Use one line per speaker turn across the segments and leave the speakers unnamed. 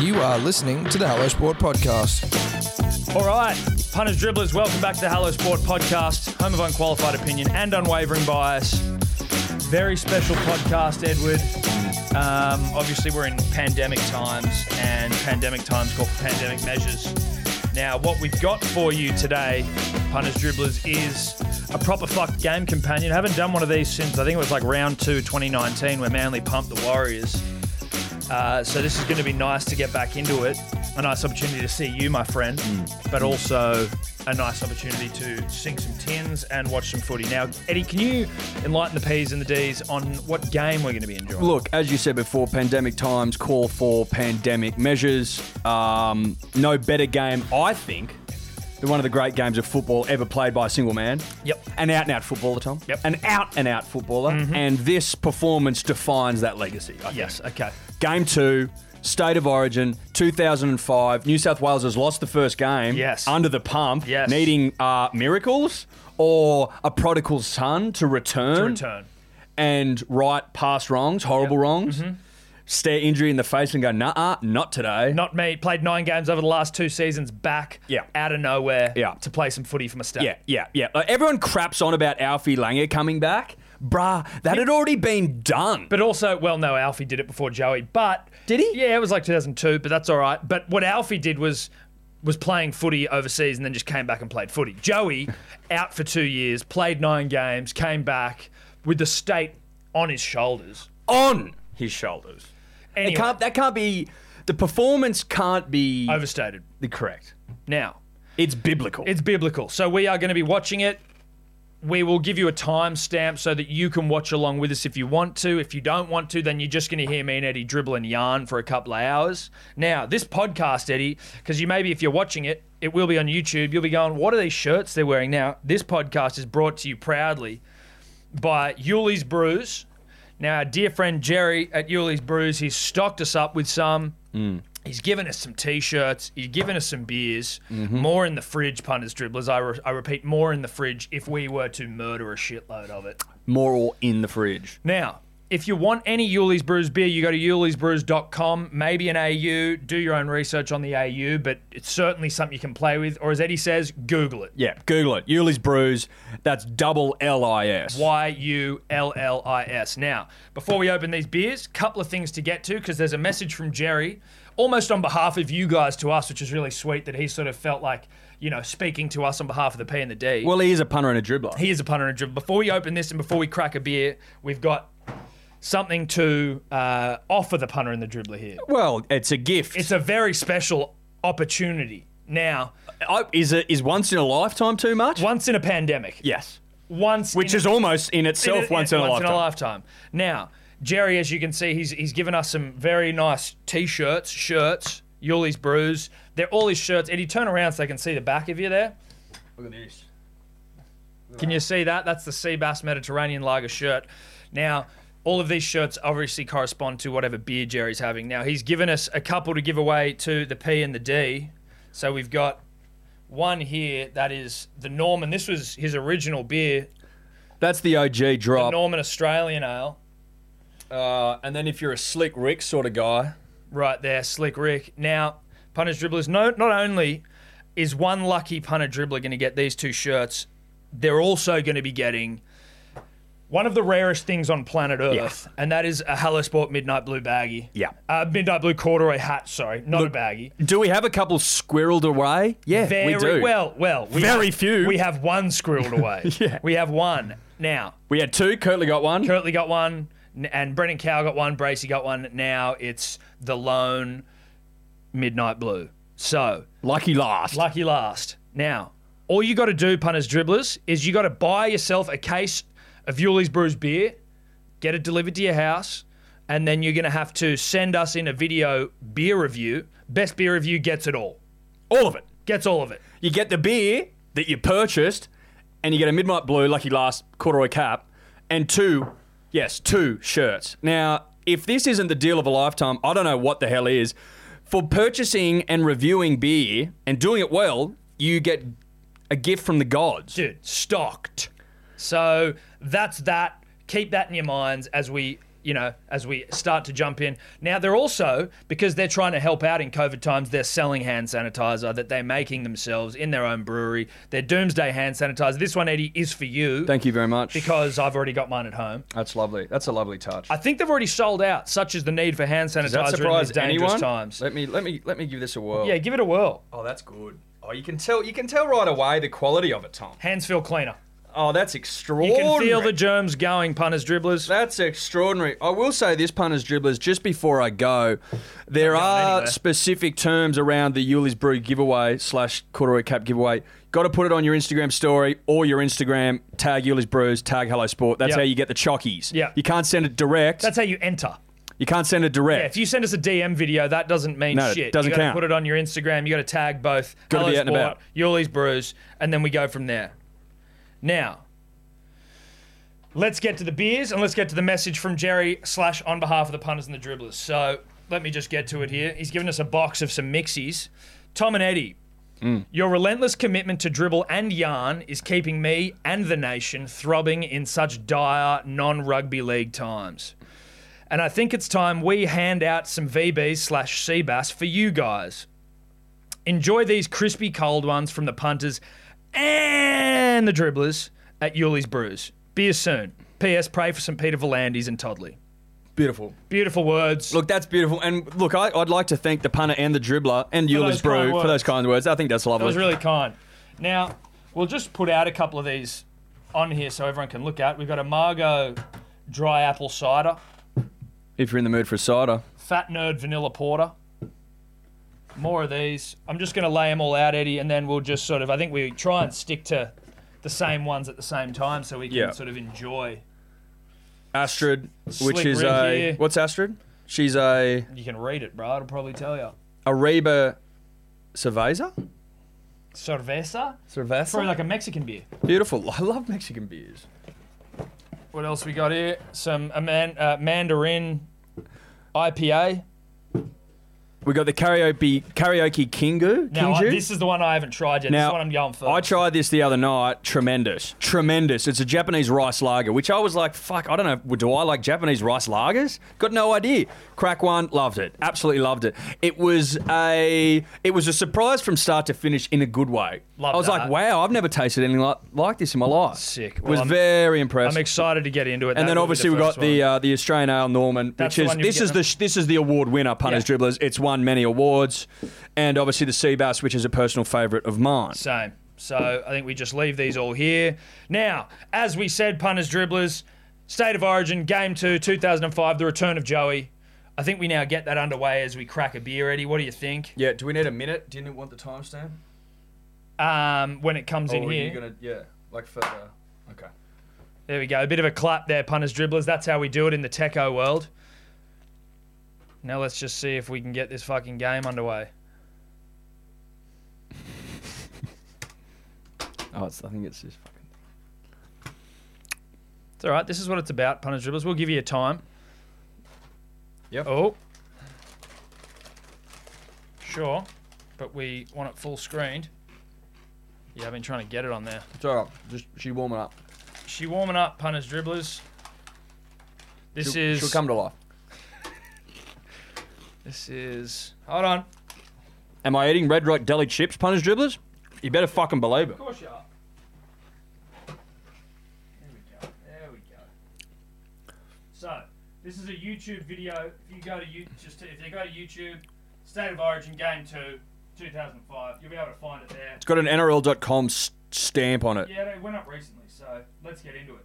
You are listening to the Hello Sport Podcast.
All right, punters, dribblers, welcome back to the Hello Sport podcast, home of unqualified opinion and unwavering bias. Very special podcast, Edward. Um, obviously, we're in pandemic times, and pandemic times call for pandemic measures. Now, what we've got for you today, punters, dribblers, is a proper fucked game companion. I haven't done one of these since I think it was like round two, 2019, where Manly pumped the Warriors. Uh, so this is going to be nice to get back into it. A nice opportunity to see you, my friend,
Mm.
but also a nice opportunity to sink some tins and watch some footy. Now, Eddie, can you enlighten the P's and the D's on what game we're going to be enjoying?
Look, as you said before, pandemic times call for pandemic measures. Um, no better game, I think, than one of the great games of football ever played by a single man.
Yep.
An out and out footballer, Tom.
Yep. Mm-hmm.
An out and out footballer. And this performance defines that legacy. I think.
Yes, okay.
Game two, State of Origin, 2005. New South Wales has lost the first game.
Yes.
Under the pump.
Yes.
Needing uh, miracles or a prodigal son to return.
To return.
And right past wrongs, horrible wrongs.
Mm-hmm.
Stare injury in the face and go, nah, not today.
Not me. Played nine games over the last two seasons back
Yeah.
out of nowhere
Yeah.
to play some footy from a step.
Yeah, yeah, yeah. Like, everyone craps on about Alfie Langer coming back. Bruh, that had already been done.
But also, well, no, Alfie did it before Joey. But
Did he?
Yeah, it was like 2002, but that's all right. But what Alfie did was was playing footy overseas and then just came back and played footy. Joey out for two years, played nine games, came back with the state on his shoulders.
on his shoulders.
Anyway.
It can't, that can't be. The performance can't be
Overstated.
correct.
Now
It's biblical.
it's biblical, so we are going to be watching it. We will give you a timestamp so that you can watch along with us if you want to. If you don't want to, then you're just going to hear me and Eddie dribble and yarn for a couple of hours. Now, this podcast, Eddie, because you maybe if you're watching it, it will be on YouTube. You'll be going, what are these shirts they're wearing now? This podcast is brought to you proudly by Yuli's Brews. Now, our dear friend Jerry at Yuli's Brews, he's stocked us up with some. He's given us some t-shirts. He's given us some beers. More in the fridge, punters, dribblers. I, re- I repeat, more in the fridge if we were to murder a shitload of it.
Moral in the fridge.
Now, if you want any Yuli's Brews beer, you go to yulisbrews.com, maybe an AU. Do your own research on the AU, but it's certainly something you can play with. Or as Eddie says, Google it.
Yeah, Google it. Yuli's Brews. That's double L I S.
Y U L L I S. Now, before we open these beers, couple of things to get to because there's a message from Jerry, almost on behalf of you guys to us, which is really sweet that he sort of felt like, you know, speaking to us on behalf of the P and the D.
Well, he is a punter and a dribbler.
he is a punter and dribbler. Before we open this and before we crack a beer, we've got something to uh, offer the punter and the dribbler here.
well, it's a gift.
It's a very special opportunity. Now,
I- is it is once in a lifetime too much?
once in a pandemic,
Yes,
once
which
in
is almost in itself
It- it-
once in a lifetime.
lifetime. Now, Jerry, as you can see, he's he's given us some very nice t-shirts, shirts, Yuli's Brews. They're all his shirts. Eddie, turn around so they can see the back of you there.
Look at this.
Can you see that? That's the Seabass Mediterranean Lager shirt. Now, all of these shirts obviously correspond to whatever beer Jerry's having. Now, he's given us a couple to give away to the P and the D. So we've got one here that is the Norman. This was his original beer,
That's the OG
the
drop.
Norman Australian Ale.
Uh, and then if you're a slick Rick sort of guy,
right there, Slick Rick. Now, punters dribblers. No, not only is one lucky punter dribbler going to get these two shirts, they're also going to be getting one of the rarest things on planet Earth,
Yes.
and that is a Hello Sport Midnight Blue baggie.
Yeah.
uh, Midnight Blue corduroy hat. Sorry, not a baggie.
do we have a couple squirreled away? Yeah,
Very
we do.
well, well, we
Very
have-
few.
We have one squirreled away.
Yeah.
we have one now.
We had two. Curtly got one.
Curtly got one, n- and Brennan Cow got one, Bracey got one. Now it's the lone Midnight Blue. So,
Lucky last.
lucky last. Now, all you got to do, punters, dribblers, is you got to buy yourself a case of Yuli's Brews beer, get it delivered to your house, and then you're going to have to send us in a video beer review. Best beer review gets it all,
All of it.
gets all of it.
You get the beer that you purchased, and you get a midnight blue lucky last corduroy cap, and two, yes, two shirts. Now, if this isn't the deal of a lifetime, I don't know what the hell is. For purchasing and reviewing beer and doing it well, you get a gift from the gods.
dude, stocked. So that's that. Keep that in your minds as we you know, as we start to jump in. Now, they're also, because they're trying to help out in COVID times, they're selling hand sanitizer that they're making themselves in their own brewery. Their doomsday hand sanitizer. This one, Eddie, is for you.
Thank you very much.
Because I've already got mine at home.
That's lovely. That's a lovely touch.
I think they've already sold out, such is the need for hand sanitizer
Does that
in
surprise
these dangerous
anyone?
times.
Let me let me let me give this a whirl.
Yeah, give it a whirl.
Oh, that's good. Oh, you can tell you can tell right away the quality of it, Tom.
Hands feel cleaner.
Oh, that's
You
extraordinary.
can feel the germs going, punters, dribblers.
That's extraordinary. I will say this, punters, dribblers, just before I go, there are
anywhere.
specific terms around the Yuli's Brew giveaway slash corduroy cap giveaway. Got to put it on your Instagram story or your Instagram, tag Yuli's Brews, tag Hello Sport. That's
Yep.
how you get the chockies.
Yeah.
You can't send it direct.
That's how you enter.
you can't send it
Yeah,
direct.
if you send us a DM video, that doesn't mean
No, it
shit.
doesn't
you gotta
count.
Put it on your Instagram. You got to tag both.
Gotta be
Hello
out and
Sport,
about.
Yuli's Brews, and then we go from there. Now, let's get to the beers and let's get to the message from Jerry slash on behalf of the punters and the dribblers. So let me just get to it here. He's given us a box of some mixies. Tom and Eddie.
Mm.
Your relentless commitment to dribble and yarn is keeping me and the nation throbbing in such dire non rugby league times. And I think it's time we hand out some VBs slash Seabass for you guys. Enjoy these crispy cold ones from the punters and the dribblers at Yuli's Brews. Beer soon. P.S. Pray for St. Peter Volandis and Toddley.
Beautiful.
Beautiful words.
Look, that's beautiful. And look, I, I'd like to thank the punter and the dribbler and
those kind
Yuli's Brew for
words.
those kind words. I think that's
That
lovely.
was really kind. Now, we'll just put out a couple of these on here so everyone can look at. We've got a Margot dry apple cider,
if you're in the mood for cider,
Fat Nerd vanilla porter. More of these. I'm just going to lay them all out, Eddie, and then we'll just sort of, I think we try and stick to the same ones at the same time so we can
Yeah.
sort of enjoy.
Astrid, which
Slick
is
rig
a.
here.
What's Astrid? She's a.
You can read it, bro. It'll probably tell you.
Ariba Cerveza?
Cerveza? Probably
Cerveza?
like a Mexican beer.
Beautiful. I love Mexican beers.
What else we got here? Some a man, uh, Mandarin IPA.
We got the karaoke karaoke Kingu.
Now, I,
Kingu?
this is the one I haven't tried yet. this is
Now,
the one I'm going for.
I tried this the other night. Tremendous. Tremendous. It's a Japanese rice lager, which I was like, fuck, I don't know. Do I like Japanese rice lagers? Got no idea. Crack one, loved it. Absolutely loved it. It was a it was a surprise from start to finish in a good way.
Love
I was
that.
like, wow, I've never tasted anything like, like this in my life.
Sick.
was
Well, I'm-
very impressed.
I'm excited to get into it.
And
That
then
will be
obviously
the
we've got
first
the
one.
uh, the Australian Ale Norman,
That's the
which is
one you've
this is
given
the this is the award winner punters
Yeah.
dribblers. It's won many awards, and obviously the Seabass, which is a personal favourite of mine.
same. So I think we just leave these all here. Now, as we said, punters, dribblers, state of origin, game two, 2005, the return of Joey. I think we now get that underway as we crack a beer, Eddie. What do you think?
Yeah. Do we need a minute? Do you want the timestamp?
Um, when it comes in here,
Oh, gonna yeah like for uh, okay.
there we go. A bit of a clap there, punters, dribblers. That's how we do it in the techo world. Now let's just see if we can get this fucking game underway.
Oh, it's, I think it's just fucking.
It's all right. This is what it's about, punters dribblers. We'll give you a time.
Yep.
Oh. Sure, but we want it full screened. Yeah, I've been trying to get it on there.
It's all right. Just she warming up.
She warming up, punters dribblers. This is
to life.
this is hold on. Of
Am I eating red rock deli chips, punters dribblers? You better fucking believe it.
course you are. There we go. There we go. So this is a YouTube video. If you go to you just to, if you go to YouTube, State of Origin Game Two, 2005, you'll be able to find it there.
It's got an NRL.com s- stamp on it.
Yeah, they went up recently, so let's get into it.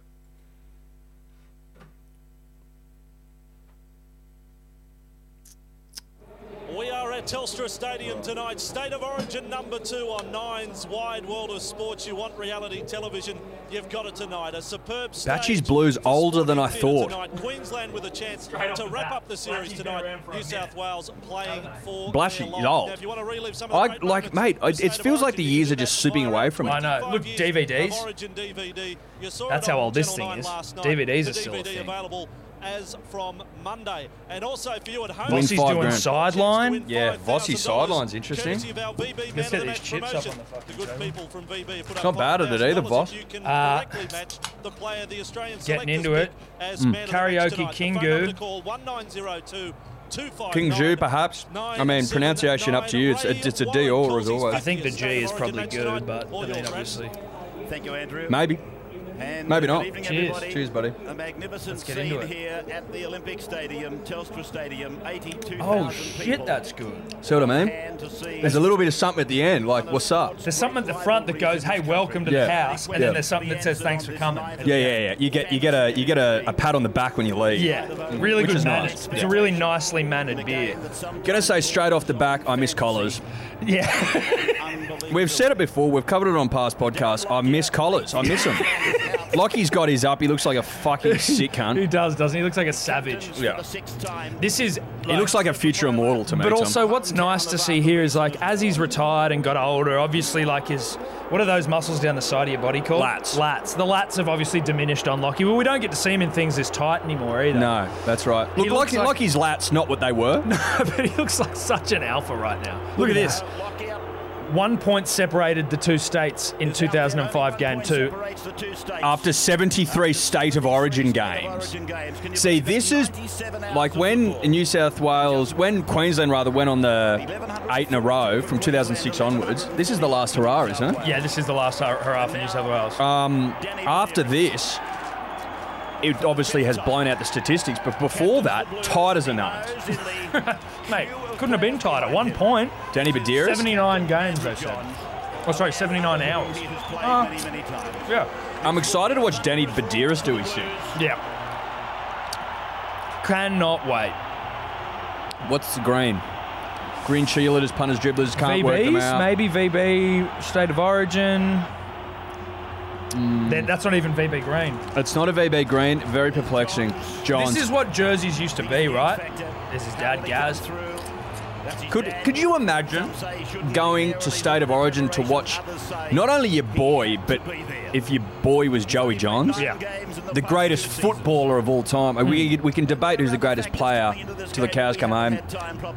We are at Telstra Stadium tonight. State of Origin number two on Nine's Wide World of Sports. You want reality television? You've got it tonight. A superb stage.
Batchy's Blues
for
older than I
sporting theatre
thought.
Tonight. Queensland with a chance
Straight off
to
the
wrap
bat,
up the series
Blashy's been
tonight.
around for a
New
minute.
South Wales playing
Haven't they?
for
Blashy
their
is
life.
old.
Now, if you want to relive some
I-
of the great
like,
moments
mate,
of
I- it
State of
feels like
Origin,
the
you
years
do
are just
that
slipping
via
away
around
from
it. I know.
25
Look,
years
DVDs.
of Origin DVD. You saw
That's
it on
how old this
Channel
thing
9
is.
last night.
DVDs
The
are still a
DVD
thing.
available as from Monday. And also for you at home,
Vossi's
chance
five
doing
grand.
to win
sideline.
Yeah, Vossi
$5,000
sideline's interesting.
courtesy of our VB
set
man of the
these
match
chips up
promotion.
on the fucking
The good
table.
people from VB put up
not bad at it either,
$5,000
boss.
if you can
Uh,
correctly match the player the Australian
getting
selectors
into it.
pick as
Hmm.
man of the match
Karaoke
tonight. The
King
phone number
Goo.
to call 1902
King Ju, perhaps. I mean, pronunciation up to you. It's- it's- it's a D or as always. I
I think the G is probably good, but I mean, obviously.
Thank you, Andrew.
Maybe.
And
Maybe
good
not.
Evening,
Cheers.
everybody.
Cheers, buddy.
A magnificent
get into
scene
it.
here at the Olympic Stadium, Telstra Stadium, 82,000
Oh shit,
people.
that's good.
See what I mean?
And to see
There's a little bit of something at the end, like what's up?
There's something at the front that goes, "Hey, welcome to the
Yeah.
house," and
Yeah.
then there's something that says, "Thanks for coming."
Yeah, yeah, yeah. You get you get a you get a, a pat on the back when you leave.
Yeah, really
Which
good.
is
manners.
nice.
It's
Yeah.
a really nicely mannered beer.
game that sometimes
Gonna say straight off the back, I miss collars.
Yeah,
unbelievable.
We've said it before. We've covered it on past podcasts. I miss collars. I miss them. Lockie's got his up. He looks like a fucking sick
he
cunt.
does, doesn't he? He Looks like a savage.
For
Yeah.
the sixth time.
This is.
He looks like a future immortal to me.
But
Tom.
also, what's nice to see here is like as he's retired and got older, obviously, like his what are those muscles down the side of your body called?
Lats.
Lats. The lats have obviously diminished on Lockie. Well, we don't get to see him in things this tight anymore either.
no, that's right. Look,
looks
Lockie,
like-
Lockie's lats not what they were.
but he looks like such an alpha right now. Look at this.
Lock out.
One point separated the two states in 2005 game two.
Separates the two states.
After 73 state of origin
State of
games.
Origin games. Can you
See,
believe
this
it?
is
97 hours
like
of
when
football.
New South Wales, when Queensland rather went on the eight in a row from 2006 onwards. This is the last hurrah, isn't it?
Yeah, this is the last hur- hurrah for New South Wales.
Uh, After this, it obviously has blown out the statistics, but before that, tight as a nut.
Those in the-
Mate, couldn't have been tighter. One point,
Danny Badiris.
79 games, they said. Oh, sorry, 79 hours.
He has played
Ah.
many, many times.
Yeah.
I'm excited to watch Danny Badiris do his thing.
Yeah. Cannot wait.
What's the green? Green shielders, punters, dribblers can't work them
VBs,
out.
maybe VB, State of Origin.
Mm.
That- That's not even VB Green.
It's not a VB green. Very perplexing. Johns.
This is what jerseys used to be, right?
uh,
This is Dad Gaz.
could could you imagine going to State of Origin to watch not only your boy, but if your boy was Joey Johns,
Yeah.
the greatest footballer of all time. We we can debate who's the greatest player till the cows come home.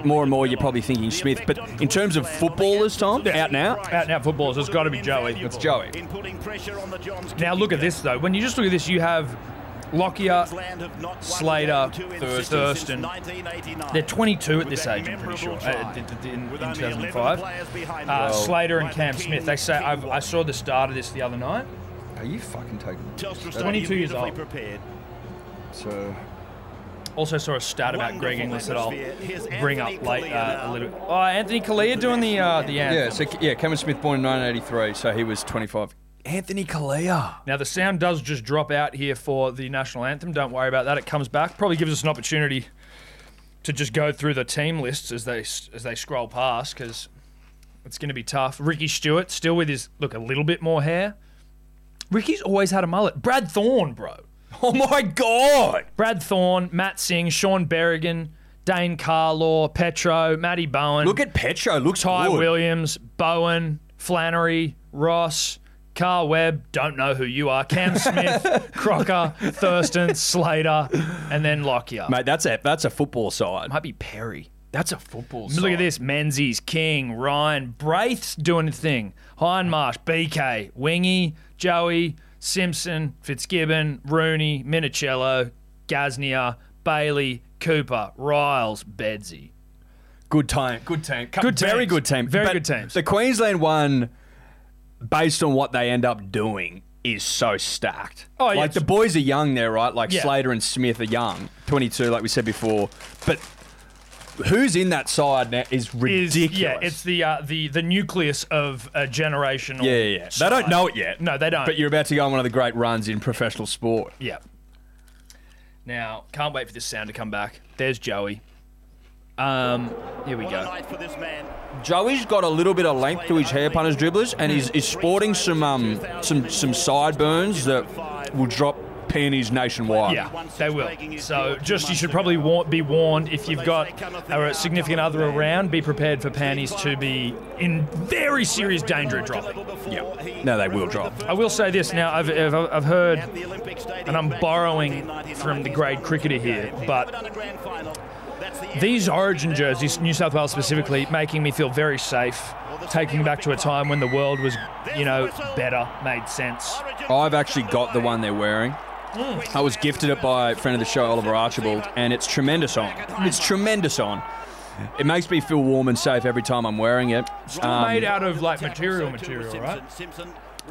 More and more, you're probably thinking Smith, but in terms of footballers, Tom, out now,
Out now footballers, it's got to be Joey.
it's Joey.
In putting pressure on the Johns.
Now look at this though. When you just look at this, you have Lockyer. Slater, Thurston. Thurston. They're 22 at this age, I'm pretty sure, uh, in, in, in 2005. Uh, Slater and Cam Smith. They say I've, I saw the start of this the other night.
Are you fucking taking?
22 years old.
So
Also saw a stat about Greg Inglis that I'll bring up late uh, a little. Oh, Anthony Kalia doing the uh, the anthem.
yeah, so yeah, Cameron Smith born in 1983, so he was 25. Anthony Kalea.
Now the sound does just drop out here for the national anthem. Don't worry about that; it comes back. Probably gives us an opportunity to just go through the team lists as they as they scroll past because it's going to be tough. Ricky Stewart still with his look a little bit more hair. Ricky's always had a mullet. Brad Thorne, bro.
Oh my god!
Brad Thorne, Matt Singh, Sean Berrigan, Dane Carlaw, Petro, Matty Bowen.
Look at Petro. Looks
Ty
good.
Williams, Bowen, Flannery, Ross, Carl Webb, don't know who you are, Cam Smith, Crocker, Thurston, Slater, and then Lockyer.
Mate, that's a that's a football side.
Might be Perry.
That's a football side.
Look at this. Menzies, King, Ryan, Braith's doing a thing. Hindmarsh, BK, Wingy, Joey, Simpson, Fitzgibbon, Rooney, Minicello, Gaznia, Bailey, Cooper, Riles, Bedsy.
Good time. Good team.
Good
Very
teams.
good team.
Very good teams.
The Queensland one, based on what they end up doing, is so stacked.
Oh, yeah,
Like
it's-
the boys are young there, right? Like
Yeah.
Slater and Smith are young. 22, like we said before. But who's in that side now is
is-
ridiculous.
yeah, it's the uh, the the nucleus of a generational.
yeah, yeah, yeah. They
side.
don't know it yet.
No, they don't.
But you're about to go on one of the great runs in professional sport.
yeah. Now can't wait for this sound to come back. There's Joey. Um, here we go.
Joey's got a little bit of length to his hair punters dribblers, and he's, he's sporting some um some some sideburns that will drop peonage nationwide.
Yeah, they will. So just you should probably wa- be warned if you've got a significant other around, be prepared for panties to be in very serious danger of dropping.
Yeah.
No, they will drop.
I will say this now, I've, I've, I've heard,
and
and I'm borrowing from the great cricketer here, but these Origin jerseys, New South Wales specifically, making me feel very safe, taking me back to a time when the world was, you know, better, made sense.
I've actually got the one they're wearing. I was gifted it by a friend of the show, Oliver Archibald, and it's tremendous on. It's tremendous on. It makes me feel warm and safe every time I'm wearing it.
Still made out of like material, material, right?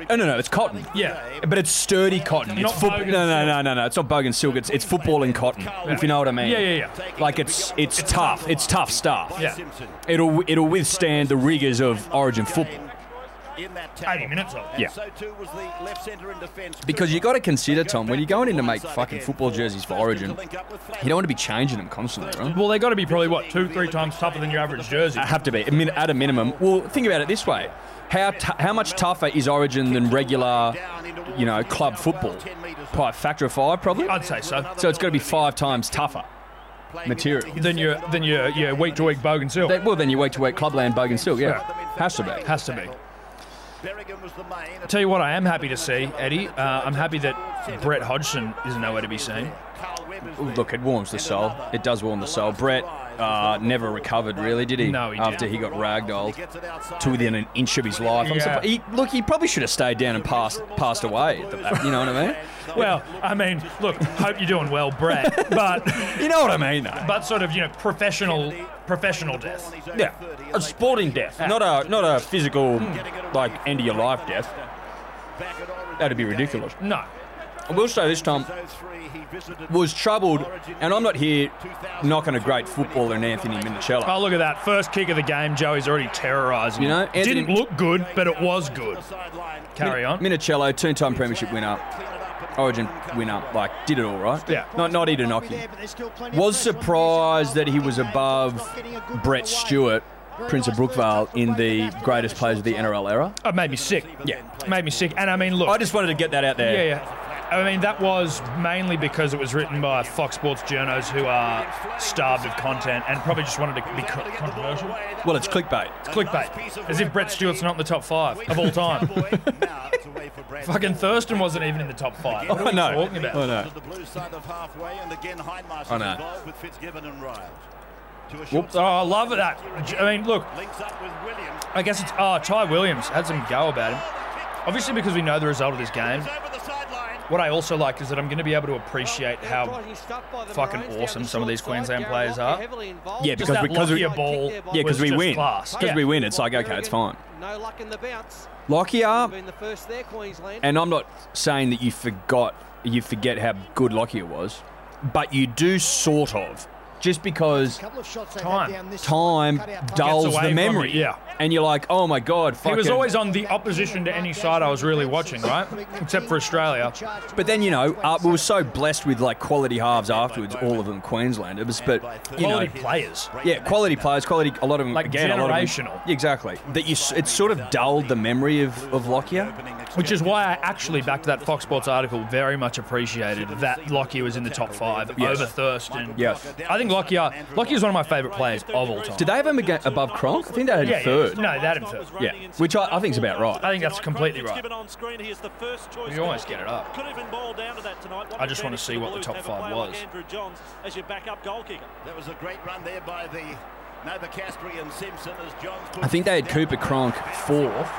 Oh no, no, it's cotton.
Yeah.
But it's sturdy cotton. It's
Not
foot-
bogan
no, no,
silk.
no, no, no. It's not bogan silk. It's it's footballing cotton. If you know what I mean.
Yeah, yeah, yeah.
Like it's it's, tough. It's tough stuff.
Yeah.
It'll it'll withstand the rigors of Origin football.
In that
80 minutes of it.
Yeah.
Yeah. So too was the left centre in defence.
Because you got to consider, Tom, when you're going in to make fucking football jerseys for Origin, you don't want to be changing them constantly, right?
Well, they got to be probably what two, three times tougher than your average jersey.
I have to be I mean, at a minimum. Well, think about it this way: how t- how much tougher is Origin than regular, you know, club football? By a factor of five, probably.
I'd say so.
So it's got to be five times tougher material.
Than your than your yeah week to week bogan silk.
They, well, then you wait to wait clubland bug and silk. Yeah, has to be.
Has to be.
Berrigan was the main.
Tell you what, I am happy to see Eddie. Uh, I'm happy that Brett Hodgson is nowhere to be seen.
Carl Weber's
Ooh, Look, it warms the soul. It does warm the soul. Brett uh, never recovered, really, did he?
No, he
After
didn't.
he got ragdolled to within an inch of his life. I'm
Yeah.
surpri- he, look, he probably should have stayed down and passed passed away. at the back, You know what I mean?
Well, I mean, look, hope you're doing well, Brett. But
You know what I mean, though.
but sort of you know professional professional death.
Yeah, a sporting death, not a not a physical like end of your life death. That'd be ridiculous.
No,
I will say this, Tom was troubled, and I'm not here knocking a great footballer in Anthony Minicello.
Oh, look at that. First kick of the game, Joey's already terrorising.
You know,
it.
Anthony-
Didn't look good, but it was good. Carry on.
Minicello, two-time premiership winner, Origin winner, like did it all right.
Yeah.
Not not Enoki. Was surprised that he was above Brett Stewart, Prince of Brookvale, in the greatest players of the NRL era.
Oh, It made me sick.
Yeah.
Made me sick. And I mean, look.
I just wanted to get that out there.
yeah, yeah. I mean, that was mainly because it was written by Fox Sports journos who are starved of content and probably just wanted to be co- controversial.
Well, it's clickbait.
Clickbait. As if Brett Stewart's not in the top five of all time. Fucking Thurston wasn't even in the top five. What are we
no.
talking about?
Oh, no.
To the blue side of halfway, and again Hindmarsh
I
is
know.
involved with Fitzgibbon and Ryan. To a short
Whoops.
Oh, I love that. I mean, look,
links up with Williams.
I guess it's. Oh, Ty Williams had some go about him. Obviously, because we know the result of this game,
Over the sideline.
What I also like is that I'm going to be able to appreciate how fucking awesome some of these Queensland players are.
Yeah,
just
because-
that
because we-
Lockyer ball.
Yeah,
was
because we
just
win.
class.
Because
Yeah.
we win, it's like okay, it's fine.
No luck in the bounce.
Lockyer,
Um,
Been the first there, Queensland.
and I'm not saying that you forgot, you forget how good Lockyer was, but you do sort of, just because
couple of shots they
Time.
had down this
time
cut out by-
Gets
dulls
away
the
from
memory.
it, yeah.
and you're like, oh my god,
He
fucking.
was always on the opposition to any side I was really watching, right? Except for Australia.
But then you know, uh, we were so blessed with like quality halves afterwards, all of them Queenslanders, but you know.
Quality players.
Yeah, quality players, quality. A lot of them,
Like
again, a lot of them-
generational.
exactly. That you, s- it sort of dulled the memory of of Lockyer.
Which is why I actually, back to that Fox Sports article, very much appreciated that Lockyer was in the top five
Yes.
over Thurston.
Yes.
I think Lockyer, Lockyer one of my favourite players of all time.
Did they have him aga- above Cronk? I think they had him
Yeah, yeah.
third.
No, that and third.
Yeah, which I- I think's about right.
I think that's completely right.
We
You almost get it up.
Could even ball down to that tonight. What
I just wanna
advantage
see
do
what the
Blues
top
have a
five
player like
was.
Andrew Johns as your backup goal kicker.
That was a great run there by the Novakastri and Simpson as Johns.
I think they had Cooper Cronk fourth.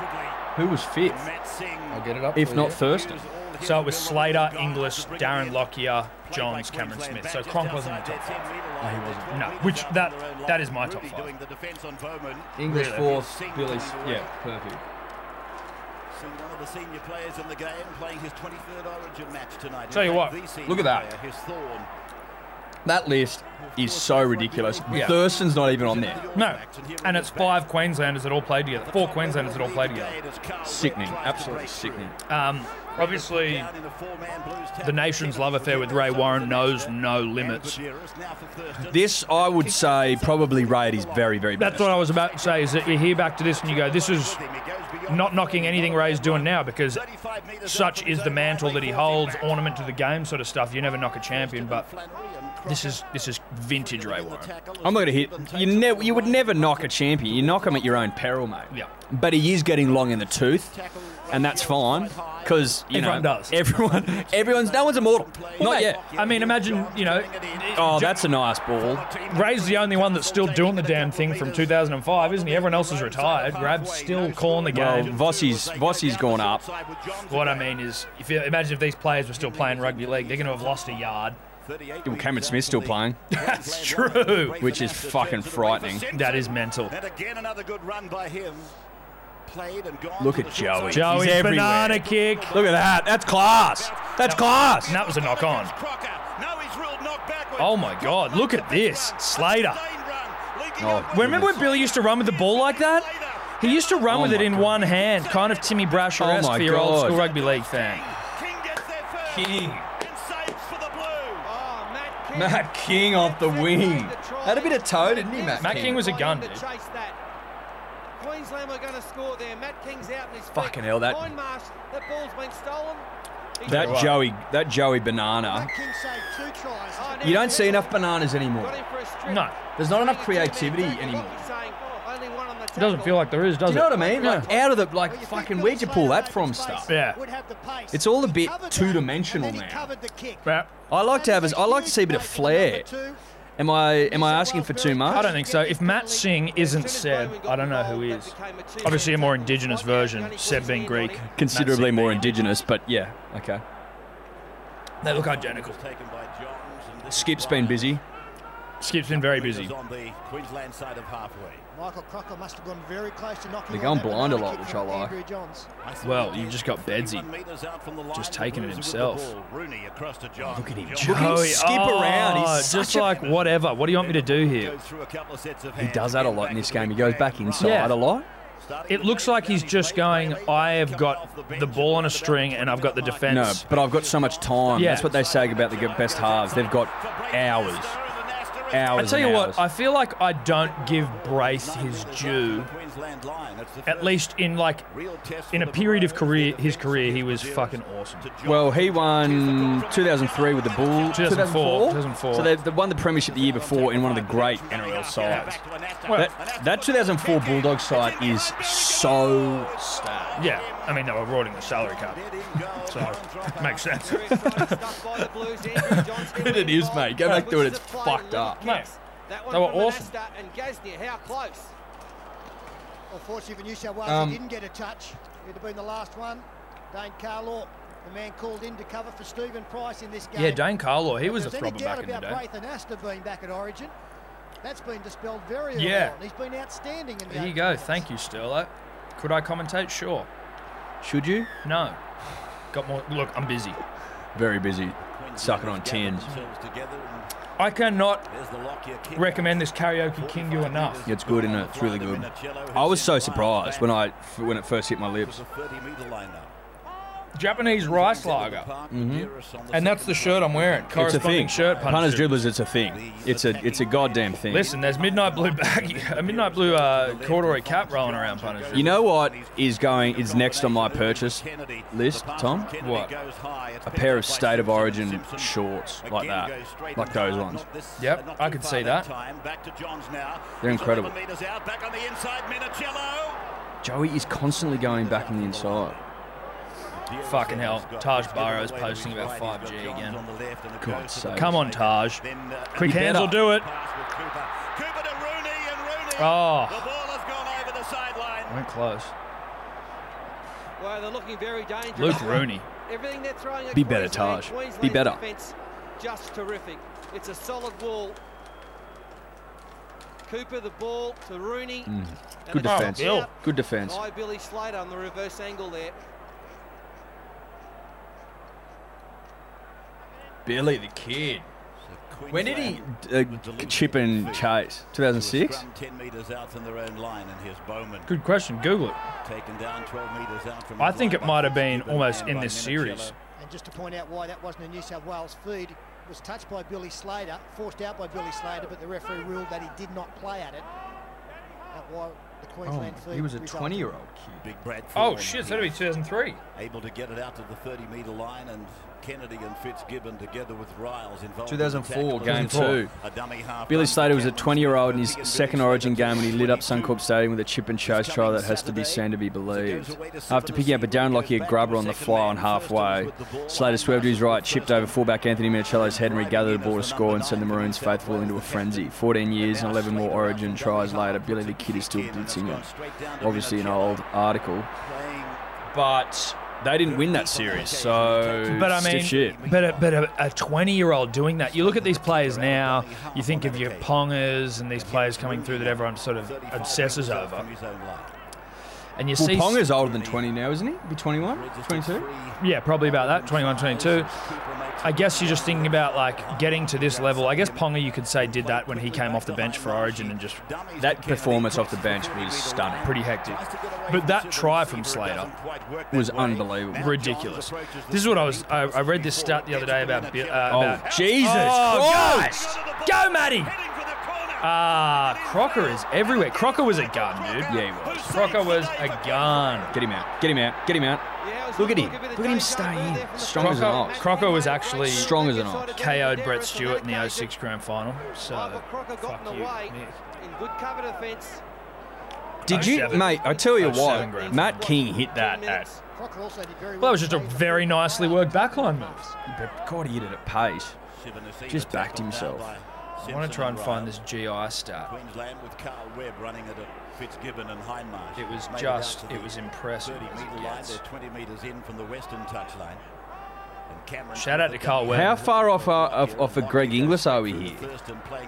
Who was fifth?
Matt Singh.
I'll get it up.
If
for
not
you.
Thurston.
So it was Slater, English, Darren Lockyer, Johns, Cameron Smith. So Cronk wasn't in the top five.
he wasn't.
No, which- that- that is my top five.
Doing the defence on Bowman.
English
Really?
fourth, Billy's.
Yeah, perfect.
Singh, one of the senior players in the game, playing his 23rd Origin match tonight. In
Tell you
fact,
what,
the senior
look at that.
player, his Thorn,
That list is so ridiculous. Thurston's not even on there.
No. And it's five Queenslanders that all played together. Four Queenslanders that all played together.
Sickening, absolutely sickening.
Um, obviously,
Down in the four-man Blues tackle.
the nation's love affair with Ray Warren knows no limits.
Gutierrez, now for Thurston.
This, I would say, probably Ray at his very, very best.
That's what I was about to say. Is that you hear back to this and you go, "This is
He goes beyond
not knocking anything Ray's doing now because
35 metres out
such
from
is the
zone,
mantle that he
Riley
holds,
back.
ornament to the game sort of stuff. You never knock a champion, but
Flannery and
this
Crocker
is this is vintage Ray
in the
Warren.
tackle as
I'm going to hit.
Stephen
You
takes
never,
on
you would
the
never knock a champion. You knock him at your own peril, mate.
Yeah.
But he is getting long in the tooth, and that's fine because you
Everyone
know
does.
everyone, everyone's no one's immortal. Not
Mate,
yet.
I mean, imagine you know.
Oh,
Ju-
that's a nice ball.
Ray's the only one that's still doing the damn thing from 2005, isn't he? Everyone else is retired. Rab's still calling the
Well,
game.
Vossi's Vossi's gone up.
What I mean is, if you imagine if these players were still playing rugby league, they're going to have lost a yard.
Well, Cameron Smith's still playing.
That's true.
Which is fucking frightening.
That is mental.
And again, another good run by him. Played and gone.
Look
to
at
the
Joey.
short side.
Joey's
everywhere.
banana kick.
Look at that. That's class. That's class.
And that was a knock on.
Crocker. No, he's ruled knock backwards.
Oh my God! Look at this, Slater.
Oh,
Remember when Bill used to run with the ball like that? He used to run
Oh
with it
my
in
God.
one hand, kind of Timmy Brasher-esque
Oh my
for your old
God.
school rugby league fan.
King gets there first.
King.
And saves for the Blues.
Oh, Matt King.
Matt King off the wing.
Had a bit of toe, didn't he, Matt?
Matt King was a gun,
To
dude.
chase that. Queensland were going to score there. Matt King's out in his feet.
Fucking hell, that-
Line marsh, that ball's been stolen. He's
That
got-
Joey, that Joey banana.
King saved two tries.
Oh, now
You don't
he's
see enough bananas anymore.
got him for a strip.
No.
There's not enough
Bringing it to
creativity
Matthew
anymore.
Hockey saying, "Oh, only one on the
It doesn't
tackle."
feel like there is, does
Do you know
it?
what I mean? Like out of the like fucking where'd you pull that from stuff?
Yeah.
It's all a bit two-dimensional now.
Yeah.
I like to have as I like to see a bit of flair. Am I am I asking for too much?
I don't think so. If Matt Singh isn't Seb, I don't know who is. Obviously, a more indigenous version, Seb being Greek.
Considerably more indigenous, but yeah, okay.
They look identical.
Taken by Johns and this
Skip's
is
been
Ryan,
busy.
Skip's been very
who
busy.
is On the Queensland side of halfway.
Michael Crocker must have gone very close to knocking.
They're
on
going
that
blind a
banana
lot,
kick
which
from
I like.
Andrew Johns.
Well, you've just got Bedsy.
31 metres out from the line,
Just
the
taking it
Blues with the
himself.
ball. Rooney across to Johns.
Look at him.
Johns
Look at him skip around. He's
Oh,
such
just
a-
like whatever. What do you want me to do here?
goes through a couple of sets of
He
hands.
does that a lot in this game. He goes back inside
Yeah.
a lot.
Starting
It
to
looks
make
like he's
down,
just
played
going,
very well.
I have
Coming off the
got
bench
the ball on a
around the
string
back
and I've got the
mark.
defense.
No, but I've got so much time.
Yeah.
That's what they say about the g- best halves. They've got hours,
I
hours.
tell you
and
what,
hours.
I feel like I don't give Braith his due. At least in like in a period of career, his career, he was fucking awesome.
Well, he won 2003 with the Bulls.
2004, 2004.
So they, they won the premiership the year before in one of the great NRL sides. That, that 2004 Bulldogs side is so stacked.
Yeah, I mean they were rorting the salary cap, so makes sense.
Very exciting stuff by the Blues. Andrew Johnston
It is,
leading
mate.
by
Go back to it. It's
the play,
fucked up.
Liverpool kicks. That one
They were
from
awesome.
Anasta And Gasnier, how close?
Unfortunately for New South Wales,
Um,
he didn't get a touch. He'd have been the last one. Dane Carlaw, the man called in to cover for Stephen Price in this game.
Yeah, Dane Carlaw, he
If
was a
there's any
throbber
doubt
back in the
about
day.
Braith and Astor being back at Origin. That's been dispelled very early
Yeah.
on. He's been outstanding in
There
the
you
opening
go.
minutes.
Thank you, Sterlo. Could I commentate? Sure.
Should you?
No. Got more. Look, I'm busy.
Very busy, sucking on tins.
I cannot recommend this karaoke Kingu
Kingu
enough.
It's good, isn't it? It's really good. I was so surprised when I when it first hit my lips.
Japanese rice lager,
Mm-hmm.
and that's the shirt I'm wearing.
It's a
Corresponding
thing.
shirt
Punters
punters.
dribblers. It's a thing. It's a it's a goddamn thing.
Listen, there's midnight blue bag, a midnight blue uh, corduroy cap rolling around punters.
You know what is going is next on my purchase list, Tom?
What?
A
A pair of state of origin shorts like that, like those ones.
Yep, I could see that.
They're incredible.
Back on the inside, Minicello.
Joey is constantly going back on the inside.
Fucking hell, Taj Barrow's posting about 5G again.
God's sake.
Come on, Taj. Quick
You
hands will
better.
do it.
uh, Cooper to Rooney and Rooney.
Oh.
The ball has gone over the sideline.
Went close.
Well, they're looking very dangerous.
Luke Rooney.
Everything they're throwing at
Be better,
Queensland,
Taj. Be
Queensland's
better.
Defense, just terrific. It's a solid wall. Cooper the ball to Rooney. And
Good
it comes
defence.
out
Good defence.
By Billy Slater on the reverse angle there.
Billy the Kid. When did he uh, chip and chase?
To a
2006.
scrum 10 metres out from their own line, and here's Bowman
Good question. Google it.
taken down 12 metres out from
I
his
think
line
it
by
might have been
Stephen
almost
and
in
by
this
Minicello.
series.
And just to point out why that wasn't a New South Wales feed, it was touched by Billy Slater, forced out by Billy Slater, but the referee ruled that he did not play at it. That why the
Oh,
Queensland
he was a
resulted.
20 year old kid.
Big Bradford.
Oh shit, it's gotta be 2003.
Able to get it out to the 30 metre line and Kennedy and Fitzgibbon together with Riles involved.
2004,
in the
game
tackle.
two.
A dummy half
Billy
run.
Slater was a
Cameron
20 year old in his
Kennedy and
second
Billy
origin
Slater,
game when he lit up
22.
Suncorp Stadium with a chip and chase
This
try
coming
that has to be
Saturday,
seen to be
goes
believed.
away to Sivan
After picking up a
Seaman,
Darren
goes
Lockyer
back to
grabber
the
on the
second
fly
man.
on
First
halfway,
with the ball.
Slater swerved to his right, chipped over fullback Anthony Minicello's head, and regathered the ball to score and sent the Maroons faithful into a frenzy. 14 years and 11 more origin tries later, Billy the Kid is still blitzing it. Obviously, an old article.
Playing
But they didn't win that series, so
But I mean,
stiff shit.
but a, but a, a 20 year old doing that. You look at these players now. You think of your pongers and these players coming through that everyone sort of
35
obsesses
metres out
over,
from his own line.
and you
Well,
see.
Ponga's older than 20 now, isn't he? Be 21,
Bridges to
22.
three.
Yeah, probably about that, 21, 22.
Keeper makes
I guess you're just thinking about like getting to this level. I guess Ponga, you could say, did that when he came off the bench for Origin and just.
dummies to
That
Kennedy.
performance off the bench was stunning.
Pretty hectic.
Tries to get away
But that
Sivan.
try from
Receiver
Slater
doesn't quite work that
was
way.
unbelievable.
Now
ridiculous.
Giles approaches the
This is what I was. I, I
16,
read this stat the other day about. Bi- Uh,
Oh,
about
Jesus
Oh,
Christ!
guys! Go, Matty!
Heading for the corner.
Ah, Crocker is everywhere. Crocker was a gun, dude.
Yeah, he was.
Crocker was a gun.
Get him out. Get him out. Get him out.
Look at him. Look at him staying.
Strong as an ox.
Crocker was actually-
strong as an ox.
KO'd Brett Stewart in
oh
the 06 grand final. So,
Michael Crocker got
Uh, fuck
in the
you,
way.
Nick.
In good cover defence.
Did you,
07.
mate? I tell you
07
what,
Uh, grand
Matt King hit that
10
at.
minutes.
Crocker also did very well.
Well, that was just a very nicely worked backline move.
But God, he hit it at pace.
Sivan Receiver
Just backed
tackled down
himself.
by
I
Simpson
want to try and find
Riles.
this GI stat.
Queensland with Carl Webb running it at Fitzgibbon and Hindmarsh.
It was
Made out
just,
to the
it was impressive.
30
as it
metre line,
gets.
they're 20 metres in from the western touchline. And Cameron
Shout out to Carl Webb.
How far off are, of, off of Greg Inglis are we here?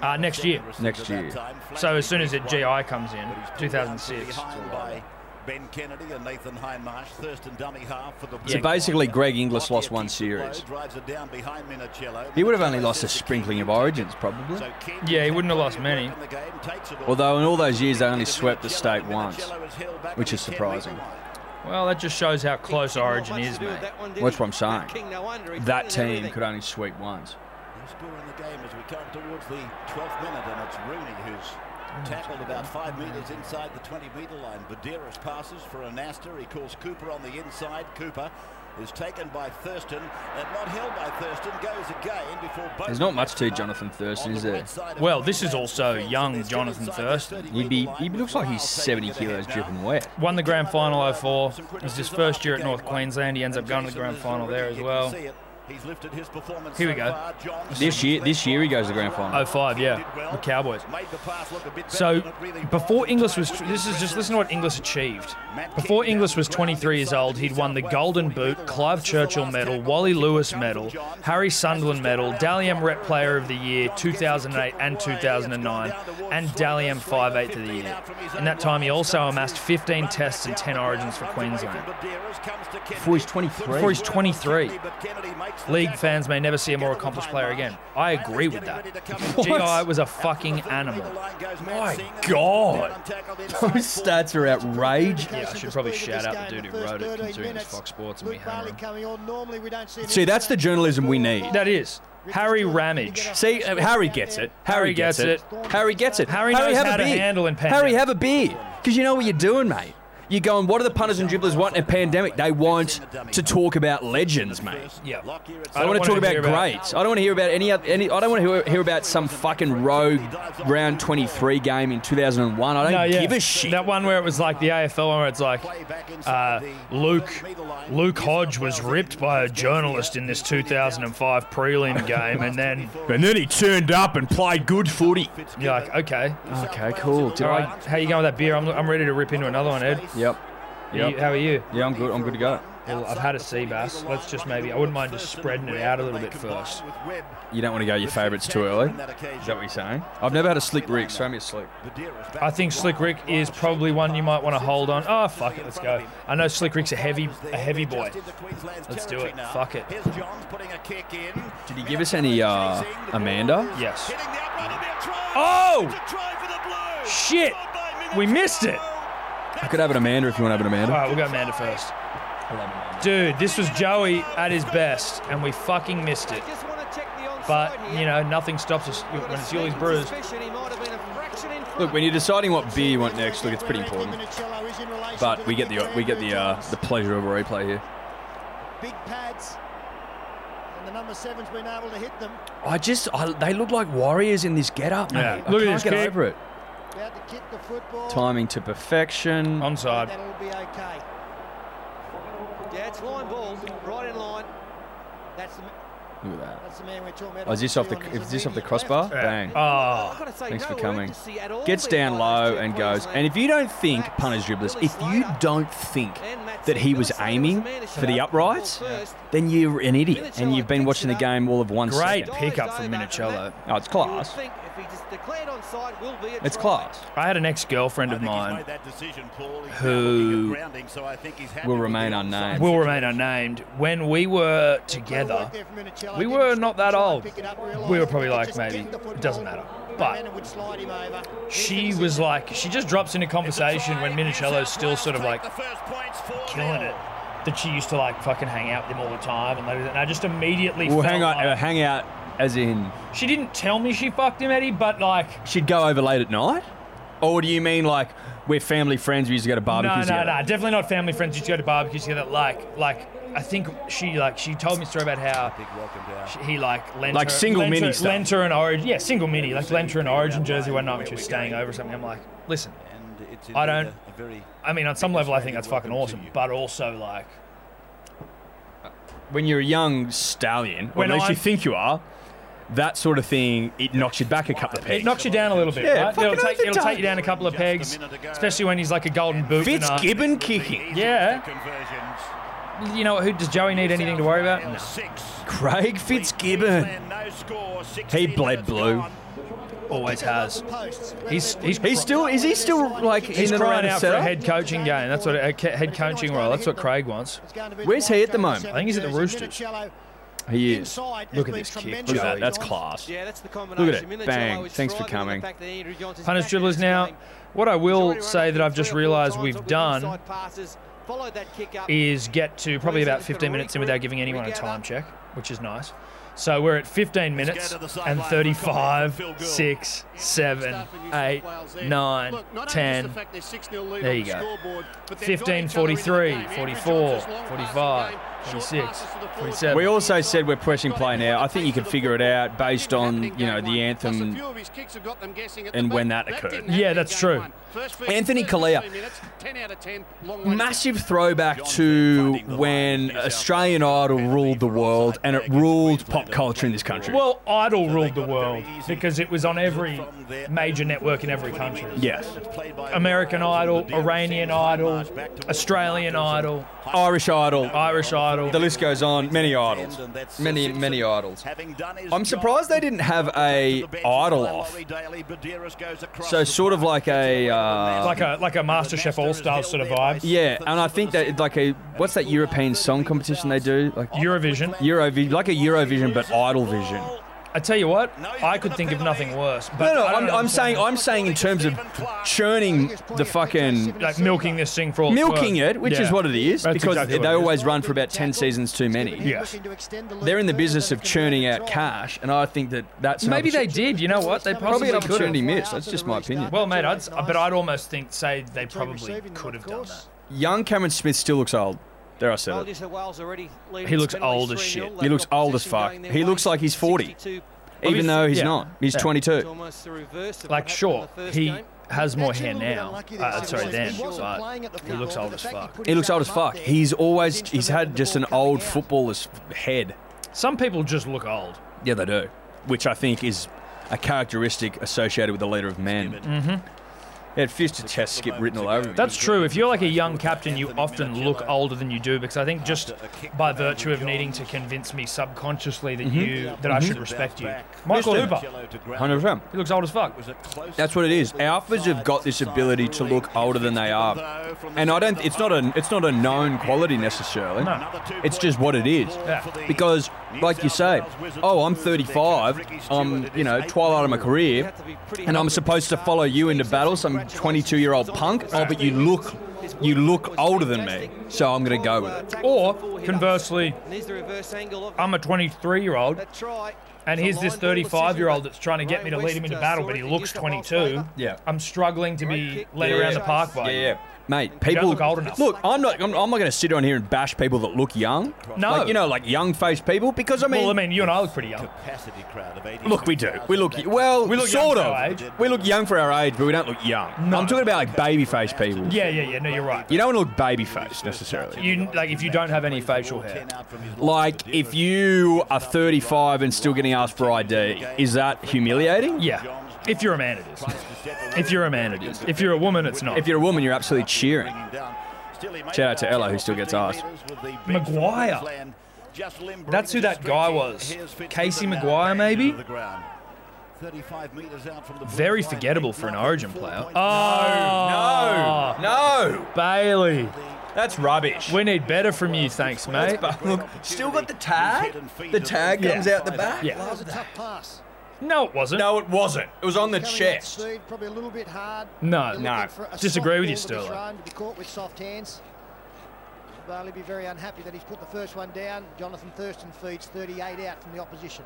Uh, next year.
Next year.
So as soon as it GI comes in, 2006.
Ben Kennedy and Nathan Hindmarsh, Thurston dummy half for the
So
Blues.
basically, Greg Inglis lost one
Keeps the blow,
series.
drives it down behind Minicello.
He would have only
Minicello
lost a
sends the
sprinkling
kick
of
in.
origins, probably.
So King
Yeah, he wouldn't have lost many.
In the game, takes it all.
Although in all those years, they only
Minicello-
swept the state once.
Minicello is held back
which
on
is
the 10 metre
surprising.
line.
Well, that just shows how close
He did not
Origin
much
is,
to do with
mate.
that one, did
That's
he?
what I'm saying.
King, no wonder, he's
That
done
team
everything.
could only sweep once.
They'll score in the game as we come towards the 12th minute, and it's Rooney who's tackled about five metres inside the 20 metre line. Baderas passes for Anasta. He calls Cooper on the inside. Cooper is taken by Thurston and not held by Thurston. Goes again before both.
There's not much to Jonathan Thurston, is there?
Well, this is also young Jonathan Thurston.
He'd be, he looks like he's 70 kilos dripping wet.
Won the grand final 04. It's his first year at North Queensland. He ends up going to the grand final there as well.
He's lifted his performance
Here we
so
go.
far. John-
This year- this year he goes to the grand final.
05,
Did
yeah,
well.
the Cowboys.
Made the pass look a bit better
So
than it really
before
was.
Inglis was, this is just listen to what Inglis achieved.
Matt
Before
King
Inglis
down
was
the ground
23 years
inside
old,
the
he'd
New
won the
South Wales
Golden
40
Boot,
metre line.
Clive
This is the
Churchill
last
medal,
tackle.
Wally
Keeper
Lewis
comes
medal,
from Johns.
Harry
That's
Sunderland
just
medal,
gone
Dally M
down
Rep
the
Player
ground.
of the Year
Johns gets his
2008
kick
and
away. It's
2009,
gone down towards
and
Slater.
Dally M 5/8 of the
15
year.
out from his
In
own
that time, he
line.
also
Starts
amassed
to
15
run back
tests and
down
10
the
origins for
ground. Runs away
Queensland.
from Baderas, comes to Kennedy.
Before he's 23.
Before he's 23.
But Kennedy makes the
League
tackle.
fans may never see a more
Together with
accomplished player
Hindmarsh.
again. I
Bailey's
agree with
getting
that.
ready to come in.
GI was a fucking
Out from the
animal.
third metre line goes Matt
My
Singh.
God.
Tackled
Those
inside forward.
stats are outrageous.
Yeah, I should probably shout out the dude who wrote it, considering it's Fox Sports and we hammer him.
See, that's the journalism we need.
That is Harry Ramage.
See, uh, Harry gets it.
Harry gets it.
Harry gets it.
Harry knows
have
how
a
to
beer.
handle in
Harry,
pandemic.
have a beer. Because you know what you're doing, mate. You're going, what do the punters and dribblers want in a pandemic? They want to talk about legends, mate.
Yeah.
Lockyer at
I
I
don't
want to talk
wanna
about
hear about-
greats. I don't want to hear about any other. Any, I don't want to hear, hear about some fucking rogue round 23 game in 2001. I don't
No, yeah.
give a shit.
That one where it was like the AFL one where it's like uh,
uh,
Luke Luke Hodge was ripped by a journalist in this 2005 prelim game, and then
And then he turned up and played good footy.
you're like, okay,
Okay, cool. Did
all
I?
right, how you going with that beer? I'm, I'm ready to rip into another one, Ed.
Yep.
You-
Yep.
how are you?
Yeah, I'm good. I'm good to go.
Well, I've had a sea bass. Let's just maybe. I wouldn't mind just spreading it out a little bit first.
You don't want to go your favourites too early. Is that what you're saying? I've never had a slick Rick. Throw me a slick.
I think Slick Rick is probably one you might want to hold on. Oh fuck it, let's go. I know Slick Rick's a heavy, a heavy boy. Let's do it. Fuck it.
Did he give us any uh, Amanda?
Yes.
Oh
Oh!
shit!
We missed it.
I could have an Amanda if you want to have an Amanda.
All right, we'll go Amanda first. Dude, this was Joey at his best, and we fucking missed it.
Just wanna check the onside
But
here.
you know, nothing stops us
We've got
when
a
it's Yuli's
sneaking
bruised.
suspicion he might have been a fraction in
Look, when you're deciding what beer you want next, look, it's pretty important. But we get the we get the uh, the pleasure of a replay here.
big pads, and the number seven's been able to hit them.
I just I, they look like warriors in this getup. mate.
Yeah.
I
Look at
can't
this
get
kick.
over it.
About to kick the football.
Timing to perfection.
Onside.
That'll be okay.
Yeah, it's line ball, right in line.
That's the,
Look at that.
that's the man we're talking about.
Oh, is this off the is this off the crossbar? Bang.
Oh.
gotta say,
Thanks for
no
coming.
urgency at all
Gets
with
down
those
low
two
and goes.
Queensland
And if you don't think, punters dribblers, if you don't think that he was aiming for the uprights, then you're an idiot and you've been watching the game all of one
Great
second.
pickup from Minicello.
Oh, it's
You would
class.
think if he just declared onside, will be a
It's
try.
class.
I had an ex-girlfriend
I
of
think he's
mine
made that decision, Paul. He's now
who
looking at grounding, so I think he's happy
will
with the
remain
offside
unnamed.
will
situation.
remain unnamed. When we were together, we were not that old. We were probably like maybe it doesn't matter. But she was like she just drops into conversation when Minicello's still sort of like
The first points for
killing it. That she used to like fucking hang out with him all the time and everything. And I just immediately
Well,
felt
hang on,
like-
uh, hang out as in
she didn't tell me she fucked him, Eddie, but like
she'd go over late at night? Or do you mean like we're family friends? We used to go to
no, no,
barbecues.
no,
together?
definitely not family friends. Used to go to barbecues together. Like, like I think she like she told me a story about how
Big welcome down.
She- he like lent
Like
her,
single
lent
mini
her,
stuff.
lent her an origin yeah single mini like lent her an origin jersey one night when she was staying over or something I'm like listen
And it's
I
indeed
don't-
a- a very
I mean on some level I think that's fucking
Welcome to
awesome
you.
but also like
When you're a young stallion, or
When
at least
I'm-
you think you are, that sort of thing it knocks you back a couple of
it
pegs.
knocks you down a little bit
Yeah,
right?
fucking
it'll, take,
oath it
it'll take
does.
you down a couple of
Just a
pegs
minute ago.
especially when he's like a golden boot and, uh,
Fitzgibbon kicking.
Yeah.
Conversions.
you know who does Joey need anything to worry about
Now
no.
Six.
Craig Fitzgibbon.
Queensland no score,
He
16
bled
minutes
blue.
gone.
always has He's- he's-
He's still is he still like
he's
in and around
crying
the
out for a
setup?
head coaching game that's what a ca- head coaching role that's what Craig wants
Where's he at the moment? I
think he's at the Roosters.
He is.
Inside has
Look at
been
this kick.
tremendous.
Look at that. That's
Johns.
class.
Yeah, that's the combination.
Look at it.
Minicello
Bang.
is
Thanks for
thriving on the
coming.
fact that Andrew Johns is
punters
back in
dribblers
this
now
game.
what I will
Majority run
say
up
that I've
three
just
or four
realised
times
we've
with
done
inside passes, followed that kick up.
is get to probably about
Queensland's
15
gonna
minutes in without giving anyone a
regather.
time check, which is nice. So we're at 15 minutes
to the sideline
and
for
35,
comment from Phil Gould.
6, 7, 8, 9, 10. There you go. 15, 43, 44, 45, 46, 47.
We also said we're pressing play now. I think you can figure it out based on you know the anthem. and when that occurred.
Yeah, that's true.
Anthony Kalea. Massive throwback to when Australian Idol ruled the world and it ruled pop culture in this country.
Well, Idol ruled the world because it was on every major network in every country.
yes.
Played by-
American Idol, Iranian Idol, Australian Idol,
Irish Idol.
Irish Idol.
The list goes on. Many idols.
And that's
Many,
Simpson
many idols.
having done his
I'm
job.
surprised they didn't have a
The bench is
idol
by
off.
Laurie Daly, Badiris goes across
So
the
sort of
line.
like a uh,
Like a like a MasterChef All Stars sort of vibe.
yeah, and I think that like a what's that European song competition they do like
Eurovision.
Eurovision like a Eurovision but Idol Vision.
I tell you what,
No, he's
I
given
could
a
think of
penalty.
nothing worse. But
No, no,
I don't
I'm, I'm
understand
saying I'm saying in terms of churning the fucking
like milking this thing for all it's
milking
worth.
it, which
Yeah.
is what it is,
That's
because
exactly
they
what it is.
always run for about ten seasons too many.
Yeah. Yes.
They're in the business of churning out cash, and I think that that's an
Maybe they
opportu-
did. You know what? They
Probably
probably
an
could.
opportunity missed. That's just my opinion.
Well, mate, I'd, but I'd almost think say they probably could have done that.
Young Cameron Smith still looks old. There I said
Told
it.
you so Wales already leading
He looks
Penrith
old as
3-0.
shit.
They've
He looks
got
old as
possession
fuck.
going their
He
way.
lhes like he's 40.
62.
Even though he's
yeah.
not, he's
Yeah.
22.
It's almost the reverse of what
Like,
happened in
sure,
the first
he
game.
has more hair now. Uh, sorry, then, but
he
looks old as fuck.
He looks old as fuck. He's always he's had just an old footballer's head.
some people just look old.
Yeah, they do. Which I think is a characteristic associated with the leader of men. Mm-hmm. He had fist to chest skip written all over him.
That's true. If you're like a young captain, you often look older than you do because I think just by virtue of needing to convince me subconsciously
Mm-hmm.
that you that
Mm-hmm.
I should respect you. Michael
Listen.
Hooper,
100%.
he looks old as fuck.
That's what it is. Alphas have got this ability to look older than they are, and I don't. It's not a. It's not a known quality necessarily.
No.
It's just what it is.
Yeah.
Because, like you say, oh, I'm 35. I'm you know twilight of my career, and I'm supposed to follow you into battle, some 22 year old punk. Oh, but you look, you look older than me, so I'm gonna go with it.
Or conversely,
There's the reverse angle of
I'm a 23 year old
that try.
And here's this 35 year old that's trying to get me to lead him into battle, but he
uh,
looks 22.
Yeah.
I'm struggling to be led
Yeah,
around
yeah.
the park by
Yeah,
him.
yeah.
Mate,
You
people
don't look old enough.
Look, I'm not. I'm, I'm not going to sit on here and bash people that look young.
No.
like, you know, like young-faced people, because I mean,
well, I mean, you and I look pretty young.
Capacity crowd of 80.
look, we do. We look well.
We look young
sort
for
of.
our age.
We look young for our age, but we don't look young.
No.
I'm talking about like baby-faced people.
Yeah, yeah, yeah. No, you're right.
You don't look baby-faced necessarily.
You like if you don't have any facial hair.
Like, if you are 35 and still getting asked for ID, is that humiliating?
Yeah. If you're a man, it is. If you're a man, it is. If you're a woman, it's not.
If you're a woman, you're absolutely cheering.
Shout out to Ella who still gets asked.
Maguire. That's who that guy was. Casey Maguire, maybe? Very forgettable for an Origin player. Oh,
No,
Bailey.
that's rubbish.
We need better from you, thanks, mate.
Look, still got the tag. The tag comes out the back.
Yeah.
That was a tough pass.
No, it wasn't.
No, it wasn't. It was on the
Coming at
chest.
Speed, probably a little bit hard.
No,
You're
no.
looking for a
Disagree
soft
with you,
ball to be
Sterling.
thrown, to be caught with soft hands. Barley be very unhappy that he's put the first one down. Jonathan Thurston feeds 38 out from the opposition.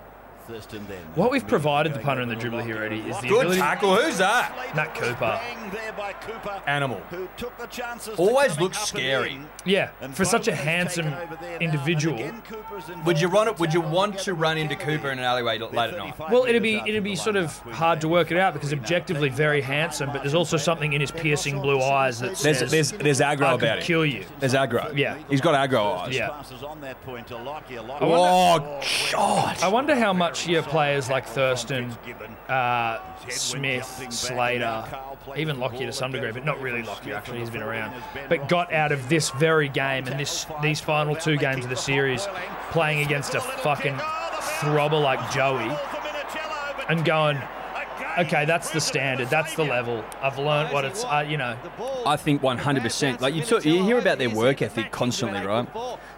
What we've provided the punter and the dribbler here, Eddie, is the
Good
ability.
tackle. Who's that?
Matt Cooper.
Animal.
Who took the chances to
Always
coming
looks
up and
scary.
in.
Yeah,
And
for such a
Bowman's
handsome
taken over there now, and
individual.
again Cooper's involved
Would you run
in
it? Would you
tackle
want to
together
run
with
into
Kennedy.
Cooper in an alleyway late at night?
35
Well, it'd be
metres out
it'd be
from the
sort of
lineup.
hard to work it out because objectively very handsome, but there's also something in his piercing blue eyes that
There's
says uh,
there's there's aggro
I
about
could
it.
kill you.
There's aggro.
Yeah.
he's got aggro eyes.
Yeah.
Passes on that point to Lockyer. Lockyer-
Oh God!
I wonder how much your players like Thurston, uh, Smith, Slater, even Lockyer to some degree, but not really Lockyer. Actually, he's been around, but got out of this very game and this these final two games of the series, playing against a fucking throbber like Joey, and going, okay, that's the standard, that's the level. I've learnt what it's, uh, you know.
I think 100%. Like you, talk, you hear about their work ethic constantly, right?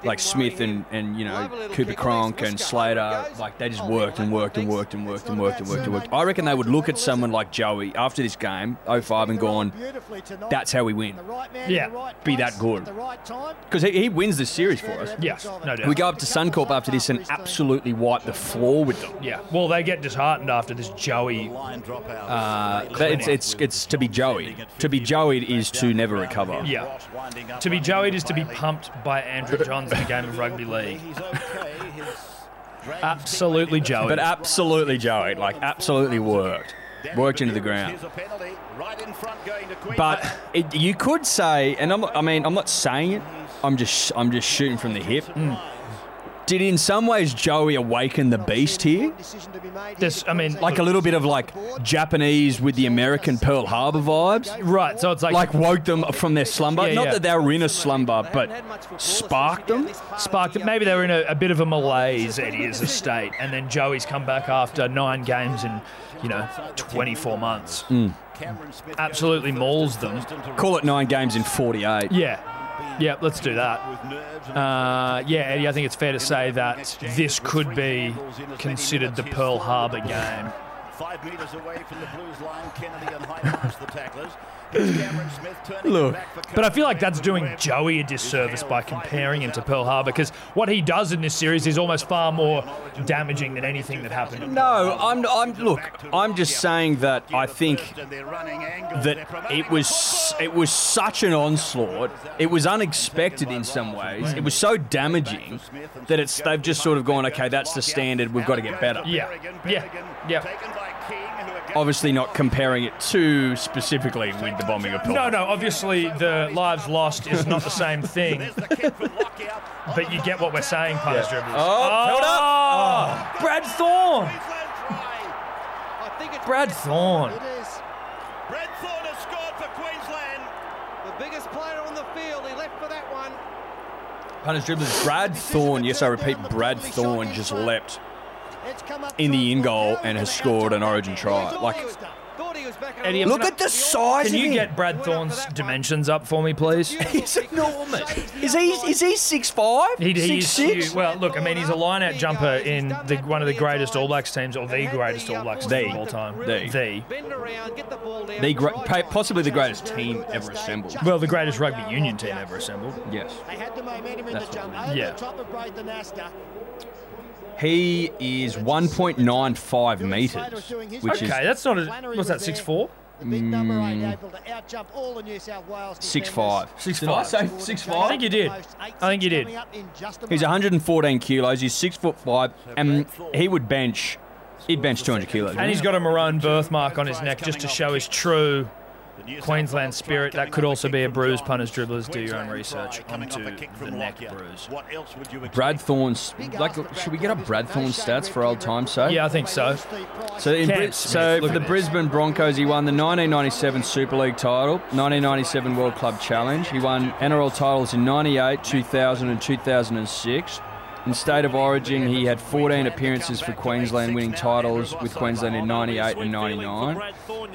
Like Smith and, and you know Cooper Cronk and Slater, like they just worked and worked and worked and worked and worked and worked and worked. I reckon they would look at someone like Joey after this game, 05, and gone,
Beautifully tonight.
"That's how we win,"
The right man in
Yeah.
the right
Be
place
that good.
at the right time.
because he, he wins this series for us.
Yes, no doubt.
We go up to Suncorp after this and absolutely wipe the floor with them.
Yeah, well, they get disheartened after this Joey.
Line dropout.
Uh, but it's, it's it's to be Joey. To be Joey is to never recover.
Yeah.
Ross winding up
To be
on
Joeyed
him
is to be
Bailey.
pumped by Andrew Johns in a game of rugby league.
He's okay. His drag
Absolutely Joey.
But absolutely Joey, like absolutely worked, worked into the ground.
Here's a penalty right in front going to Queensland.
But it, you could say, and I'm, I mean, I'm not saying it. I'm just, I'm just shooting from the hip.
Hmm.
Did in some ways Joey awaken the beast here?
Decision to be made.
This- I mean,
Like a little bit of like Japanese with the American Pearl Harbor vibes.
right, so it's like,
Like woke them from their slumber.
Yeah,
not
yeah.
that they were in a slumber, but sparked them.
sparked it. Maybe they were in a, a bit of a malaise, Eddie, as a state, and then Joey's come back after nine games in, you know, 24 months.
Mm.
Cameron Smith
Absolutely mauls them.
Call it nine games in 48.
Yeah, yeah, let's do that.
with nerves and
Uh, yeah, Eddie, I think it's fair to say that this could be considered the Pearl Harbor game.
Five metres away from the Blues line, Kennedy and Hyde marks the tacklers. Here's Cameron Smith turning
Look,
back for
But I feel like that's doing Joey a disservice by comparing him to Pearl Harbor because what he does in this series is almost far more damaging than anything that happened.
No, I'm, I'm. Look, I'm just saying that I think
Thurston, they're running angles. they're
that
promoting
it was it was such an onslaught. It was unexpected in some ways. It was so damaging that it's they've just sort of gone, okay, that's the standard. We've got to get better.
Yeah, yeah, yeah.
Taken by King, who again-
Obviously, not comparing it too specifically with the bombing of Pearl.
No, no, obviously the lives lost is not the same thing,
There's the kick from Lockyer.
but you get what we're saying, punters dribblers.
Oh, held
up!
Oh.
Brad Thorne!
Queensland try.
I think it's
Brad Thorne.
It is
Brad Thorne has scored for Queensland.
the biggest player on the field. He left for that one.
Punters dribblers.
Brad Thorne. Yes, I repeat, Brad Thorne just leapt
It's come up
in the
short.
in goal
Now
and
he's
has
gonna
scored an Origin try.
Thought
Like,
he was done. Thought he was back in a
Eddie,
loop.
I'm
look
gonna-
at the size.
Can
of
you
him.
get Brad Thorne's dimensions up for me, please?
He's enormous. Is he? Is he six five?
He,
six
he's
six?
huge. Well, look, I mean, he's a line-out jumper in the, one of the greatest All Blacks teams, or the greatest All Blacks
The.
team of all time.
The.
the.
Bend around, get the ball down.
The gra-
try
pa-
time.
possibly the greatest team ever assembled.
Well, the greatest rugby union team ever assembled.
Yes.
They had the momentum in
That's
the
what
jump
I
over
Yeah.
the top of Braid the Nasta.
He is 1.95
Slater is doing
metres,
his
which
okay,
is
that's not a.
Flannery
What's that?
was
Six
there.
four.
The big number eight able to outjump all the New South Wales
Mm. six
defenders.
five.
Six
Did I
five.
say six
I
five?
think you did. I think you did.
Coming up in just a
He's
moment.
114 kilos. He's six foot five, and he would bench. He'd bench 200 kilos.
And he's got a maroon birthmark on his neck just to show his true. Queensland spirit, that could also be a bruise. Punters, dribblers, do your own research onto the neck bruise.
What else would you
Brad Thorne's. Like, should we get up Brad Thorne's stats for old time's sake?
Yeah, I think so.
So, in
Cam
Brit-
Smith,
so
look
for
at
the
this.
Brisbane Broncos, he won the 1997 Super League title, 1997 World Club Challenge. He won NRL titles in 98, 2000, and 2006. In State of Origin, he had 14 appearances for Queensland, winning titles with Queensland in 98 and 99.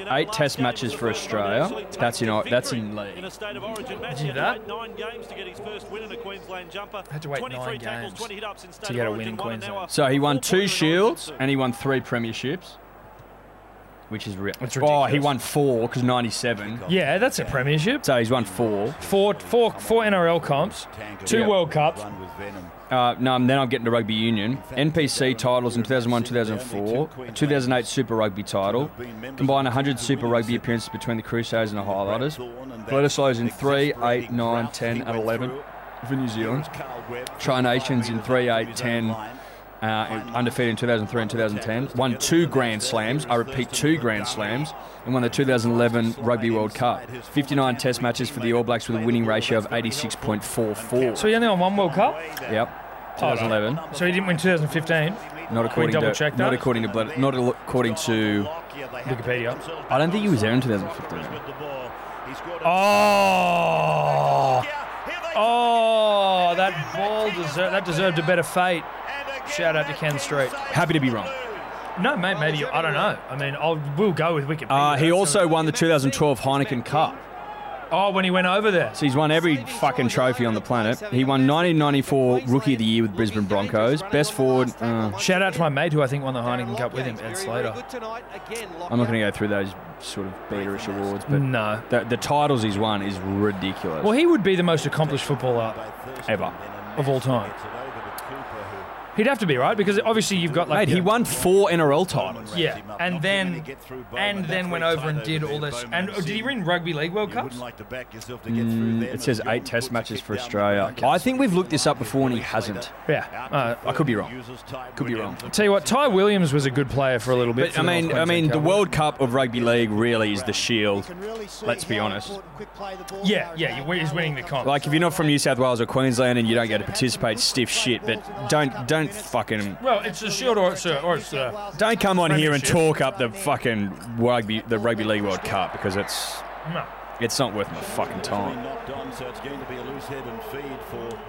Eight test matches for Australia. That's in- that's in league.
a state of origin match,
you
he had
that?
to wait nine games to get his first win in a Queensland jumper.
Had to wait
23
nine
tackles,
games
20 hit-ups in state
to get
of
a win in
origin, one an
Queensland.
hour,
So he won
four
two
points in
shields
962.
and he won three premierships, which is real.
That's
Oh, he
ridiculous.
won four because 97.
Yeah, that's a premiership.
So he's won four.
Four, four, four NRL comps, two
Yeah.
World Cups.
Run with venom.
Uh, no, and then I'm getting to rugby union. NPC titles in 2001, 2004, 2008 Super Rugby title. Combined 100 Super Rugby appearances between the Crusaders and the Highlighters. Bledisloe's in 3, 8, 9, 10, and 11 for New Zealand. Tri Nations in 3, 8, 10, uh, and undefeated in 2003 and 2010. Won two Grand Slams, I repeat, two Grand Slams, and won the 2011 Rugby World Cup. 59 Test matches for the All Blacks with a winning ratio of 86.44.
So he only won one World Cup.
Yep, 2011.
So he didn't win 2015.
Not according
double
to
check
not
that?
according to Bled, not al- according to.
Wikipedia.
I don't think he was there in 2015.
Oh, oh, that ball deserved that deserved a better fate. Shout out to Ken Street.
Happy to be wrong.
No, mate, maybe I don't know. I mean, I'll we'll go with Wikipedia.
Uh, he
That's
also
not-
won the 2012 Heineken Cup.
Oh, when he went over there.
So he's won every fucking trophy on the planet. He won 1994 Rookie of the Year with Brisbane Broncos. Best forward. Uh,
Shout out to my mate who I think won the Heineken
Darren
Cup with him,
Lockyer
Ed
is very,
Slater.
very good tonight. Again,
I'm not going to go through those sort of beaterish awards, but
No.
the, the titles he's won is ridiculous.
Well, he would be the most accomplished footballer
ever.
of all time. He'd have to be, right? Because obviously you've got like.
Mate, he won four NRL titles.
Yeah, and then and then went over and did all this. And oh, did he win Rugby League World Cups?
Mm, It says eight Test matches for Australia. I think we've looked this up before, and he hasn't.
Yeah. Uh,
I could be wrong. Could be wrong.
Tell you what, Ty Williams was a good player for a little bit.
But
for
I
the
mean,
North
I mean,
Queensland
the
Cowboys.
World Cup of Rugby League really is the shield.
Let's
be honest.
Yeah, yeah, he's winning the comp.
Like, if you're not from New South Wales or Queensland and you don't get to participate, stiff shit. But don't, don't fucking,
Well, Oh, it's a shield or it's a, or it's a
don't come on here and talk up the fucking rugby, the Rugby League World Cup because it's,
no.
it's not worth my fucking time.
Knocked on, so it's going to be a loose head and feed for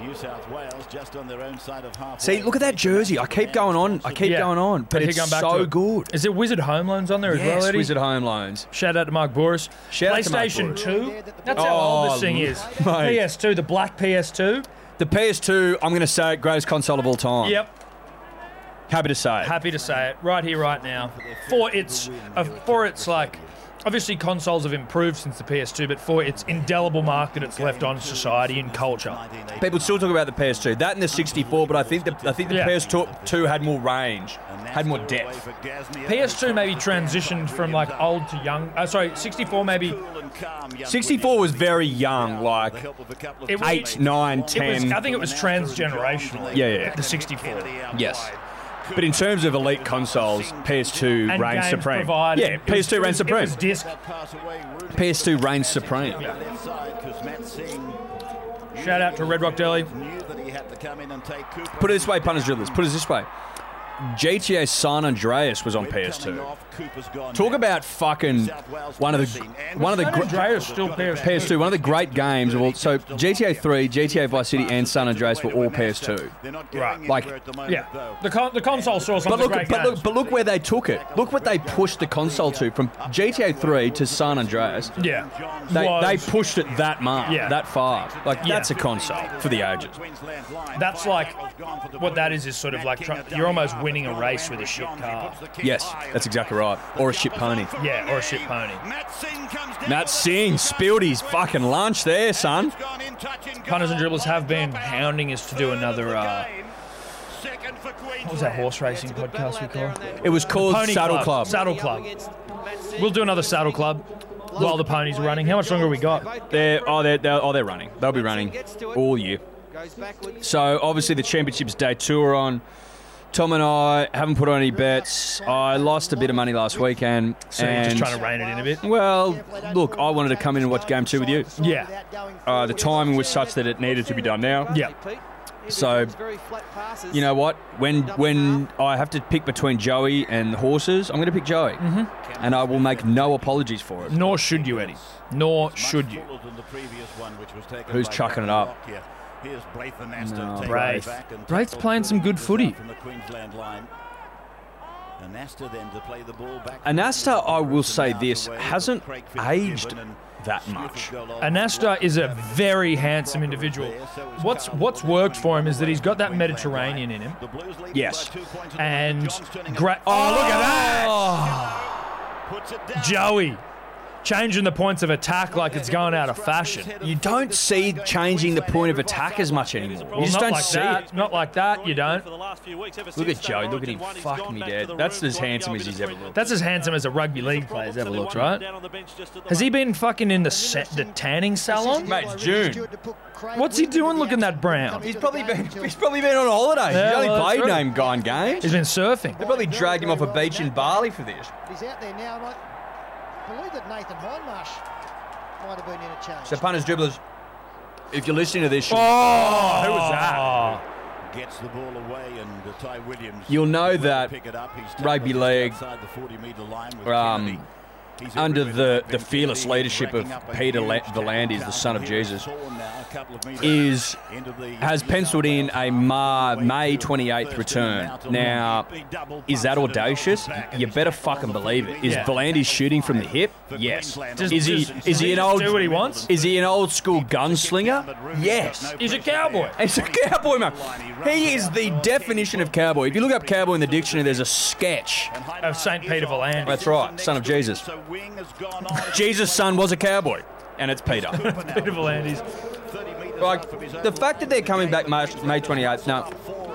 New South Wales, just on their own side of half.
See, look at that jersey. I keep going on. I keep
Yeah.
going on, but
I keep
it's
going back
so
to it.
good.
Is there Wizard Home Loans on there as well,
Yes,
Eddie?
Wizard Home Loans.
Shout out to Mark Boris.
Shout out to Mark
PlayStation
Boris.
2. That's how old this thing is.
Oh, mate.
PS2, the black PS2.
The PS2, I'm going to say it, greatest console of all time.
Yep.
Happy to say it.
Happy to say it right here, right now. For its, uh, for its like, obviously consoles have improved since the PS2, but for its indelible mark that it's left on society and culture.
People still talk about the PS2, that and the 64, but I think the I think the
Yeah.
PS2 had more range, had more depth.
PS2 maybe transitioned from like old to young. Uh, sorry, 64 maybe.
64 was very young, like
It was-
eight, nine,
It was, I
ten.
think it was transgenerational.
Yeah, yeah.
The 64.
Yes, but in terms of elite consoles, PS2
And
reigns
games
supreme.
provided.
Yeah,
It was-
PS2
it
reigns
was- It
supreme.
was disc.
PS2 reigns supreme.
Shout out to Red Rock Deli.
Put it this way, punters dribblers. Put it this way. GTA San Andreas was on PS2. Talk about fucking one of the one of the
San
gr-
Andreas still PS2.
PS2, one of the great games of all. So GTA 3, GTA Vice City, and San Andreas were all PS2.
Right,
Like,
Yeah. The, con- the console saw some of
But
the
look,
great
but
games.
look, but look where they took it. Look what they pushed the console to from GTA 3 to San Andreas.
yeah.
They,
Was-
they pushed it that much,
Yeah.
that far. Like
Yeah.
that's a console for the ages.
That's like what that is is sort of like try- you're almost winning a race with a shit car.
Yes, that's exactly right. Or a shit pony.
Yeah, or a shit pony.
Nat Singh spilled his fucking lunch there, son.
Punters and dribblers have been hounding us to do another uh,
for Queensland.
What was that horse racing
good battle
podcast we
out there
called?
on that
It was
drive.
called
Pony
Saddle
Club.
Club.
Saddle Club. We'll do another saddle club while the ponies are running. How much longer we got?
They're oh they're, they're oh they're running. They'll be running all year.
Goes backwards.
So obviously the championships day two are on. Tom and I haven't put on any bets. I lost a bit of money last weekend.
So you're just
and
trying to rein it in a bit.
well, look, I wanted to come in and watch game two with you.
Yeah.
Uh, the timing was such that it needed to be done now.
Yeah.
So, You know what? When when I have to pick between Joey and the horses, I'm going to pick Joey,
Mm-hmm.
and I will make no apologies for it.
Nor should you, Eddie. Nor should you.
Who's chucking it up?
Here's Braith the
No,
Master.
Braith. Braith's playing some good footy.
From the Queensland line. Anasta then to play the ball back.
Anasta, I will
Bruce
say
Anasta
this,
away
hasn't
with Craig Fitzgibbon
aged
and
that
Smith
much.
has got on.
Anasta is a very handsome individual. What's what's worked for him is that he's got that Mediterranean in him.
The Blues lead
Yes.
by two points at the moment.
And
Johns turning it
great. Oh, look at that!
Puts it down.
Joey changing the points of attack like it's going out of fashion.
You don't see changing the point of attack as much anymore. You
Well,
just
not
don't
like
see
that.
it.
Not like that, you don't.
For the last few weeks, ever
Look
since
at
that
Joey. Look at him.
Origin one, he's
Fuck
gone
me,
back to
Dad.
the
That's
room.
as
Won't be
handsome
able
as
to
he's
bring
ever
the
looked.
That's as handsome as a rugby league player's ever looked, right? Has he been fucking in the set, the tanning salon?
Mate, it's June.
What's he doing looking that brown?
He's probably been he's probably been on holiday.
Yeah,
he's only
well, that's
played
true.
name gone games.
He's been surfing.
They probably dragged him off a beach in Bali for this.
He's out there now, and I believe that Nathan Hindmarsh might have been in a change.
So punters, dribblers, if you're listening to this, shit,
Oh,
who was
that?
Gets the ball away and uh, Ty Williams.
You'll know that
pick it up. He's
rugby
tackled
league,
outside the 40 metre line with
um,
Kennedy. He's
under
everywhere.
the- the fearless
Kennedy
leadership of
racking up a
Peter
huge
Le-
tackle.
Volandis, the son of
Here is
Jesus,
Thorne now, a couple of metres
is
into the
has
New
penciled
South
in
Wales
a
half.
Ma-
Way
May
through.
28th
Thurston
return.
out on
Now,
the big double
is that
punch and it goes
audacious?
back and
You
he's
better
tackled on
fucking
the
believe it. Is
Yeah.
Volandi shooting from the hip? Yes.
Queensland
Is he
Just-
is he an
just
old
do what he wants?
Is he an old school gunslinger? Yes.
He's a cowboy.
He's a cowboy, man. He is the definition of cowboy. If you look up cowboy in the dictionary, there's a sketch.
Of St. Peter Volandis.
That's right, son of Jesus.
So wing has gone on.
Jesus' son was a cowboy, and it's Peter.
Peter Volandis.
30 metres
Like
out from his own
the fact that they're coming back March, May 28th. No,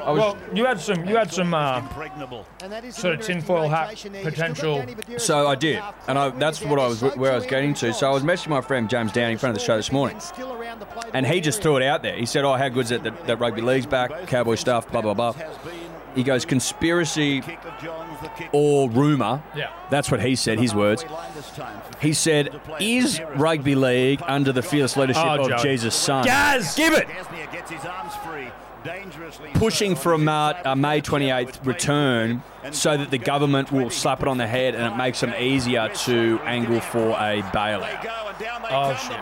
I was.
Well, you had some, you had some, uh,
impregnable.
And that is
Sort of
another
tinfoil hat
rotation there. You've still got
potential.
Danny Badura
so I did,
half.
and I,
Quinn
that's
is
what
out
I was
there,
where I was
so
getting to. So I was
Andrew
messaging my friend James Down in front of the show this morning,
Jones still around the play
and he just
area.
threw it out there. He said, "Oh, how good's it that, that rugby league's back? Cowboy stuff, blah blah blah." He goes conspiracy
Kick of Johns, the kick
or rumor.
Yeah.
that's what he said. His
halfway
words.
line this time for
He said, "Is rugby league under the fierce leadership
Oh,
of
Joe.
Jesus' son?"
Gaz!
give it.
Gasnier gets his arms free, dangerously
pushing
so.
for a, Mar-
Inside
a May
the field, which
28th
plays
return
and
so that the
goes
government
20,
will slap it on the head and it makes them easier to angle for a bailout.
Oh shit.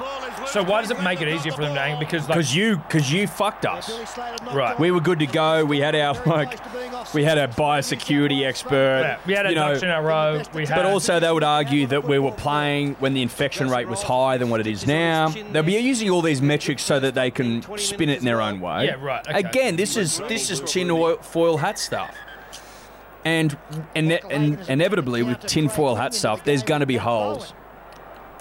So why does it make it easier for them to hang? Because like,
Because you, because you fucked us.
Billy Slater knocked
Right.
on.
We were good to go. We had our
Very
like,
close to being offside.
we had our biosecurity expert.
yeah, we had a
you know,
ducks in a row. We had.
but also they would argue that we were playing when the infection rate was higher than what it is now. They'll be using all these metrics so that they can spin it in their own way.
Yeah, right, okay.
Again, this is this is tin oil- foil hat stuff. And, and, and inevitably with tinfoil hat stuff, there's going to be holes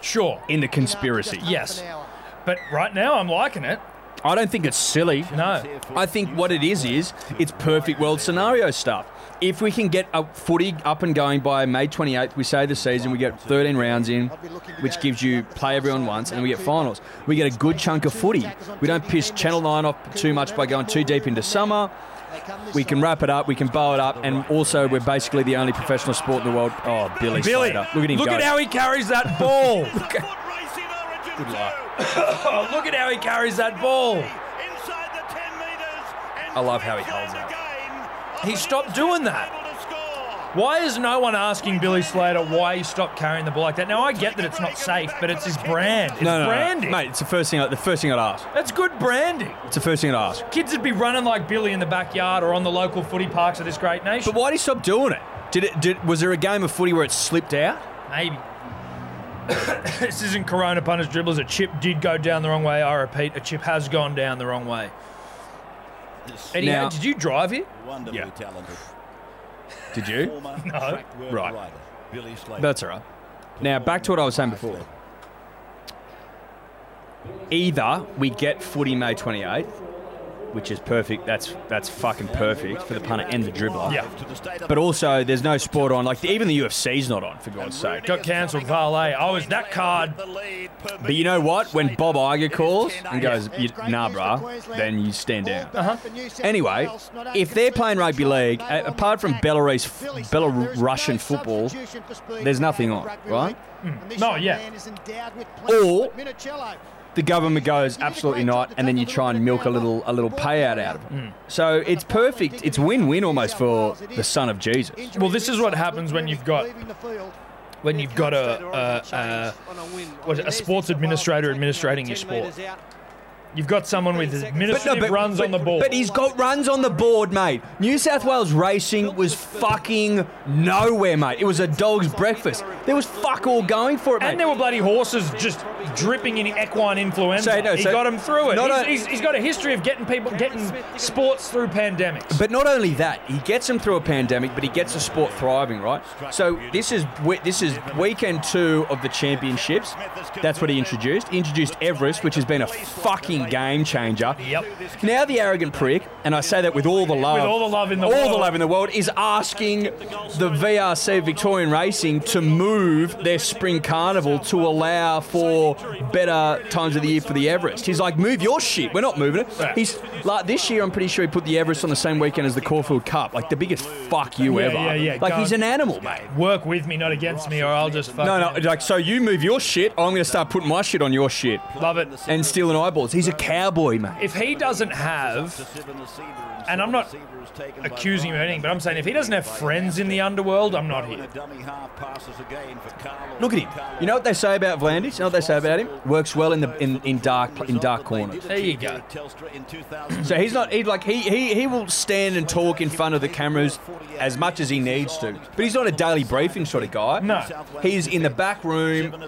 sure.
in the
After just
conspiracy.
half an
Yes.
hour.
But right now I'm liking it.
I don't think it's silly.
No.
I think what it is is it's perfect world scenario stuff. If we can get a footy up and going by May 28th, we say the season, we get 13 rounds in, which gives you play everyone once, and then we get finals. We get a good chunk of footy. We don't piss Channel 9 off too much by going too deep into summer.
They come this
We can
side.
wrap it up, we can bow it up, and also we're basically the only professional sport in the world. Oh, Billy,
Billy,
Slater. Look at him
Look
go.
at how he carries that ball.
It's a foot race in Origin Good
oh, look at how he carries that ball.
Inside the 10 metres. And
I love how he holds
Queensland again.
He stopped doing that.
Able to score.
Why is no one asking Billy Slater why he stopped carrying the ball like that? Now I get that it's not safe, but it's his brand. It's
no, no, no,
branding.
mate. It's the first thing. I, the first thing I'd ask.
That's good branding.
It's the first thing I'd ask.
Kids would be running like Billy in the backyard or on the local footy parks of this great nation.
But why did he stop doing it? Did it? Did was there a game of footy where it slipped out?
Maybe. this isn't Corona punters dribbles. A chip did go down the wrong way. I repeat, a chip has gone down the wrong way. Eddie,
Now-
how- did you drive here?
Wonderfully
Yeah.
talented.
Did you?
Former
No.
track world
Right.
rider, Billy Slater.
That's all right. Now back to what I was saying before. Either we get footy May 28th, which is perfect. That's that's fucking perfect for the punter and the dribbler.
Yeah.
But also, there's no sport on. Like even the UFC's not on, for God's sake.
Got cancelled, parlay. I was that card.
But you know what? When Bob Iger calls and goes, you, "Nah, brah," then you stand down. Anyway, if they're playing rugby league, a- apart from Belarus, Belarusian football, there's nothing on, right?
No, yeah.
Or the government goes absolutely not, and then you try and milk a little a little payout out of it. So it's perfect. It's win-win almost for the son of Jesus.
Well, this is what happens when you've got- When you've got a, uh, a, a was it a sports administrator administrating your sport? You've got someone with administrative runs on the
but-
ball.
But he's got runs on the board, mate. New South Wales racing was fucking nowhere, mate. It was a dog's breakfast. There was fuck all going for it, mate.
and there were bloody horses just dripping in equine influenza.
So, no,
he
so-
got him through it.
not
He's-
a-
he's- he's got a history of getting people getting sports through pandemics.
But not only that, he gets them through a pandemic, but he gets the sport thriving, right? So this is we- this is weekend two of the championships. That's what he introduced. He introduced Everest, which has been a fucking game changer.
Yep.
Now the arrogant prick, and I say that with all the love,
With all the love in the
all
world.
the love in the world, is asking the VRC Victorian Racing to move their spring carnival to allow for better times of the year for the Everest. He's like, move your shit. We're not moving it.
Right.
He's like this year. I'm pretty sure he put the Everest on the same weekend as the Caulfield Cup, like the biggest fuck you
Yeah,
ever.
yeah, yeah.
Like
Go
he's
on.
an animal, mate.
Work with me, not against me, or I'll just fuck.
No, no, like so you move your shit, I'm gonna start putting my shit on your shit.
love it.
And stealing eyeballs. He's a cowboy, mate.
If he doesn't have And I'm not accusing him of anything, but I'm saying if he doesn't have friends in the underworld, I'm not here.
Look at him. You know what they say about Vlandis? You know what they say about him? Works well in the in, in dark in dark corners.
There you go.
So he's not he like he, he he will stand and talk in front of the cameras as much as he needs to. But he's not a daily briefing sort of guy.
No.
He's in the back room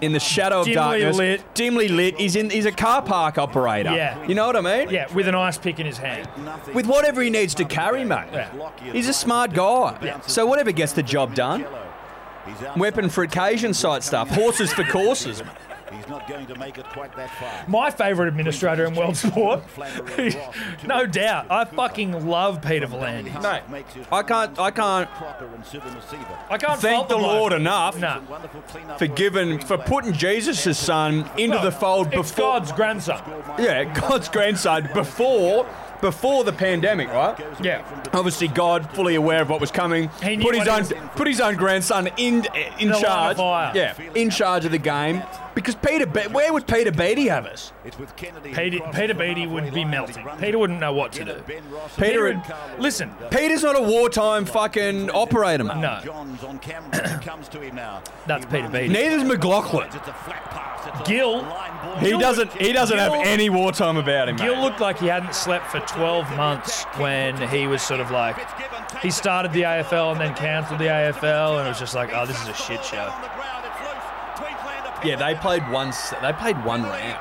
in the shadow of
Dimly
darkness.
lit.
Dimly lit. He's in he's a car park operator.
Yeah.
You know what I mean?
Yeah, with an ice pick in his hand.
With whatever he needs to carry, mate.
Yeah.
He's a smart guy. So whatever gets the job done. Weapon for occasion site stuff. Horses for courses. mate.
He's not going to make it quite that far.
My favourite administrator in world sport, no doubt. I fucking love Peter Volandis.
Makes his
I can't I can't
Crocker and Sivan Receiver.
I can't fault
thank the
bloke.
Lord enough
Nah.
Wonderful cleanup.
for giving for putting Jesus' son into
No,
the fold
it's
before
God's grandson.
Yeah, God's grandson before before the pandemic, right?
Yeah.
Obviously, God fully aware of what was coming,
He knew
put his
what
own
he
put his own grandson in eh, in
the line
charge.
of fire.
Yeah, in charge of the game because Peter. Be- where would Peter Beatty have us?
It's with Kennedy.
Peter, Peter Beatty would be melting. Peter wouldn't know what to do.
Ben Ross.
Peter
would, listen,
Peter's not a wartime fucking operator, mate.
No.
John's on camera. He comes to him now.
That's
He
Peter
runs
Beatty.
it.
Neither's McLaughlin.
It's a flat pass. It's a
Gill.
line ball.
He doesn't. He doesn't have any wartime about him.
Gil
Mate.
looked like he hadn't slept for 12 months when he was sort of like, he started the AFL and then cancelled the AFL, and it was just like, oh, this is a shit show.
Yeah, they played one. s- They played one round.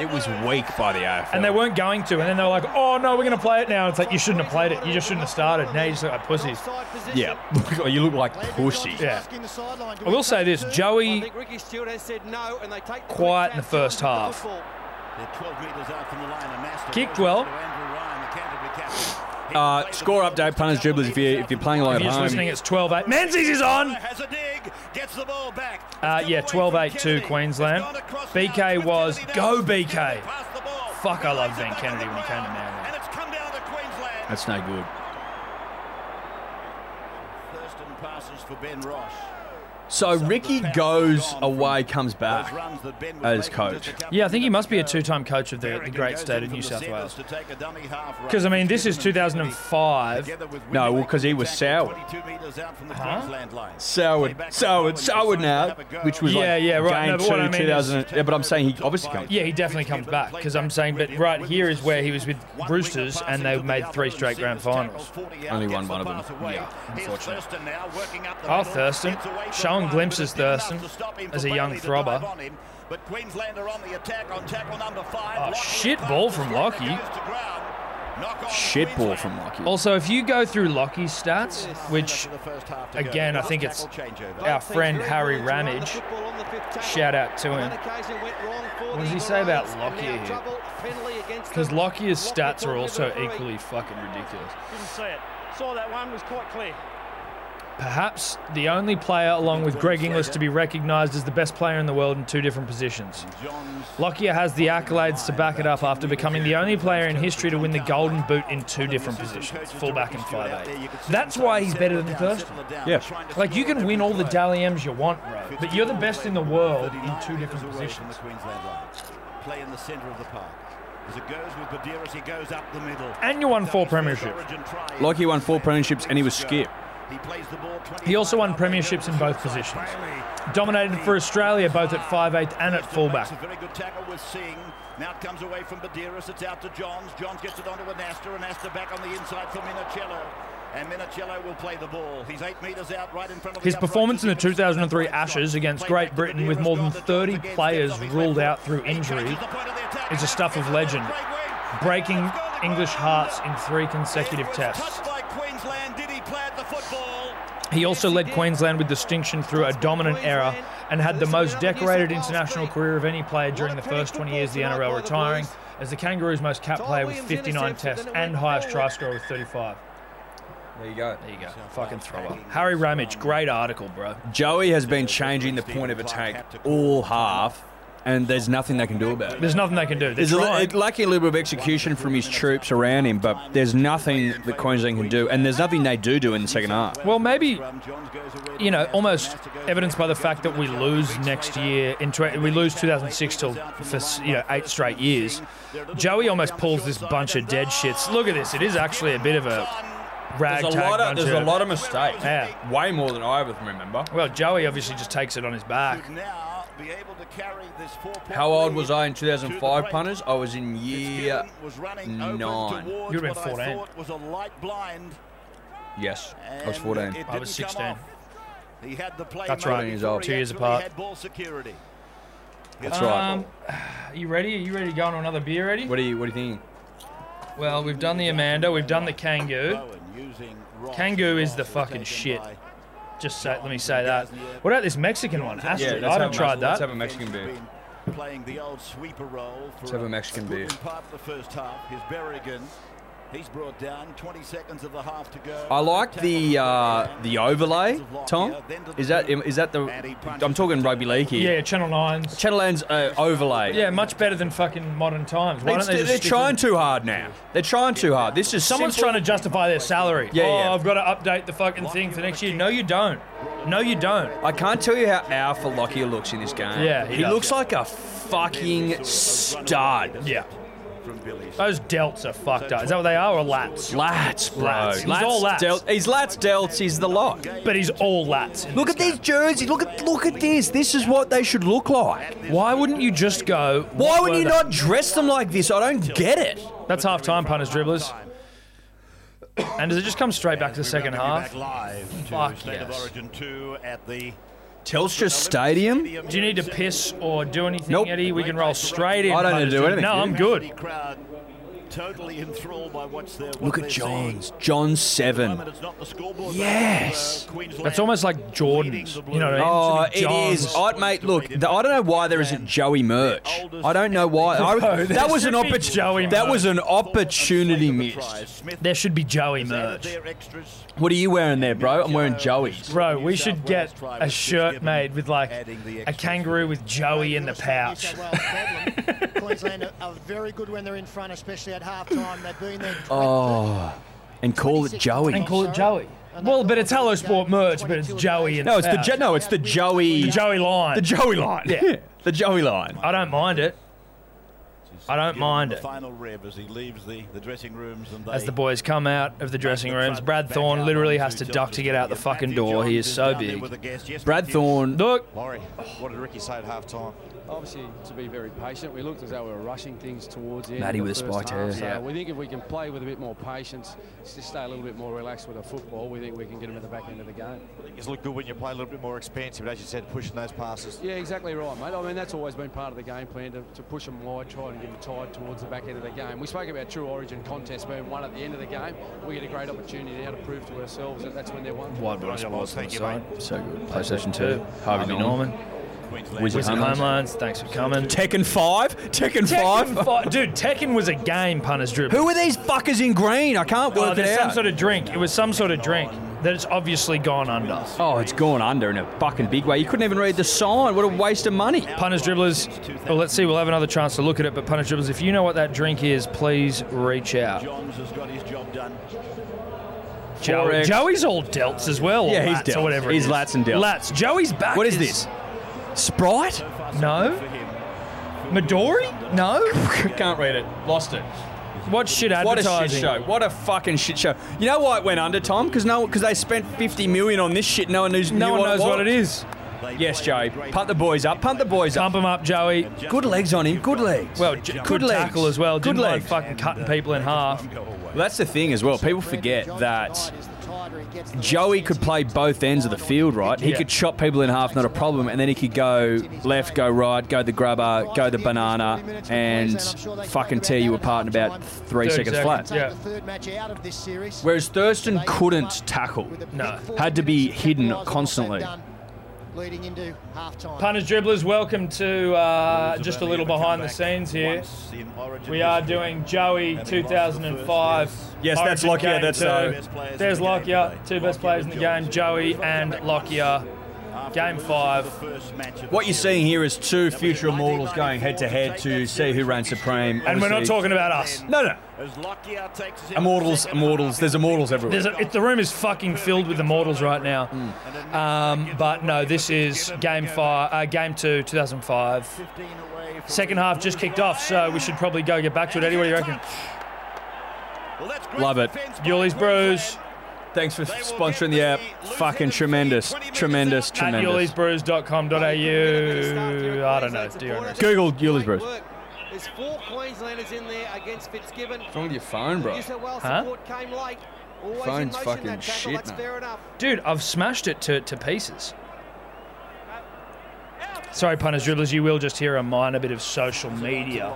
It was weak by the AFL.
And they weren't going to, and then they were like, oh no, we're going to play it now. It's like, you shouldn't have played it. You just shouldn't have started. Now you just look like "Oh, pussies.
Yeah, you look like pussy.
Yeah. I will say this Joey,
Ricky Stewart has said no, and they take
Quiet in the first half.
They're 12 metres out from the line. and Master
Kicked
goes
well.
to Andrew Ryan, the Canterbury captain. He
Uh,
plays the
score
ball
update,
just a
punters,
couple
dribblers. If you
metres
if you're
out
playing
if
alone
you're
at
just listening,
home,
it's 12 8. Menzies is
from the
on!
line, has a dig, gets the ball back.
Uh,
It's
yeah,
gone away
12 8
from
2
Kennedy.
Queensland.
It's gone across now.
BK
It's
was,
Kennedy now.
go BK.
Pass the ball.
Fuck, I loved
Plays
Ben
it back
Kennedy
on the
when he came to
ground,
Manly.
And it's come down to Queensland.
that's no good.
Thurston passes for Ben Ross.
So Ricky goes away, comes
Those
back.
runs that Ben was
as
making
coach.
just a couple
Yeah, I think he
minutes
must be a
ago.
two time coach of the, the
Berrigan
great
goes
state
in
of
from
New
the
South
centres
Wales.
to take a dummy half right.
Because, I mean, this is
Together
2005.
with
No,
Winnie
well, 'cause he was
Tackle,
Uh-huh.
soured.
22 metres out from the
Huh?
Queensland line.
Soured,
Playback to Bowen,
soured,
who
soured
decides
now,
to have a go.
which was
Yeah,
like
yeah, right.
game
No, but what
two,
I mean is-
2000. Yeah, but I'm saying he obviously comes.
Yeah, he definitely comes back because I'm saying, but right here is where he was with Roosters and they made three straight grand finals.
Only won one of them.
Yeah, unfortunately.
Oh, Thurston. Showing glimpses, Thurston, as a young throbber.
But Queensland are on the attack on tackle number five.
Oh,
Lachlan
shit
passes
ball from
through,
Lockie.
it goes to ground. Knock on
Shit ball
Queensland.
from Lockie.
Also, if you go through Lockie's stats, which
For the first half to
again,
go.
I think it's
Tackle changeover.
our friend Harry Ramage, shout out to him. What does he say about Lockyer here?
penalty against
Because
them.
Lockyer's
Lockyer
stats are
talking to the
also
referee.
equally fucking ridiculous.
Didn't see it. Saw that one was quite clear.
Perhaps the only player, along with Greg Inglis, to be recognised as the best player in the world in two different positions. Lockyer has the accolades to back it up after becoming the only player in history to win the Golden Boot in two different positions, fullback and 5'8". That's why he's better than Thurston.
Yeah.
Like, you can win all the Dally M's you want, bro, but you're the best in the world in two different positions.
Play in the centre of the park. As it goes with Badiris, he goes up the middle.
And you won four premierships.
Lockie won four premierships and he was skip.
He plays the ball 25
He also won
out, they go
premierships
to
in both
Suicide
positions.
Bailey.
Dominated for Australia both at 5'8 and at
Preston
fullback.
makes a very good tackle with Singh. Now it comes away from Badiris. It's out to Johns. Johns gets it onto Anasta. Anasta back on the inside for Minicello. And Minicello will play the ball. He's eight metres out right in front of
His
the upright.
performance in the
He's given
2003
a shot.
Ashes against
Play
Great
back to
Britain with
Badiris.
more than
Johns
30
against
players
Steps off his
ruled
left
out
foot.
through
He catches
injury
the point of the attack.
is a stuff of legend, breaking English hearts in three consecutive tests. He also led Queensland with distinction through a dominant era and had the most decorated international career of any player during the first 20 years of the NRL, retiring as the Kangaroos' most capped player with 59 tests and highest try scorer with 35.
There you go.
There you go. Fucking throw up. Harry Ramage, great article, bro.
Joey has been changing the point of attack all half, and there's nothing they can do about it.
There's nothing they can do. They're
There's a, li-
trying.
it- lacking a little bit of execution from his troops around him, but there's nothing that Queensland can do, and there's nothing they do do in the second half.
Well, maybe
Scrum. Johns goes away to
you know,
Anasta.
almost
Anasta goes
evidenced by the
back.
fact that we lose next year, in tw- we lose 2006 till for you know eight straight years. Joey almost pulls this bunch of dead shits. Look at this; it is actually a bit of a ragtag bunch
of mistakes.
Yeah.
Way more than I ever remember.
Well, Joey obviously just takes it on his back.
Should now be able to carry this four-point
How old was
lead.
I in 2005,
break.
punters? I was in year
Fitzgibbon was running open
nine.
towards
You'd have been
what I
14.
thought was a light blind,
Yes, I was
and
14.
it
I was
didn't come
16.
off. He had the play
That's
made
right.
before
Years
he
old. Two years
actually
apart.
had ball security.
That's right.
Um, Are you ready? Are you ready to go on another beer? Ready?
what are you What are you thinking?
Well, we've done the Amanda, we've done the Kangoo.
Bowen using Ross.
Kangoo is the
Ross was
fucking
taken
shit.
by
Just say, let me say that. What about this Mexican one? Astrid.
let's
I
have
haven't
a-
tried
let's have
that.
a Mexican beer.
Ben's been Playing the old sweeper role for
Let's have a Mexican
good
beer.
part of the first half. Here's Berrigan. He's brought down. 20 seconds of the half to go.
I like the uh, the overlay, Tom. Is that is that the? I'm talking rugby league here.
Yeah, Channel 9's.
Shadowlands uh, overlay.
Yeah, much better than fucking modern times. Why
It's-
don't they
they're
just stick
trying
with-
too hard now. They're trying too hard. This is
Someone's
simple.
trying to justify their salary.
Yeah,
oh,
yeah.
I've got to update the fucking thing for next year. No, you don't. No, you don't.
I can't tell you how alpha Lockyer looks in this game.
Yeah, he
he,
does.
looks like a fucking stud.
Yeah,
From Billy.
those delts are fucked up. Is that what they are or lats?
Lats, bro.
Lats. He's all lats.
Del- he's lats, delts. He's the lot.
But he's all lats. in
Look
this
at
game.
these jerseys. Look at look at this. This is what they should look like.
Why wouldn't you just go?
Why
what
would
were
you
they?
not dress them like this? I don't get it.
That's half time, punters, dribblers. And does it just come straight back to the second half? Fuck
State of
yes.
Origin 2 at the
Telstra Stadium.
Do you need to piss or do anything,
Nope.
Eddie? We can roll straight in.
I don't need
punters,
to do
dribblers.
anything,
No,
dude.
I'm good.
Crowd totally enthralled by what's there. what
Look
they're
at
seeing.
Johns. John seven.
Moment, it's not the scoreboard,
Yes.
but, uh, Queensland
That's almost like Jordan's. You know what I mean?
Oh,
Should be
it
John's.
is. I, mate, look, th- I don't know why there isn't Joey merch. I don't know why. I-
No, there
that was an
should be
opportunity.
Joey
That
merch.
was an opportunity
Slate of the
missed.
prize. Smith
There should be Joey
has added
merch.
their extras.
What are you wearing there, bro? I'm wearing Joey's.
Bro,
New
we
South
should get
Wales tribe
a
has just
shirt
given
made with like
adding
a
the extras.
kangaroo with Joey in the pouch.
Queensland are, are very good when they're in front, especially at half time. They've been there.
Oh, and call it Joey.
And call it Joey. Well, but it's Hello Sport merch, but it's Joey in
No, it's the
pouch.
Jo- no, it's the Joey.
The Joey line.
The Joey line.
Yeah.
the Joey line.
I don't mind it. I don't
Given
mind
the
it.
Final rib as he leaves the, the dressing rooms and
As
they-
the boys come out of the dressing rooms,
front
Brad
back
Thorne
out
literally
onto
has to
John
duck to get out the
Smith. Matthew
fucking door. He
Johns
is so
down there
big.
with a guest. Yes,
Brad
Matthew.
Thorne.
Look,
Laurie, what did Ricky say at half time? Obviously, to be very patient, we looked as though we were rushing things towards the end.
Matty
of the
with a
first
spiked
half,
hair.
So
Yeah.
we think if we can play with a bit more patience, just stay a little bit more relaxed with the football, we think we can get them at the back end of the game.
It's looked good when you play a little bit more expansive, but as you said, pushing those passes.
Yeah, exactly right, mate. I mean, that's always been part of the game plan to, to push them wide, try and get them tied towards the back end of the game. We spoke about true origin contests being won at the end of the game. We get a great opportunity now to prove to ourselves that that's when they're won.
Wide Border
Right, I lost.
Sports on the
Thank you,
side.
So good. PlayStation Two.
Harvey Norman.
Queensland.
Wizard
Wizard
Homelands.
Homelands.
thanks for coming.
Tekken 5? Tekken,
Tekken
5?
fi- Dude, Tekken was a game, punters dribble.
Who are these fuckers in green? I can't
Oh,
work it
there's some
out.
sort of drink. It was some sort of drink that it's obviously gone under.
oh, it's gone under in a fucking big way. You couldn't even read the sign. What a waste of money.
Punters dribblers. Well, let's see. We'll have another chance to look at it. But punters dribblers, if you know what that drink is, please reach out.
Johns has got his job done.
Joey.
4X.
Joey's all delts as well. or
Yeah, he's
lats
delts.
or whatever. it
He's
is.
lats and delts.
Lats. Joey's back.
What is
is
this? Sprite?
No. Midori? No.
can't read it. Lost it.
What shit
What a
advertising?
shit show. What a fucking shit show. You know why it went under, Tom? Because no, because they spent 50 million on this shit. No one knows.
No one knows what it is.
Yes, Joey. Punt the boys up. Punt the boys up.
Pump him up, Joey.
Good legs on him. Good legs.
Well, j- good,
legs.
tackle as well.
Good
Didn't mind
legs.
fucking cutting people in half.
Well, that's the thing as well. People forget that Joey could play both ends of the field, right? He
Yeah.
could chop people in half, not a problem, and then he could go left, go right, go the grubber, go the banana, and fucking tear you apart in about three
Thirty seconds,
seconds flat.
yeah.
Whereas Thurston couldn't tackle.
No.
Had to be hidden constantly.
Leading into half-time.
Punters, dribblers, welcome to uh, just a little behind the scenes here. We are doing Joey 2005.
Yes, that's
Origin
Lockyer,
Game
that's,
Two.
uh,
There's Lockyer, two best players in the game, Joey and Lockyer. Game five.
What you're seeing here is two future immortals going head to head to see who reigns supreme.
And we're not
Obviously-
talking about us.
No, no. Immortals, immortals. There's immortals everywhere.
There's a, it, the room is fucking filled with immortals right now. Um, but no, this is game five, uh, game two, 2005. Second half just kicked off, so we should probably go get back to it. Eddie, what do you reckon?
Love it.
Yuli's Brews
Thanks for sponsoring the app. Fucking tremendous. Tremendous,
at
tremendous.
yulisbrews.com.au. I don't know. Do you know?
Google Yuli's
Great
Brews.
work. There's four Queenslanders in there against Fitzgibbon.
wrong with your phone,
New South Wales
Huh?
support came late. Always in
Phone's
motion,
fucking
that tackle.
shit,
That's
mate.
fair enough.
Dude, I've smashed it to, to pieces. Sorry, punters, dribblers, you will just hear a minor bit of social media,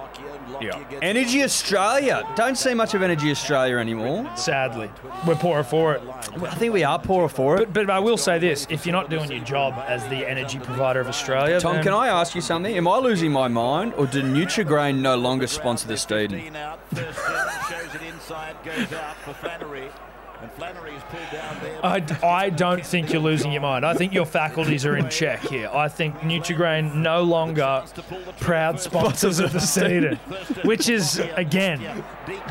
Yeah. Energy Australia. Don't see much of Energy Australia anymore.
sadly. We're poorer for it.
I think we are poorer for it.
But, but I will say this if you're not doing your job as the energy provider of Australia,
Tom,
then-
can I ask you something? Am I losing my mind, or did Nutrigrain no longer sponsor this Steeden?
I, d- I don't think you're losing your mind. I think your faculties are in check here. I think Nutrigrain no longer proud sponsors of the season, which is, again,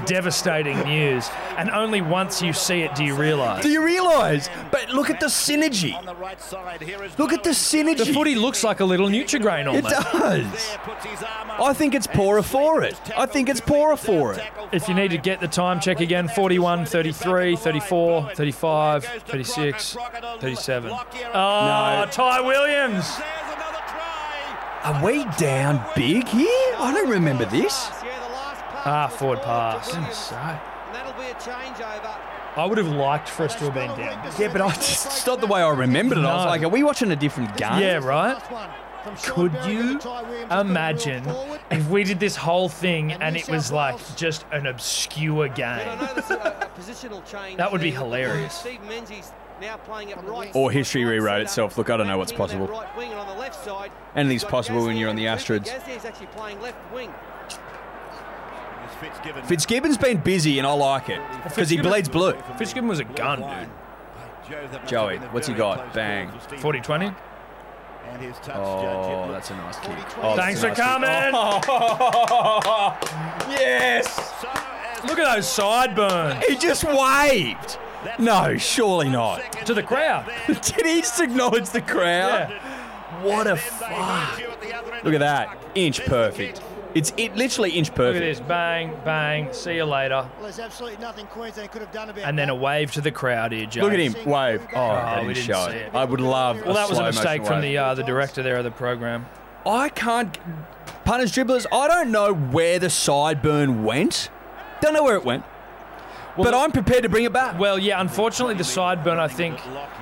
devastating news. And only once you see it do you realise.
Do you realise? But look at the synergy.
On the right side, here is
Look at the synergy.
The footy looks like a little Nutrigrain
It
almost.
does.
puts his arm up.
I think it's poorer for it. I think it's poorer for it.
If you need to get the time check again, 41, 33, 34, 35, 36, 37. Oh, Ty Williams.
Are we down big here? I don't remember this.
Yeah, the last pass
Ah,
was
forward
ball to
pass.
Williams.
I
And that'll be a changeover.
would have liked for us to have been down.
Yeah, but I just, it's not the way I remembered it. I was
No.
like, are we watching a different game?
Yeah, right?
Last one from Sean
Could
Berry,
you
then Ty Williams has got the ball
imagine
forward.
if we did this whole thing
And
and
New
it was
South
like
Wales-
just an obscure
But I
game?
know there's a, a positional change.
That would be
there.
hilarious.
Steve Menzies now playing at right.
Or
side,
history
right
rewrote
centre.
itself. Look, I don't know what's
Back wing,
possible.
Right wing and on the left side,
Anything's
you've got
possible when you're on the
Gasnier and
Astros.
Cooper. Gasnier's actually playing left wing.
Fitzgibbon.
Fitzgibbon's been busy, and I like it because he bleeds blue.
Fitzgibbon was a gun, dude.
Joe, that must
Joey,
have been a
what's he
very
got?
close
Bang.
call for Steve.
40 20.
And his touch judge
Oh,
it.
that's a nice kick.
Thanks for coming.
yes.
So as
Look at those sideburns.
He just waved. No, surely not.
To the crowd.
Did he just acknowledge the crowd? What a fuck. Look at that. Inch perfect. It's it literally inch
Look at this.
perfect.
Bang, bang. See you later.
Well, there's absolutely nothing Queensland could have done about
And then
that.
a wave to the crowd here, Joe.
Look at him wave. Oh,
Oh,
I
we
didn't
didn't
show
see
it.
it.
I would love.
Well, that was a
slow
mistake
motion
from
wave.
the uh, the director there of the uh, program.
I can't. Punters, dribblers, I don't know where the sideburn went. Don't know where it went. but I'm prepared to bring it back.
Well, yeah, unfortunately, the sideburn, I think,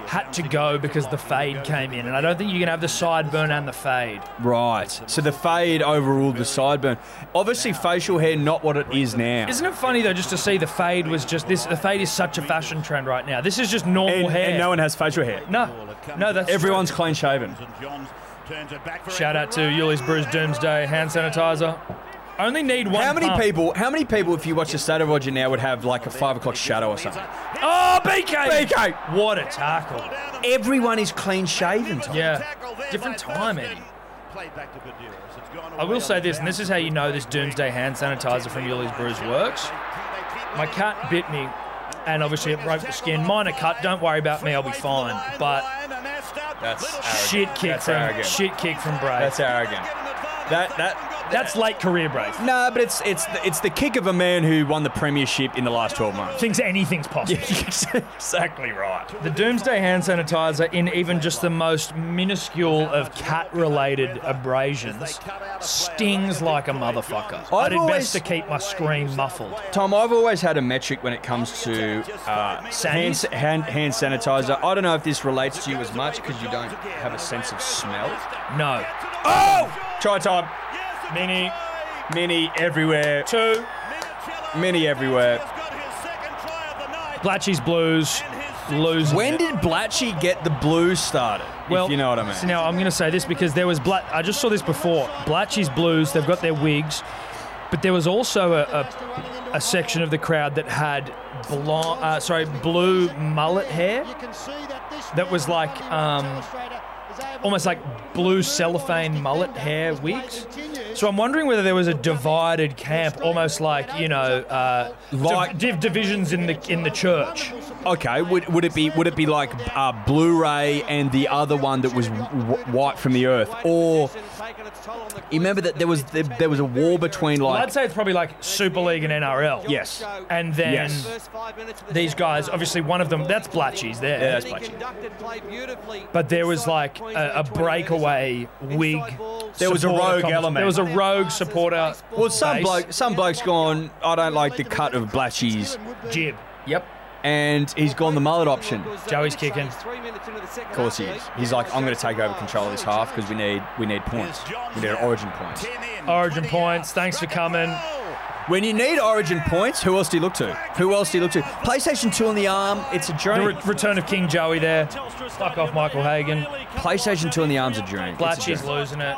had to go because the fade came in. And I don't think you can have the sideburn and the fade.
right. So the fade overruled the sideburn. Obviously, facial hair not what it is now.
Isn't it funny, though, just to see the fade was just this? The fade is such a fashion trend right now. This is just normal
And,
hair.
and no one has facial hair.
No, no, that's
Everyone's clean shaven.
and Johns
Shout out to Yuli's Brews Doomsday hand sanitizer. Only need one.
How many
pump.
people? How many people, if you watch the State of Roger now, would have like a five o'clock shadow or something?
Oh, BK!
BK.
What a tackle!
Everyone is clean shaven. Tom.
Yeah, different time, Eddie. I will say this, and this is how you know this Doomsday hand sanitizer from Yuli's Brews works. My cat bit me, and obviously it broke the skin. Minor cut. Don't worry about me. I'll be fine. But
That's arrogant.
shit kick
That's
from
arrogant.
shit kick from Brave.
That's arrogant. That that
That's late career Brave.
no, but it's it's the, it's the kick of a man who won the premiership in the last twelve months.
Thinks anything's possible.
exactly right.
The Doomsday hand sanitizer, in even just the most minuscule of cat related abrasions, stings like a motherfucker. I did
always-
best to keep my scream muffled.
Tom, I've always had a metric when it comes to uh, hand,
Sandies?
hand, hand sanitizer. I don't know if this relates to you as much because you don't have a sense of smell.
No.
Oh! Try time.
Mini,
Mini everywhere.
two.
Mini everywhere.
Blatchy's Blues lose.
When did Blatchy get the blues started? if you know what I mean.
So now I'm going to say this because there was Blat. I just saw this before. Blatchy's Blues. They've got their wigs, but there was also a, a, a section of the crowd that had blonde, uh, sorry, blue mullet hair. That was like um, almost like blue cellophane mullet hair wigs. So I'm wondering whether there was a divided camp, almost like you know, uh, div-
Like-
div- divisions in the in the church.
okay, would, would it be would it be like uh, Blu-ray and the other one that was w- white from the earth, or you remember that there was there, there was a war between
Well,
like
I'd say it's probably like Super League and NRL.
Yes.
And then
Yes.
these guys, obviously one of them, that's Blatchy's there.
Yeah, that's Blatchy.
But there was like a, a breakaway wig.
There was
supporter
a rogue
com-
element.
There was a rogue supporter.
Well, some
base.
bloke, some bloke's gone. I don't like the cut of Blatchy's.
Jib.
Yep. And he's gone the mullet option. Of
Joey's kicking.
Of
course he is. He's like, I'm going to take over control of this half because we need we need points. We need origin points.
Origin points. Thanks for coming.
When you need origin points, who else do you look to? Who else do you look to? PlayStation 2 on the arm. It's a
The
journey.
re- return of King Joey there. Fuck off, Michael Hagan.
PlayStation 2 on the arm's a journey. It's a
Blatchy's
journey.
losing it.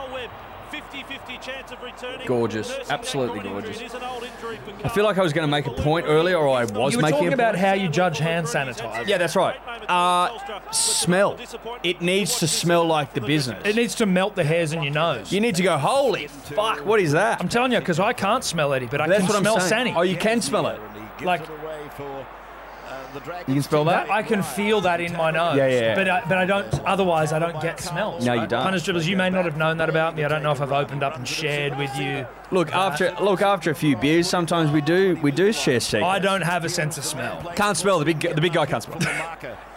Gorgeous. Absolutely gorgeous. I feel like I was going to make a point earlier, or I was
You were
making
talking
a
about
point.
how you judge hand sanitizer.
Yeah, that's right. Uh, smell. It needs to smell like the business.
It needs to melt the hairs in your nose.
you need to go, holy fuck, what is that?
I'm telling you, because I can't smell Eddie, but I
That's
can
what I'm
smell
saying.
Sanny.
Oh, you can smell it.
Like-
uh,
You can spell that?
I can feel that in my nose.
Yeah, yeah, yeah.
But I, but I don't. Otherwise, I don't get smells.
No, you
right?
don't.
Punish dribblers. You may not have known that about me. I don't know if I've opened up and shared with you.
Look after look after a few beers. Sometimes we do we do share secrets.
I don't have a sense of smell.
Can't smell the big the big guy can't smell.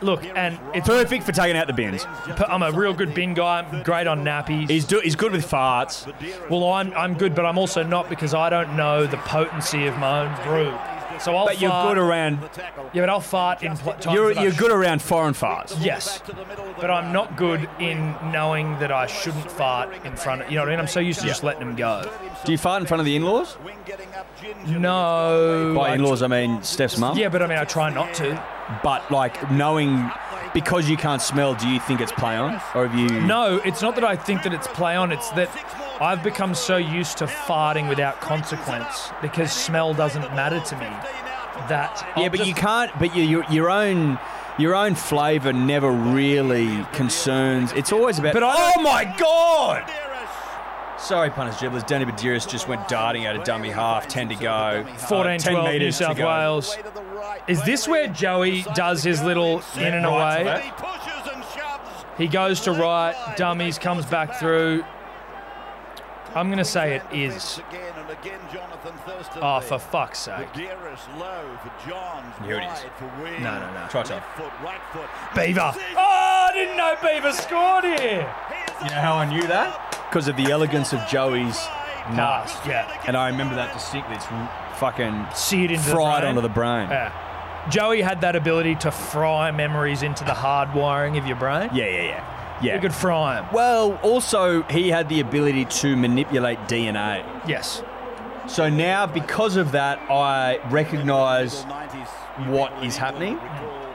Look, and it's.
Perfect for taking out the bins.
I'm a real good bin guy. I'm great on nappies.
He's do, he's good with farts.
well, I'm I'm good, but I'm also not because I don't know the potency of my own brew. So I'll
But you're
fart.
good around
Yeah, but I'll fart in pl- times
you're
that I
you're good around foreign farts.
Yes, but I'm not good in knowing that I shouldn't fart in front of. You know what I mean? I'm so used to just letting them go.
Do you fart in front of the in-laws?
No.
By in-laws I mean Steph's mum.
Yeah, but I mean, I try not to.
But like knowing because you can't smell, do you think it's play on or have you?
No, it's not that I think that it's play on. It's that I've become so used to farting without consequence because smell doesn't matter to me. That
Yeah,
I'll
but
just-
you can't. But your your your own. Your own flavour never really concerns. It's always about.
But I
oh my god! Sorry, punters, dribblers. Danny Badiris just went darting out of dummy half. Ten to go.
14
10
12 New
metres to
South
go.
Wales. Is this where Joey does his little in and
Right to
away? He goes to right, dummies, comes back through. I'm going to say it is.
Again and again, Jonathan Thurston.
Oh, for fuck's sake.
Dearest low for Johns.
Here it is.
wide For Wing.
No, no, no. Try to.
Left foot, right foot.
Beaver. Oh, I didn't know Beaver scored here.
You know how I knew that? Because of the elegance of Joey's
Nice,
nuts.
yeah.
And I remember that distinctly. It's fucking
See it into
fried
the brain.
onto the brain.
Yeah. Joey had that ability to fry memories into the hard wiring of your brain.
Yeah, yeah, yeah. Yeah.
You could fry them.
well, also he had the ability to manipulate DNA.
Yes.
So now, because of that, I recognise what is happening.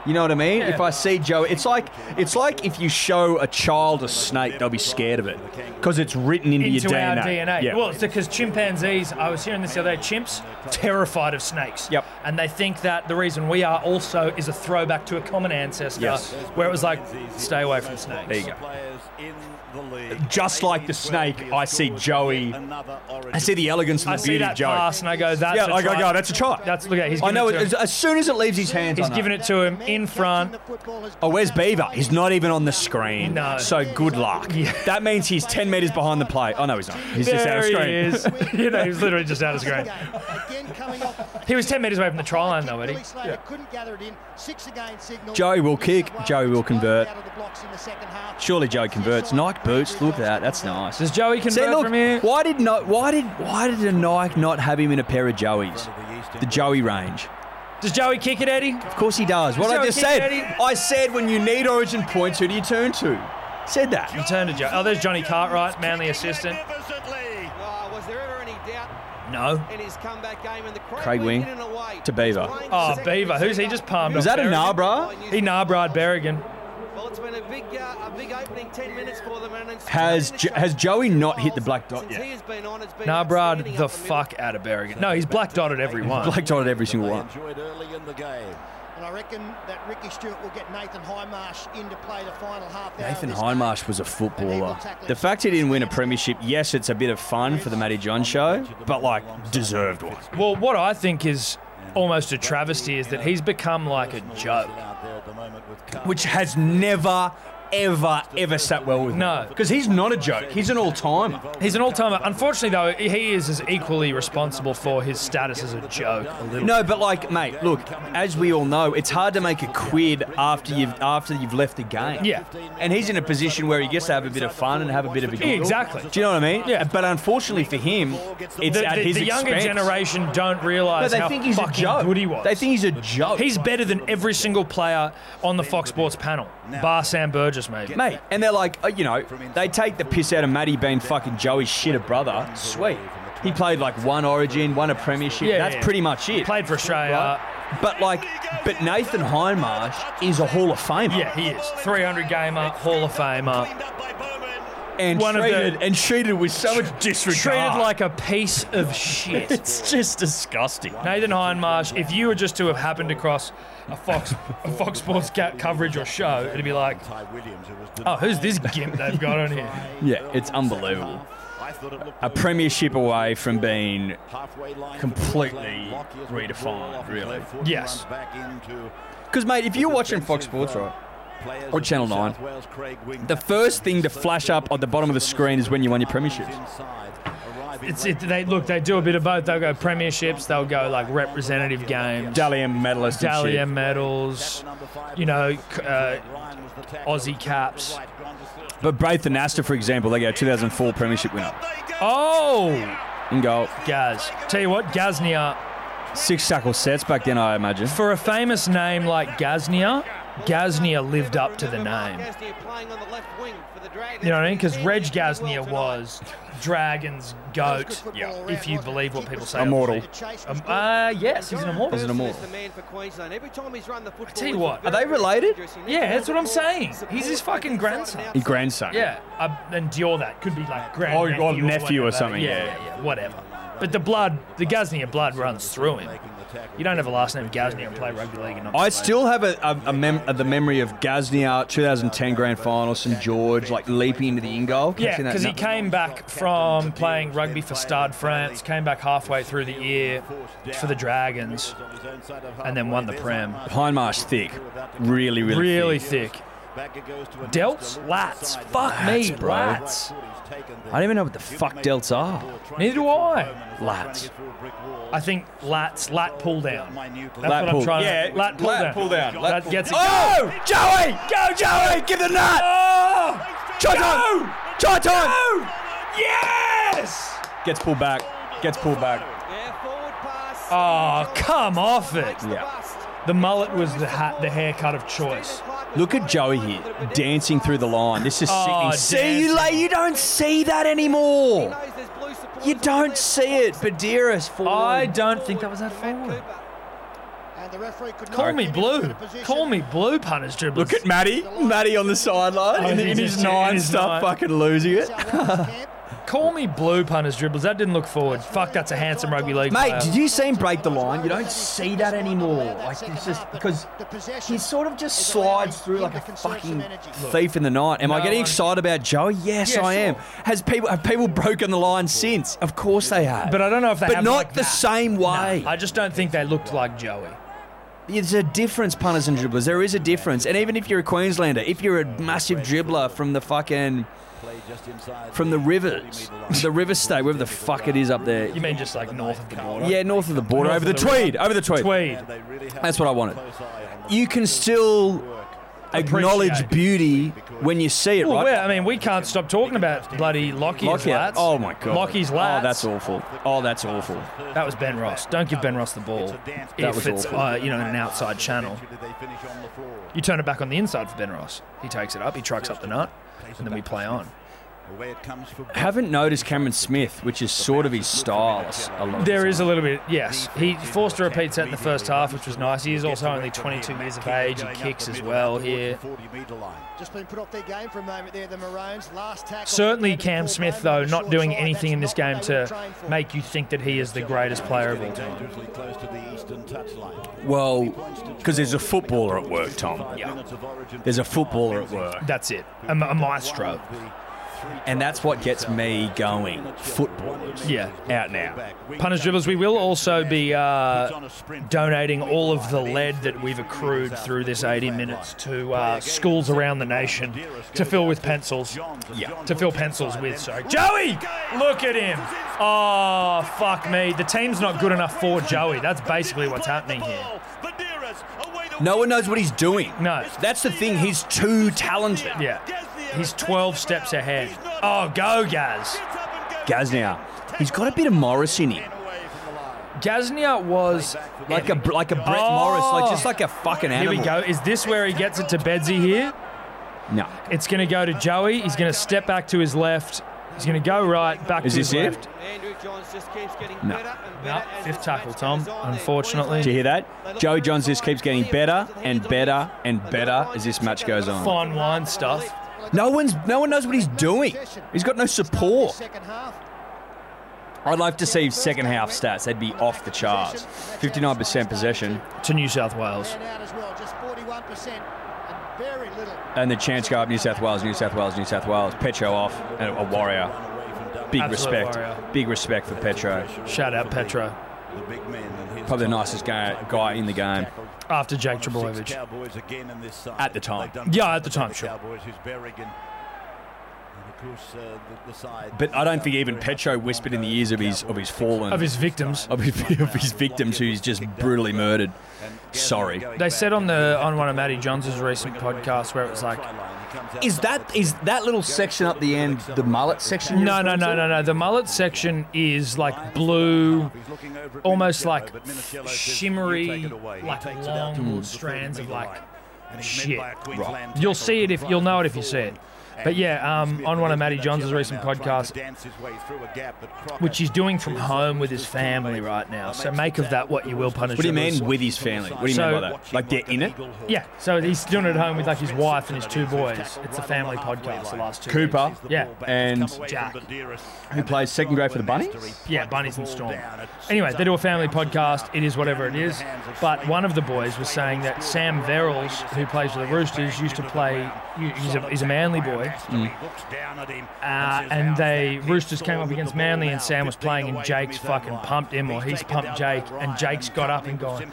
You know what I mean? If I see Joe, it's like it's like if you show a child a snake, they'll be scared of it because it's written into,
into
your
our
DNA.
DNA.
Yeah.
Well, it's because chimpanzees, I was hearing this the other day, chimps terrified of snakes.
Yep.
And they think that the reason we are also is a throwback to a common ancestor
Yes.
where it was like, stay away from snakes.
There you go.
go.
Just like the snake, I see Joey. I see the elegance and
I
the
see
beauty
that
of Joey.
pass and I go, that's
yeah,
a
I go,
try.
go, that's a try.
That's look at he's
I
giving
know
it to
it, as,
him.
as soon as it leaves his hands,
He's
I know.
giving it to him in front.
Oh, where's Beaver? He's not even on the screen.
No.
So good luck. That means he's 10 metres behind the play. Oh, no, he's not. He's just out of
There
screen.
he is. you know, he's literally just out of screen. He was 10 metres away from the try line, though, wasn't he?
Slater couldn't gather it in. Six again signal.
Joey will kick. Joey will convert.
Out of the blocks in the second half.
Surely Joey converts. Nike boots. Look at that. That's nice.
Does Joey convert
See, look,
from here?
why did not? Why did why did a Nike not have him in a pair of Joeys? The Joey range.
Does Joey kick it, Eddie?
Of course he does. What
Is
I
that
just
okay,
said.
Eddie?
I said when you need Origin points, who do you turn to? Said that.
You turn to Joe. Oh, there's Johnny Cartwright, Manly assistant.
Oh, was there ever any doubt
No.
in his comeback game? And the Craig,
Craig
went
Wing
in and away.
to Beaver.
Oh, Beaver. Who's he just palmed
Was
off
that a
Berrigan.
Nabra?
He Narbrad Berrigan.
Well, it's been a big, uh, a big opening 10 minutes for them. And it's-
Has Jo- has Joey not hit the black dot
Since
yet?
he has been on, it's been
Narbrad
outstanding
the
up middle.
fuck out of Berrigan. No, he's black dotted every one.
Black dot at every single
They
one.
enjoyed early in the game.
And I reckon that Ricky Stewart will get Nathan Highmarsh into play the final half. hour of
Nathan
this
Hindmarsh was a footballer. The fact he didn't win a premiership, yes, it's a bit of fun for the Matty John show, but like deserved one.
Well, what I think is almost a travesty is that he's become like a joke.
Which has never, ever, ever sat well with me.
No.
because he's not a joke. He's an all-timer.
He's an all-timer. Unfortunately, though, he is as equally responsible for his status as a joke. A little.
No, but like, mate, look. As we all know, it's hard to make a quid after you've after you've left the game.
Yeah.
and he's in a position where he gets to have a bit of fun and have a bit of a giggle.
Exactly.
Do you know what I mean?
Yeah.
But unfortunately for him, it's
the,
at
the-
his
the younger
expense.
generation don't
No,
realise
they
how
think he's a
fucking
joke.
good he was.
They think he's a joke.
he's better than every single player on the Fox Sports panel, bar Sam Burgess, maybe.
Mate, and they're like, uh, you know, they take the piss out of Matty being fucking Joey's shitter brother. Sweet. He played like one Origin, one a Premiership.
Yeah,
That's
yeah.
pretty much it.
Played for Australia.
Right? But like, but Nathan Hindmarsh is a Hall of Famer.
Yeah, he is. 300 gamer, Hall of Famer.
and
one of the-
treated and treated with so much disregard.
Treated like a piece of shit.
it's just disgusting.
Nathan Hindmarsh, if you were just to have happened across a Fox a Fox Sports ca- coverage or show, it'd be like,
Ty Williams, who was
oh, who's this gimp they've got on here?
Yeah, it's unbelievable.
I thought it looked
A Premiership away from being
halfway line for
completely
Queensland. Lockyer with the ball
redefined,
off his
really.
left foot,
Yes.
runs Back into
because mate, if you're watching Fox Sports, right?
players
Or
of
Channel
New
9.
South Wales, Craig Wing-
The first thing to flash up at the bottom of the screen is when you won your premierships.
Inside, arriving
It's
late
it, they look, they do a bit of both. They'll go premierships, they'll go like representative games,
Dalian medalist. and shit.
Dahlia medals, you know, c- uh, Aussie caps.
But Braithen Astor, for example, they go 2004 Premiership winner
Oh,
and goal.
Gaz. Tell you what, Gaznia,
Six tackle sets back then, I imagine.
for a famous name like Gaznia, Gaznia lived up to the name.
Gasnier playing on the left wing for the Dragons.
You know what I mean? Because
He's
Reg
doing really well
Gaznia
tonight.
was Dragon's goat, if you believe what people say.
Immortal.
Um, uh, yes, he's an immortal.
He's an immortal.
Is the man for Queensland. Every time he's run the football,
tell you
he's
what,
been
are
very
they related?
dangerous. He
Yeah,
never
that's what I'm
runs the ball.
saying. He's his
Support
fucking
inside
grandson.
and
Your grandson.
Yeah, uh, endure that. Could be like grand
Or- or Oh, nephew or
whatever.
something,
Yeah,
yeah.
yeah, yeah, whatever. But the blood, the Gaznia blood runs through him. You don't have a last name Gaznia and play rugby league. And not
I still have a, a, a mem- uh, the memory of Gaznia, 2010 Grand Final, St George, like leaping into the in goal.
Yeah,
catching that
because he
nut-
came back from playing rugby for Stade France, came back halfway through the year for the Dragons,
on his own side of
and then won the Prem.
Hindmarsh thick, really, really,
Really
thick.
thick.
Back it goes to a
Delts? Lats. Fuck me,
Lats, bro.
lats.
I don't even know what the fuck delts are.
Neither do I.
Lats.
I think lats, lat pull down. That's
Lat
what
pull.
I'm trying
Yeah,
to Lat pull
lat
down.
pull down. Lat
That
pull-
gets it.
Oh, Joey, go, Joey, give the nut. Oh, try time, try time. Yes. Gets pulled back. Gets pulled back.
Yeah, forward pass.
Oh, come off it.
Takes the
Yeah.
bust.
The mullet was the hat, the haircut of choice.
Look at Joey here dancing through the line. This is
Oh,
sickening. See you
dancing.
later. You don't see that anymore. You don't see it. Badiris forward.
I don't think that was that forward.
And the referee could
Call
not
me
get him
blue.
in a position.
Call me blue, punters dribblers.
Look at Matty. Matty on the sideline
Oh,
in,
he's
in his
just- in
nine
his nine.
stuff, fucking losing it.
South Wales camp.
Call me blue, punters dribblers. That didn't look forward. Fuck, that's a handsome rugby league
Mate,
player.
did you see him break the line? You don't see that anymore. Like it's just because he sort of just slides through like a fucking thief in the night. Am I
No,
getting
I-
excited about Joey? Yes,
Yeah,
I am.
sure.
Has people have people broken the line since? Of course they have.
But I don't know if they
But
have
not
like
the
that.
same way.
No, I just don't think they looked like Joey.
There's a difference, punters and dribblers. There is a difference. And even if you're a Queenslander, if you're a massive dribbler from the fucking from the rivers, the river state, wherever the fuck it is up there.
You mean just like north of the border?
Yeah, north of the border,
North
over the
of the
Tweed, over the Tweed.
Tweed.
That's what I wanted. You can still acknowledge
Appreciate.
beauty when you see it,
Well,
right?
we're- I mean, we can't stop talking about bloody Lockie's
Lockyer.
lads.
Oh my god.
Lockie's
Oh,
lads.
that's awful. Oh, that's awful.
That was Ben Ross. Don't give Ben Ross the ball if
was
it's
awful.
uh, you know an outside channel. You turn it back on the inside for Ben Ross. He takes it up. He trucks up the nut, and then we play on.
Away it comes for
Haven't noticed Cameron Smith, which is sort of his style. A lot of
There
the
is a
time.
little bit, yes. He forced a repeat set in the first half, which was nice. He is also only 22 years of age. He kicks as well here.
Just been put off their game for a moment there, the Maroons. Last tackle.
Certainly,
They had
Cam
the
Smith,
ball
though,
going on the
not
short
doing
side.
anything
That's
in this
not
game
what they were
to
trained for.
make you think that he is the greatest player of all time.
dangerously close to the eastern touchline.
Well, because there's a footballer at work, Tom.
Yeah,
Minutes of origin.
There's a footballer at work.
that's it. A, ma- a maestro.
And that's what gets me going. Footballers.
Yeah.
Out now.
Punters dribblers, we will also be
He's
uh,
on a sprint.
donating all of the lead that we've accrued through this 80 minutes to uh, schools around the nation to fill with pencils.
Yeah.
To fill pencils with, sorry. Joey! Look at him! Oh, fuck me. The team's not good enough for Joey. That's basically what's happening here.
No one knows what he's doing.
No.
That's the thing. He's too talented.
Yeah. He's 12 steps ahead. Oh, go, Gaz.
Gaz now. He's got a bit of Morris in him.
Gaznia was.
Like a like a Brett
Oh.
Morris, like just like a fucking
Here
animal.
we go. Is this where he gets it to Bedsy here?
No.
It's going to go to Joey. He's going to step back to his left. He's going to go right, back
Is
to
this
his
it?
left.
Andrew Johns just keeps getting
No.
better and
No,
better. as
fifth
this
tackle,
match
Tom,
goes on.
unfortunately.
Do you hear that? Joey Johns just keeps getting better and better and better as this match goes on.
Fine wine stuff.
No one's no one knows what he's doing. He's got no support.
Second half.
I'd like to see second half stats. They'd be off the charts. 59% possession
To New South Wales.
Man out as well, just 41% and very little.
and the chance go up New South Wales, New South Wales, New South Wales. Petro off and a warrior. Big
Absolute
respect.
warrior.
Big respect for Petro.
Shout out Petro.
The big men and his
Probably the
tackle.
nicest guy, guy in the game.
After Jake
One of six
Trebojevic.
Cowboys again in this side.
At the time.
They've done
Yeah, at the time,
the
sure.
Cowboys who's Berrigan. And of course, uh, the, the side.
But I don't think even Petro whispered in the ears of his of his fallen
Of his victims.
of his, of his victims who he's just brutally murdered. Sorry.
They said on the on one of Matty Johns' recent podcasts where it was like,
Is that is that little section up the end the mullet section? you're
no, no,
referring
no, no,
to?
no. The mullet section is like blue, almost like shimmery, like long strands of like shit.
Right.
You'll see it if you'll know it if you see it. But yeah, um, on one of Matty Johns' recent podcasts, which he's doing from home with his family right now. So make of that what you will, punish.
What do you mean with his family? What do you
So-
mean by that? Like they're in it?
Yeah, so he's doing it at home with like his wife and his two boys. It's a family podcast. The last two.
Cooper.
weeks. Yeah,
And
Jack.
who plays second grade for the Bunnies?
yeah, Bunnies and Storm. Anyway, they do a family podcast. It is whatever it is. But one of the boys was saying that Sam Verrills, who plays for the Roosters, used to play. He's a, he's a Manly boy, Mm. uh, and they Roosters came up against Manly, and Sam was playing, and Jake's fucking pumped him, or he's pumped Jake, and Jake's got up and gone,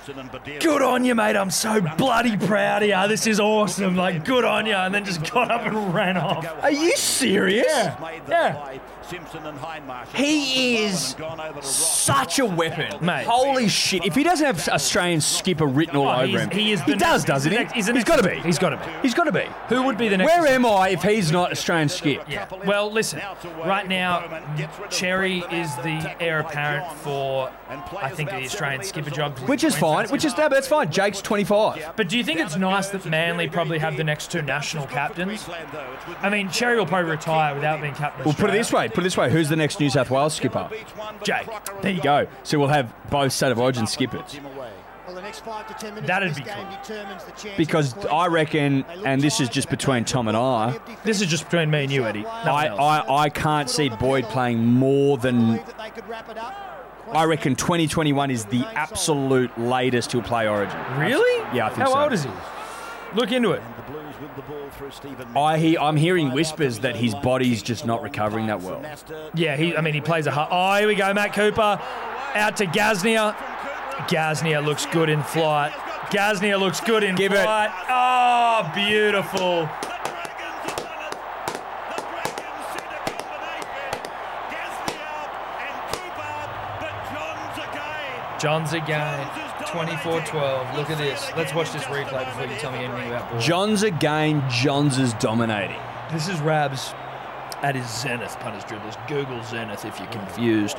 "Good on you, mate! I'm so bloody proud of you. This is awesome! Like, good on you!" And then just got up and ran off.
Are you serious?
Yeah.
He is such a weapon,
Mate.
Holy shit! If he doesn't have Australian skipper written all
Oh,
over
he's-
him,
he is the next-
does, doesn't
he's
he?
the next- he's the
he's
next-
got to be.
he's gotta be.
He's got to be.
Who would be the next?
Where am I if he's not Australian skip?
Yeah. Well, listen. Right now, Cherry is the heir apparent for I think the Australian skipper job,
Which is fine. Which is no, but that's fine. Jake's 25.
But do you think it's nice that Manly probably have the next two national captains? I mean, Cherry will probably retire without being captain. of
We'll put it this
Australia.
way. Put it this way. Who's the next New South Wales skipper?
Jake.
There you go. So we'll have both state of origin skippers.
Well, the next five to ten minutes
That'd
of this
be
game
cool.
determines the chance
Because
of the
I
Queensland.
reckon,
They look
and this is
tired,
just
they don't
between
have
Tom
the
and
quality
I,
of defence.
This is just between me and you, Eddie. Nothing
I,
else.
I, I can't see Boyd playing more than
Believe that they could wrap it up.
I reckon 2021 is the absolute latest he'll play Origin.
Really?
Yeah, I think
How
so.
old is he? Look into it.
And the Blues with the ball through Stephen.
I hear, I'm hearing
Five
whispers
after
that
the
his
goal line,
body's
kicking
just
the
not
long
recovering that
pass
well.
from Nasta.
Yeah, he. I mean, he plays a hard. Oh, here we go, Matt Cooper. Out to Gaznia. Gaznia looks good in flight. Gaznia looks good in
Give it.
flight. Oh, beautiful. John's again. 24-12. Look at this. Let's watch this replay before you tell me anything about ball.
John's again, John's is dominating.
This is Rabs at his zenith, punters dribblers. Google zenith if you're confused.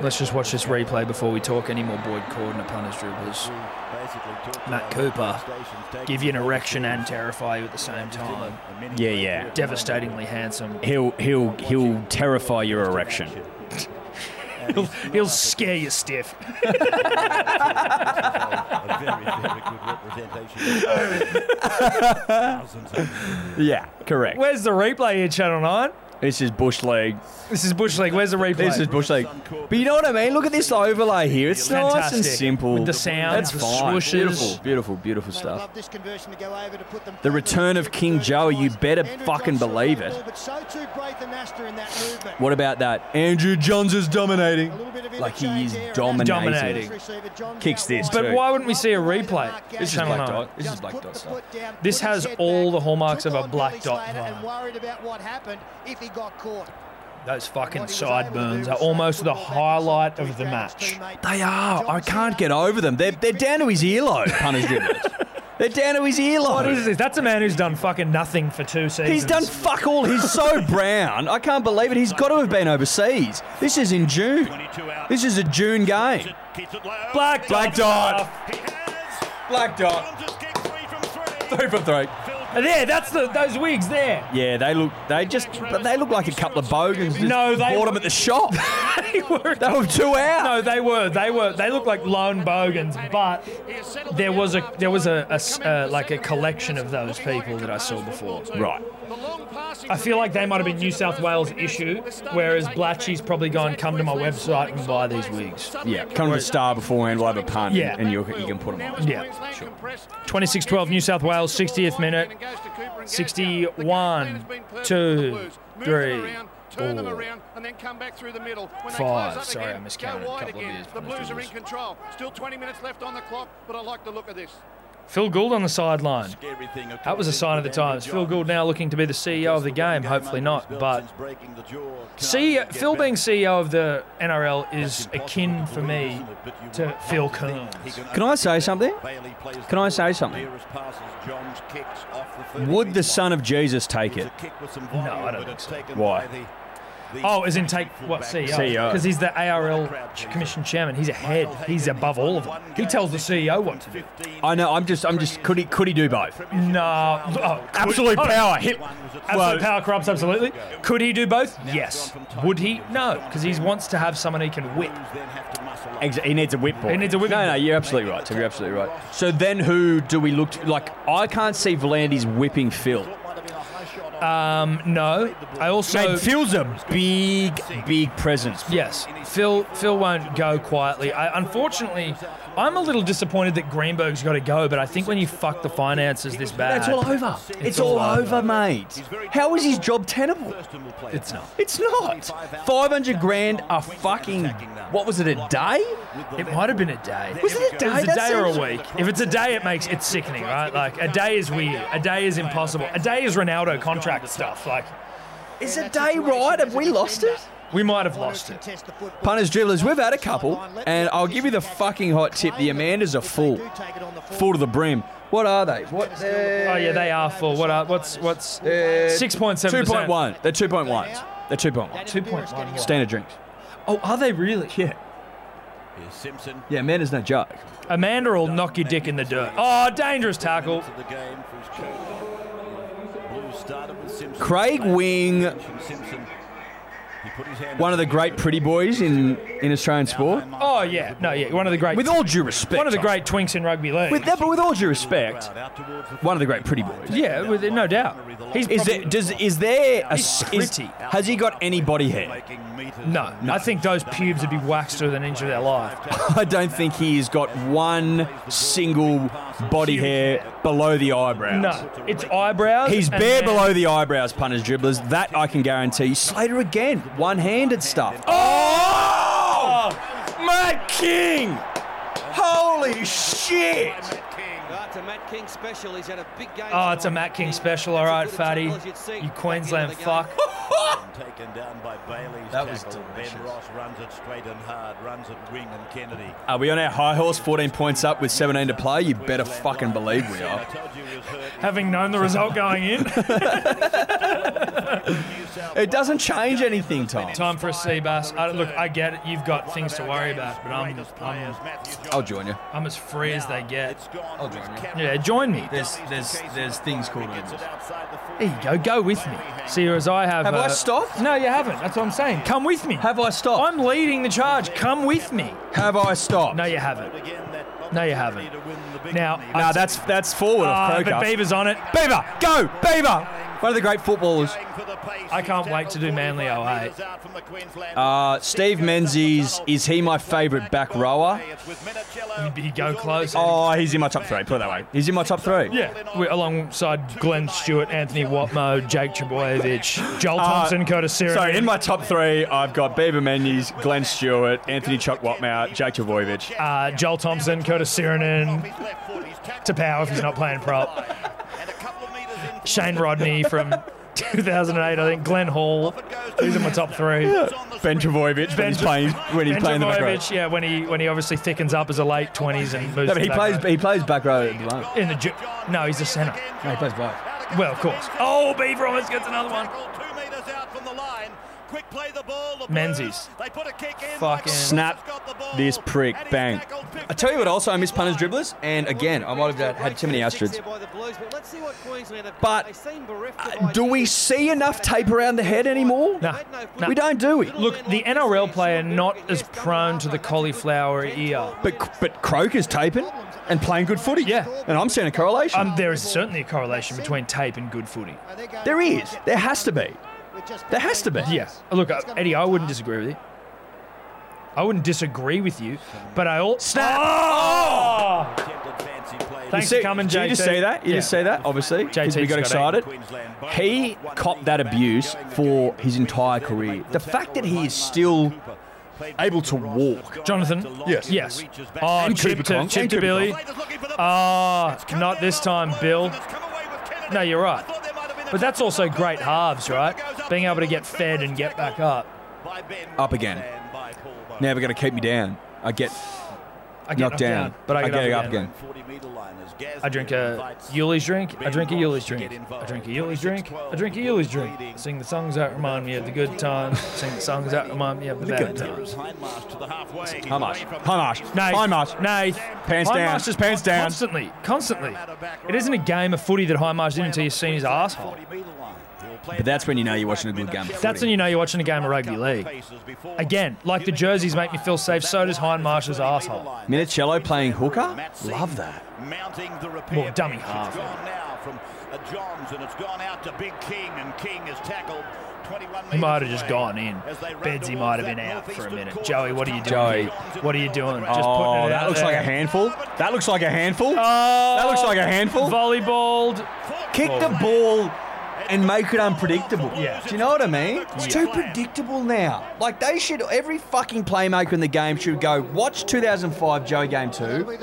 Let's just watch this replay before we talk any more Boyd Cordner punters dribblers.
Basically talked
Matt
about
Cooper,
stations taking
Give you an erection and terrify you at the same time.
a minute
Yeah, yeah.
Devastatingly handsome.
He'll, he'll, he'll terrify your erection.
He'll, he'll scare you stiff.
a very, very good representation. Thousands of
Yeah, correct.
Where's the replay here, Channel 9?
This is Bush League.
This is Bush League. Where's the replay?
This is Bush League. But you know what I mean? Look at this overlay here. It's nice and
Fantastic.
simple.
With the sounds,
That's
the
fine.
swooshes.
Beautiful, beautiful, beautiful
They would
stuff.
love this conversion to go over to put them
The return of King Joe, you better
Andrew
fucking
Johnson
believe
on
it.
the ball, But so too Braithen Astor in that movement.
What about that? Andrew Johns is dominating.
A little bit of
Like he
interchange
is
there, and
dominating.
Dominating.
First receiver, John
Kicks
Dow
this
wide.
too.
But why wouldn't we see a replay?
This is
Channel 9.
black dot. This is
Just
black
put
dot
the
stuff.
foot down,
This
put his
has
head
all
back,
the hallmarks
took
of a
on
black
Billy
dot
Slater And
vine.
worried about what happened if he got caught.
Those fucking
What he was
sideburns
able
are
to do was
almost
snap
the
football back inside
highlight
to
of
his
the
Dragons
match.
teammate.
They are. I
Johnson
can't get over them. They're, they're down to his earlobe, punters dribblers. They're down to his
What is
earlobe.
this? That's a man who's done fucking nothing for two seasons.
He's done fuck all. He's so brown. I can't believe it. He's got to have been overseas. This is in June.
22 out.
This is a June game.
Keeps it low.
Black
Black dot.
He has.
Black dot.
Just kick three from three.
Three for three.
There, that's the those wigs there.
Yeah, they look. They just. But they look like a couple of bogans. just
No, they-
bought them at the shop.
they were.
they were two out.
No, they were. They were. They look like lone bogans, but there was a there was a, a s- uh, like a collection of those people that I saw before.
Right.
I feel like they might have been New South Wales issue, whereas Blatchy's probably gone come to my website and buy these wigs.
Yeah. Come to the star beforehand. We'll have a punt.
Yeah.
And you you can put them on.
Yeah. 26-12 New South Wales, 60th minute. 61, 2, 3, 4,
and then come back through the middle. When they
Five.
close up
Sorry,
again,
I miscounted
go
a
wide
couple of
again.
years
The
when I was
Blues
doing
are in
this.
control. Still 20 minutes left on the clock, but I like the look of this.
Phil Gould on the sideline.
Scary thing, of
That was a
course,
sign of the
is with Andrew
times. Phil
Johns.
Gould now looking to be the CEO of the game. Hopefully not, but See, uh, Phil being CEO of the NRL is akin for me to Phil Kern.
Can I say something? Can I say something? Would the son of Jesus take it?
No,
I don't think so.
Why?
Oh, as in take what CEO?
CEO.
Because he's the ARL ch- Commission Chairman. He's a head. He's above all of them. He tells the CEO what to do.
I know. I'm just. I'm just. Could he? Could he do both?
No, oh,
Absolute
could-
power, hit-
Absolute
Well-
power corrupts. Absolutely. Could he do both? Yes. Would he? No, because he wants to have someone he can whip.
Exa- He needs a whip ball.
He needs a whip
No,
ball.
no, you're absolutely right. Tim, You're absolutely right. So then, who do we look to? Like, I can't see Volandis whipping Phil.
Um, no. I also
Mate, Phil's a big, big presence.
Yes, Phil. Phil won't go quietly. I, unfortunately, I'm a little disappointed that Greenberg's got to go. But I think when you fuck the finances this bad,
That's all over. It's, all, over, mate. How is his job tenable?
It's not.
It's not. 500 grand a fucking. What was it, a day?
It might have been a day.
Was it a day?
It was a
That
day or
seems-
a week. If it's a day, it makes it's sickening, right? Like a day is weird. A day is impossible. A day is Ronaldo contract stuff. Like
Is
in
a
that
day
situation
right?
as
Have
a
we lost
defender.
it?
we might have
Wanted
lost
to
it.
contest the football.
Punters, dribblers, we've had a couple, and I'll give you the fucking hot tip. The Amandas are full. Full to the brim. What are they? What?
Oh yeah, they are full. What are what's what's six point seven?
Uh, Two point one. They're two point ones. They're two point ones.
2.1.
Standard drinks.
Oh, are they really?
Yeah.
Simpson.
Yeah, man is no joke.
Amanda will knock your dick in the dirt. Oh, dangerous tackle.
Of the game for his coach. Blues started with Simpson.
Craig Wing
Simpson
one of the great pretty boys in, in Australian sport.
Oh yeah, no yeah, one of the great.
With all due respect,
one of the great twinks in rugby league.
With that, but with all due respect, one of the great pretty boys.
Yeah, with, no doubt.
He's is there, does is there a
He's
is,
pretty.
has he got any body hair?
No, I think those pubes would be waxed with an inch of their life.
I don't think he's got one single body hair below the eyebrows.
No, it's eyebrows.
He's
and
bare
then-
below the eyebrows, punters, dribblers. That I can guarantee. Slater again, one-handed stuff. Oh, Matt King! Holy shit!
That's a Matt King special. He's had a big game.
Oh, it's a Matt King special, all right,
That's as
fatty.
good a tackle as you'd see
You
back
Queensland
into the
fuck.
game.
Taken down by Bailey's
That was
tackle.
delicious.
Ben Ross runs it straight and hard, runs it wing and Kennedy.
Are we on our high horse? 14 points up with 17 to play. You better fucking believe we
I
are.
told you he was hurt.
Having known the result going in,
It doesn't change anything, Tom.
time for a sea bass. I, look, I get it. You've got things to worry about, but um, I'm, I'm,
I'll join you.
I'm as free as they get.
It's gone.
I'll join you.
Yeah, join me.
There's there's there's things called overs.
There you go. Go with me. See, as I have.
Have I
uh,
stopped?
No, you haven't. That's what I'm saying. Come with me.
Have I stopped?
I'm leading the charge. Come with me.
Have I stopped?
No, you haven't. No, you haven't. Now,
Nah, that's that's forward
Ah,
off
but
Croker.
Beaver's on it.
Beaver, go, Beaver! One of the great footballers.
I can't wait to do Manly 08.
Uh, Steve Menzies, is he my favourite back rower?
You go close.
Oh, he's in my top three. Put it that way. He's in my top three.
Yeah, we alongside Glenn Stewart, Anthony Watmo, Jake Trebojevic, Joel Thompson, Curtis Siri.
So Uh, in my top three, I've got Beaver Menzies, Glenn Stewart, Anthony Chuck Watmouth, Jake Travojevic.
uh, Joel Thompson, Curtis Sirinen, to power if he's not playing prop. Shane Rodney from 2008, I think. Glenn Hall. These are my top three.
Ben Travojevic when he's playing when he's
Ben
playing the back row.
Jovovich, yeah, when he when he obviously thickens up as a late 20s and moves. to
No, but he
back
plays
row.
he plays back row at the moment.
in the ju- no, he's a centre.
No, he plays both.
Well, of course. Oh, Beaver almost gets another one.
Two metres out from the line. Quick play the ball. The
Menzies.
Blues, They put a kick in.
Fucking-
Snap this prick, bang. I tell you what, also I miss punters dribblers, and again I might have had too many astrids.
By the Blues, but let's see what Queensland have
But,
got. They seem bereft of
Uh, do we
ideas.
see enough tape around the head anymore?
Nah, nah.
We don't, do we?
Look, the NRL player not as prone to the cauliflower ear.
But but Croker's taping and playing good footy.
Yeah.
and I'm seeing a correlation.
Um, there is certainly a correlation between tape and good footy.
there is. There has to be. There has to be.
Yeah. Look, uh, Eddie, I wouldn't disagree with you. I wouldn't disagree with you, but I also
Snap.
Oh!
You
Thanks
see,
for coming,
did
JT.
you just see that? You
Yeah.
just see that? Obviously, 'cause we got
JT's got
excited. He copped that abuse for his entire career. The fact that he is still able to walk.
Jonathan.
Yes.
Yes. Oh,
And
chip
Cooper
to,
Cronk.
chip
And
to
Cooper
Billy. Ah, not this time, Bill. No, you're right. But that's also great halves, right? Being able to get fed and get back up.
Up again. Never going to keep me down. I get
I get
knocked down,
but I get,
up again.
I drink a Yuli's drink. I drink a Yuli's drink. I drink a Yuli's drink. I drink a Yuli's drink. Sing the songs that remind me of the good times. Sing the songs that remind me of the bad times.
Hi, Marsh. Hi, Marsh.
Nath,
Hi, Marsh.
Nath.
Pants
High
down.
Marsh is
Pants down.
Constantly. Constantly. It isn't a game of footy that High Marsh did until you've seen his asshole.
But that's when you know you're watching a good game. of
That's when
footy.
you know you're watching a game of rugby league. Again, like the jerseys make me feel safe, so does Hindmarsh's asshole.
Minicello playing hooker. Love that.
Mounting the repair.
Well, dummy
pace.
half.
It's gone now from uh, Johns and it's gone out to Big King and King is tackled. 21
He might have
metres
just
away.
gone in.
As they run
Bedsy
towards
might have
that
been out for a
northeastern
minute.
corner,
Joey, what are you
it's
doing?
Joey.
What are you doing? Just putting
oh,
it
that
out
looks like
there.
a handful. That looks like a handful.
Oh,
That looks like a handful.
Volleyballed.
Kick the ball and make it unpredictable.
Yeah.
Do you know what I mean? It's too predictable now. Like they should. Every fucking playmaker in the game should go watch 2005 Joe Game Two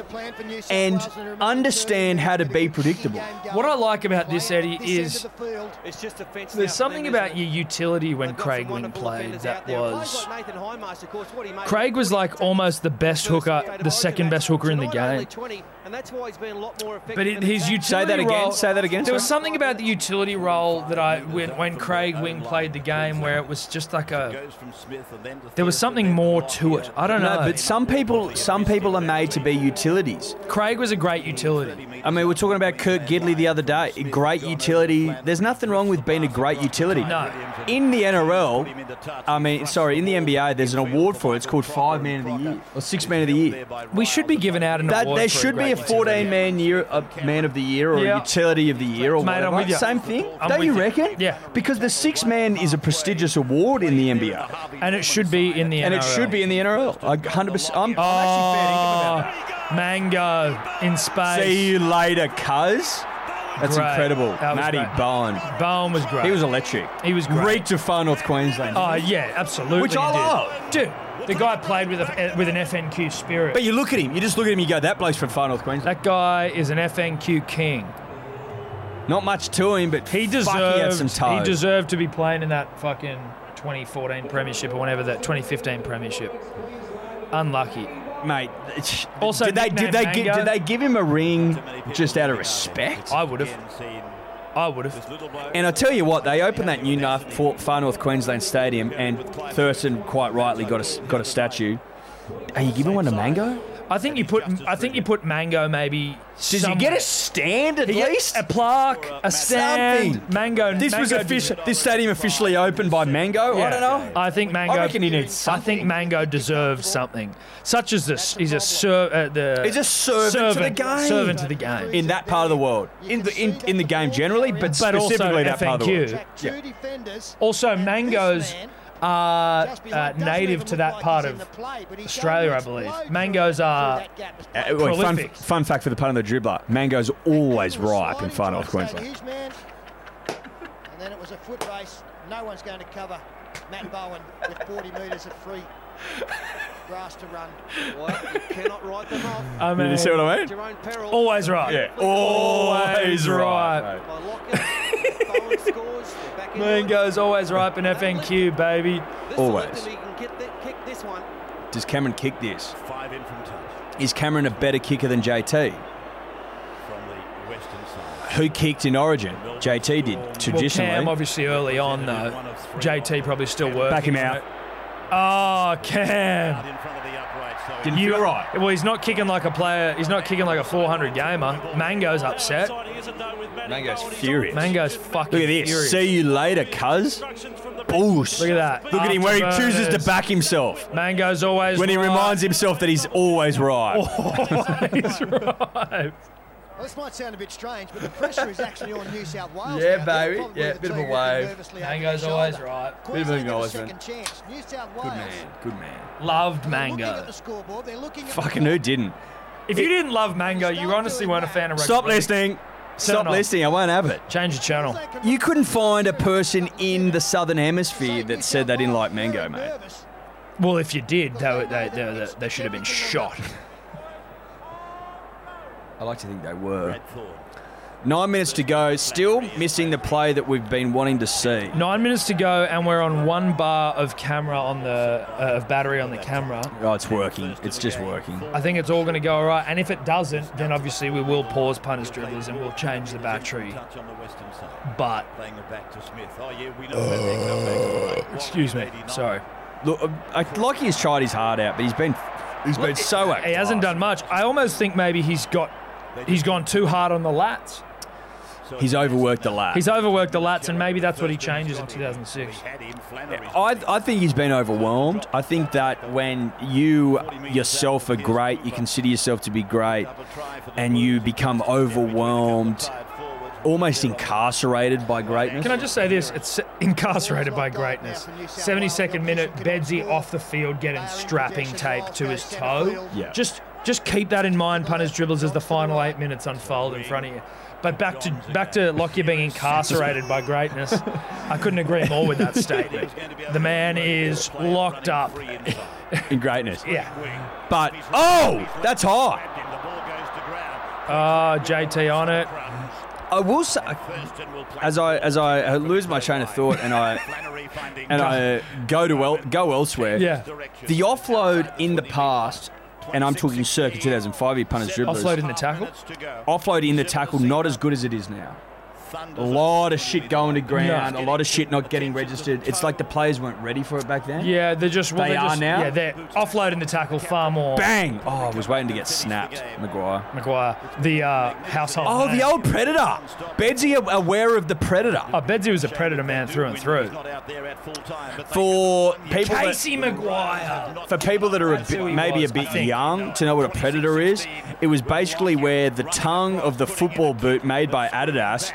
and understand how to be predictable.
What I like about this, Eddie, is
It's just a fence now
there's
for
something
them,
about
isn't it?
your utility when
They've got
Craig
some
Wynn
wonderful
played
defenders
that
out there. I've
was.
got Nathan Highmarsh, of course, what he made.
Craig was like almost the best hooker, the second best hooker in the game.
and that's why he's been a lot more effective.
But it, his utility
Say that again.
role-
Say that again.
There was
sorry.
something about the utility role that I when, when Craig Wing played the game where it was just like a.
Goes from Smith and then to
There was something more to it. I don't know.
No, but some people, some people are made to be utilities.
Craig was a great utility.
I mean, we we're talking about Kirk Gidley the other day. A Great utility. There's nothing wrong with being a great utility.
No.
In the NRL, I mean, sorry, in the NBA, there's an award for it. It's called Five Man of the Year or Six Man of the Year.
We should be giving out an
That
award.
there
for
should be
great
a
utility.
14 man year a man of the year or
Yeah.
a utility of the year or
Mate, I'm
whatever.
with ya.
Same thing,
I'm
don't
with
you
ya.
reckon?
Yeah.
Because the six man is a prestigious award in the NBA,
and it should be in the
and it
NRL.
should be in the NRL. Like 100. percent I'm, I'm actually fair dinkum about it.
Oh, mango in space.
See you later, cuz. That's
Oh, Great.
incredible.
That was
Matty
great.
Bowen.
Bowen was great.
He was electric.
He was great.
Reeked of far North Queensland.
Oh yeah, absolutely.
Which I
he did.
love.
dude. The guy played with a, with an FNQ spirit.
But you look at him, you just look at him, you go, that bloke's from far North Queensland.
that guy is an FNQ king.
Not much to him, but
He
fuck, he had
deserved.
some
He,
time.
deserved to be playing in that fucking 2014 Premiership or whenever that 2015 Premiership. Unlucky.
Mate, it's-
Also,
did they did
nicknamed
they gi-
Mango.
did they give him a ring just out of respect?
I would have. I would have.
And I tell you what, they opened that new North, for- Far North Queensland Stadium, and Thurston quite rightly got a s- got a statue. Are you giving one to Mango?
I think you put. I think you put Mango maybe.
Does he
somewhere.
get a stand at
He get
least?
a plaque, a stand,
Something.
Mango.
This was
Mango
official.
did-
This stadium officially opened by Mango. I don't know.
I think Mango.
I reckon he needs
I think
something.
Mango deserves something, such as this. He's a ser- uh, the.
He's a servant to the game.
Servant to the game.
in that part of the world, in the in, in the game generally, but,
But also
specifically that part of the world.
FNQ.
Jack, two
Yeah.
defenders.
Also,
and this
mangoes
man
are
just
uh,
behind- doesn't
native
even
to
look
that
like
part
he's
of
in the play, but he's
Australia, I
done an explosion
believe.
through
Mangoes
that
are.
gap. It's
Uh, wait, fun,
Prolific.
fun fact for the pun of the dribbler: mango's always ripe in far north Queensland.
Hughes man. And then it was a foot race. No one's going to cover Matt Bowen with 40 metres of free grass to run.
Well, you cannot write them off.
I mean,
You see what I mean?
At your own peril.
always right.
Yeah, always right.
right.
By locking, Bowen scores. they're back into it.
Mango's always ripe in FNQ, baby.
This
always.
Olympian, He can get that, kick this one.
mate. Does Cameron kick this?
Five in from touch
Is Cameron a better kicker than JT?
from the western side.
Who kicked in Origin? JT did
Well, Cam
traditionally.
obviously early on though. JT probably still working.
Back him out.
Oh, Cam.
In front of the upright, so
Didn't
You-
feel right.
Well, he's not kicking like a player. He's not kicking like a 400 gamer. Mango's upset.
Mango's furious.
Mango's fucking
Look at this.
furious.
See you later, cuz. Boosh.
Look at that.
Look at him where he chooses to
Afterburners.
back himself.
Mango's always
When he
right.
reminds himself that he's always right.
Oh. Always right.
Well, this might sound a bit strange, but the pressure is actually on New South Wales.
Yeah,
now. They're
baby.
probably
Yeah,
the
bit of
team
a
looking
wave.
nervously over
Mango's
their
always
shoulder.
right.
Queensland get a
always, man.
second chance. New South Wales.
Good man. Good man.
Loved
They're looking at
Mango.
the scoreboard. They're looking at the
Fucking
clock.
who didn't?
If you didn't love Mango, you honestly weren't a fan of rugby.
Stop
league.
listening. Stop
off.
listening. I won't have it.
Change the channel.
You couldn't find a person in the southern hemisphere that said they didn't like mango, mate.
Well, if you did, they, were- they, they, they, they should have been shot.
I like to think they were.
Brad Thorne.
Nine minutes to go. Still missing the play that we've been wanting to see.
Nine minutes to go, and we're on one bar of camera on the uh, of battery on the camera.
Oh, it's working. It's just working.
I think it's all going to go all right. And if it doesn't, then obviously we will pause punters dribblers and we'll change the battery.
Touch on the western side.
But
Playing it back to Smith. Oh yeah, we know about that comeback. Right.
excuse me,
189.
sorry.
Look, I, Lockie has tried his heart out, but he's been he's been so active.
He hasn't done much. I almost think maybe he's got he's gone too hard on the lats.
He's overworked the lap.
He's overworked the lats, and maybe that's what he changes in 2006.
We had him, Flannery.
I, I think he's been overwhelmed. I think that when you yourself are great, you consider yourself to be great, and you become overwhelmed, almost incarcerated by greatness.
Can I just say this? It's incarcerated by greatness. 72nd minute, Bedsy off the field getting strapping tape to his toe.
Yeah.
Just just keep that in mind, punters dribbles, as the final eight minutes unfold in front of you. But back to back to Lockyer being incarcerated by greatness. I couldn't agree more with that statement. The man is locked up.
in greatness?
Yeah.
But oh, that's high.
The ball goes to ground.
Ah, JT on it.
I will say,
Thurston will play
as I as I lose my train of thought and I
Flannery finding
and I go to el- go elsewhere.
Yeah.
direction.
The offload in the past and I'm talking circa 2005 here, punters dribblers.
Offload in the tackle?
Offload in the tackle, not as good as it is now. A lot of shit going to ground, a lot of shit not getting registered. It's like the players weren't ready for it back then.
Yeah, they're just. Well,
They
they're
are
just-
now?
Yeah, they're offloading the tackle far more.
Bang! Oh, I was waiting to get snapped, Maguire.
Maguire, the uh, household.
Oh,
name.
the old Predator! Bedsy a- aware of the Predator.
Oh, Bedsy was a predator man through and through.
For people that-
Casey Maguire.
for people that are a bit,
who he
maybe
was,
a
I
bit
think.
young to know what a predator is, it was basically where the tongue of the football boot made by Adidas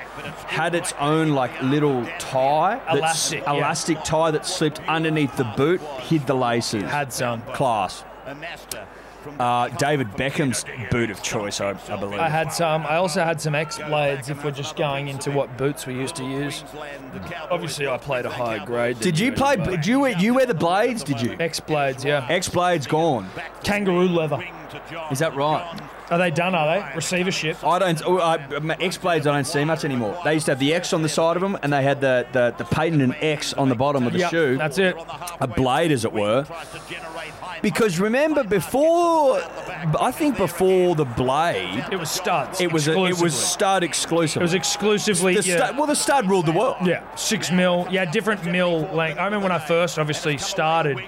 had its own like little tie, that's-
Elastic, yeah.
elastic tie that slipped underneath the boot, hid the laces.
Had some.
class. Uh, David Beckham's boot of choice, I, I believe.
I had some. I also had some X blades. If we're just going into what boots we used to use. Obviously, I played a higher grade. than
Did you play? Did you wear- you wear the blades? Did you?
X blades? Yeah.
X Blade's gone.
Kangaroo leather.
Is that right?
Are they done? Are they receivership?
I don't. oh, I, my X blades I don't see much anymore. They used to have the X on the side of them, and they had the the, the patent and X on the bottom of the
Yeah,
shoe.
that's it.
A blade, as it were. Because remember, before I think before the blade,
It was studs.
it was a, it was
exclusively.
stud
It
exclusive.
was exclusively.
the
yeah.
stud, well, the stud ruled the world.
Yeah, six mil. Yeah, different mil length. I remember when I first obviously started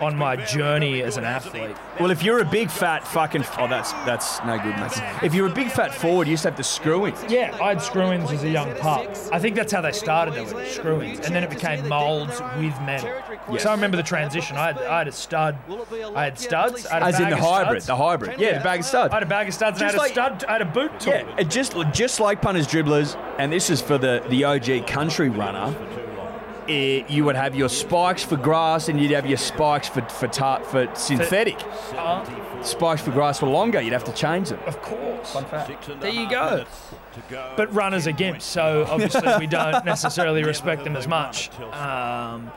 on my journey as an athlete.
Well, if you're a big fat fucking oh, that's that's no good. Mate. If you're a big fat forward, you used to have the screw in.
Yeah, I had screw-ins as a young pup. I think that's how they started doing it, screw-ins, and then it became molds with metal. So I remember the transition. I had, I had a stud. I had studs. I had a
As in
bag
the
of
hybrid,
studs.
the hybrid. Yeah, the bag of studs.
I had a bag of studs. And I had
Just
a
like-
stud. I had a boot. Tool.
Yeah, it just just like punters, dribblers, and this is for the the OG country runner. eh, you would have your spikes for grass, and you'd have your spikes for for tar, for synthetic. Spikes for grass were longer. You'd have to change them.
Of course. There you go. But runners are gimps, so obviously we don't necessarily respect them as much. Um,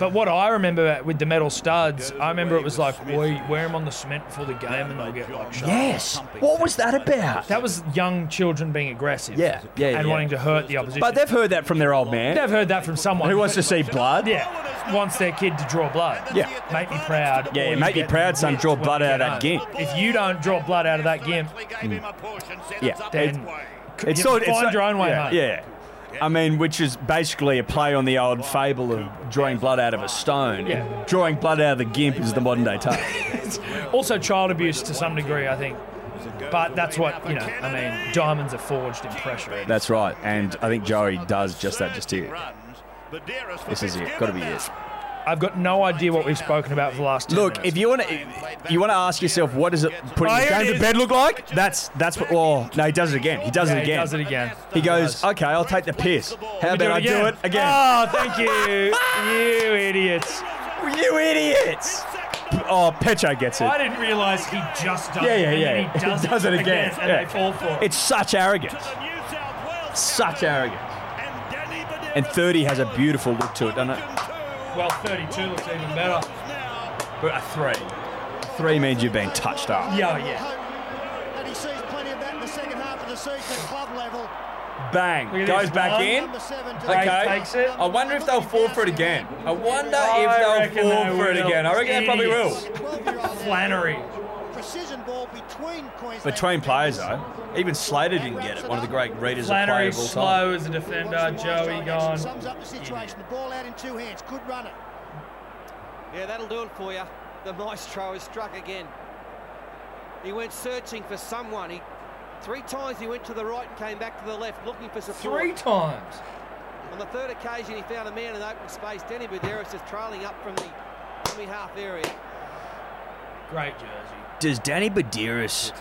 but what I remember with the metal studs, I remember it was like, we wear them on the cement before the game and they'll get like shot.
Yes. What was that about?
That was young children being aggressive.
Yeah, yeah,
And
yeah.
wanting to hurt the opposition.
But they've heard that from their old man.
They've heard that from someone.
Who wants to see blood?
Yeah. Wants their kid to draw blood.
Yeah.
Make me proud.
Yeah,
or you
make me
get
proud, son,
whipped
draw
when
blood
you
out of
get
that
home.
gimp.
If you don't draw blood out of that gimp,
Yeah.
then
It's
you
sort-
find
sort-
your own way
yeah,
home.
Yeah. I mean, which is basically a play on the old fable of drawing blood out of a stone.
Yeah.
Drawing blood out of the gimp is the modern day tale.
Also, child abuse to some degree, I think. But that's what, you know, I mean, diamonds are forged in pressure. Eddie.
That's right. And I think Joey Oh, does just that just here. This is it. Got to be it.
I've got no idea what we've spoken about for the last 10
Look,
minutes.
if you want to, you want to ask yourself, what does it putting
Oh,
the
here it
game
is.
to bed look like? That's that's what. Oh no, he does it again. He does
Yeah,
it
he
again.
does it again.
He goes, okay, I'll take the piss. How
You
about I do it again?
Oh, thank you. you idiots.
You idiots! Oh, Pecho gets it.
I didn't realise he just does
Yeah,
it.
yeah,
and then
yeah.
He does, it again. And
yeah.
they fall for it.
It's such arrogance. Such arrogance. And 30 has a beautiful look to it, doesn't it?
well, 32 looks even better.
But a three. Three means you've been touched up.
Yeah, yeah.
And he sees plenty of that in the second half of the season at club level.
Bang.
Look at
Goes
this
back
one.
in.
Number seven to
Okay.
Takes it.
I wonder if they'll fall for it again. I wonder
I
if
reckon
they'll fall
they
for it
will.
again. I reckon they probably will.
Idiots.
12-year-old
Flannery.
Precision ball between Queensland.
Between players, though, even Slater didn't get it. One of the great readers
Flannery
of play of all time.
slow as a
uh,
defender. Joey gone.
Sums up the situation. The ball out in two hands. Good runner.
Yeah, that'll do it for you. The maestro has struck again. He went searching for someone. He three times he went to the right and came back to the left looking for support.
Three times.
On the third occasion, he found a man in open space. Danny Buderis is trailing up from the dummy half area.
Great jersey.
Does Danny Badiris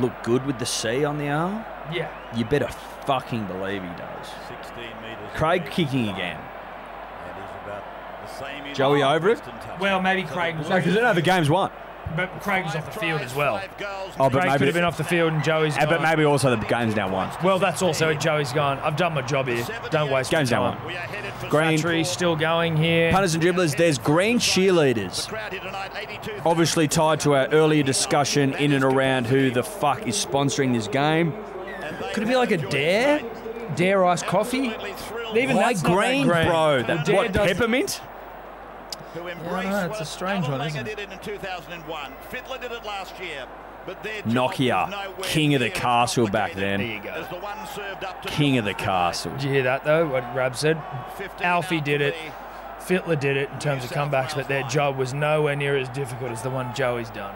look good with the C on the arm?
Yeah.
You better fucking believe he does.
16 metres.
Craig kicking again. Joey over it?
Well, maybe Craig was.
No, because know the game's won.
But Craig was off the field as well.
Oh,
Craig could have been off the field and Joey's
Yeah,
gone.
but maybe also the game's now won.
Well, that's also it. Joey's gone. I've done my job here. Don't waste
Game's
my
now
time.
won.
Green
Green
tree still going here.
punters and dribblers. There's green cheerleaders, obviously tied to our earlier discussion in and around who the fuck is sponsoring this game.
Could it be like a dare? Dare iced coffee? Even
Why
that's not that
green,
green.
bro?
Well,
That,
Dare
what
does-
peppermint?
who embraced
I know, it's a
what
strange one,
Allan
isn't
Langer did it in 2001. Fiddler did it last year. But their job was
Nokia,
nowhere
king of the
near as
castle back
complicated
then.
as the one served up to
King of the castle.
Did you hear that though? What Rab said? Alfie did it. Fitler did it in terms of comebacks, but their job was nowhere near as difficult as the one Joey's done.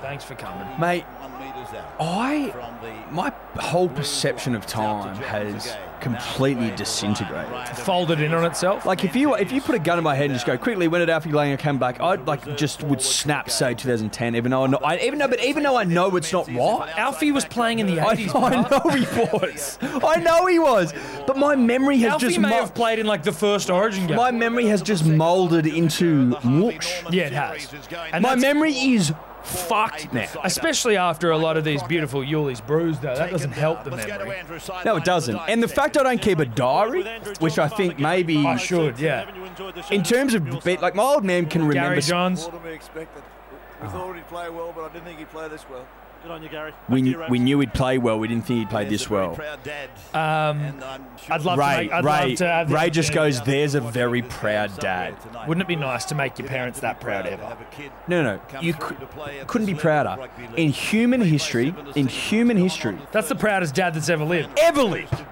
Thanks for coming.
Mate,
one metres out.
Oh,
I my whole perception of time has completely disintegrated.
Folded in on itself.
Like if you if you put a gun in my head and just go quickly, when did Alfie Langer come back? I would like just would snap say 2010, even though I know, I, even though but even though I know it's not right.
Alfie was playing in the
I,
80s.
I know he was. I know he was. But my memory has
Alfie
just
may
mo-
have played in like the first Origin game.
my memory has just molded into whoosh.
yeah, it has. And
my
that's-
memory is fucked now.
Especially after a lot of these beautiful Yuli's brews, though. That doesn't help the memory.
No, it doesn't. And the fact I don't keep a diary, which I think maybe
I should, yeah.
In terms of bit, like my old man can remember.
Gary Johns.
More than we expected. We thought he'd play well, but I didn't think he'd play this well.
Good on you, Gary.
We, kn- we knew he'd play well. We didn't think he'd play this well.
Um, I'd love to.
Ray,
Make, I'd
Ray,
love to have the
Ray just
opportunity.
goes. There's a very proud dad.
Wouldn't it be nice to make your parents that proud ever?
No, no, no. you cou- couldn't be prouder. In human history, in human history,
That's the proudest dad that's ever lived.
ever lived.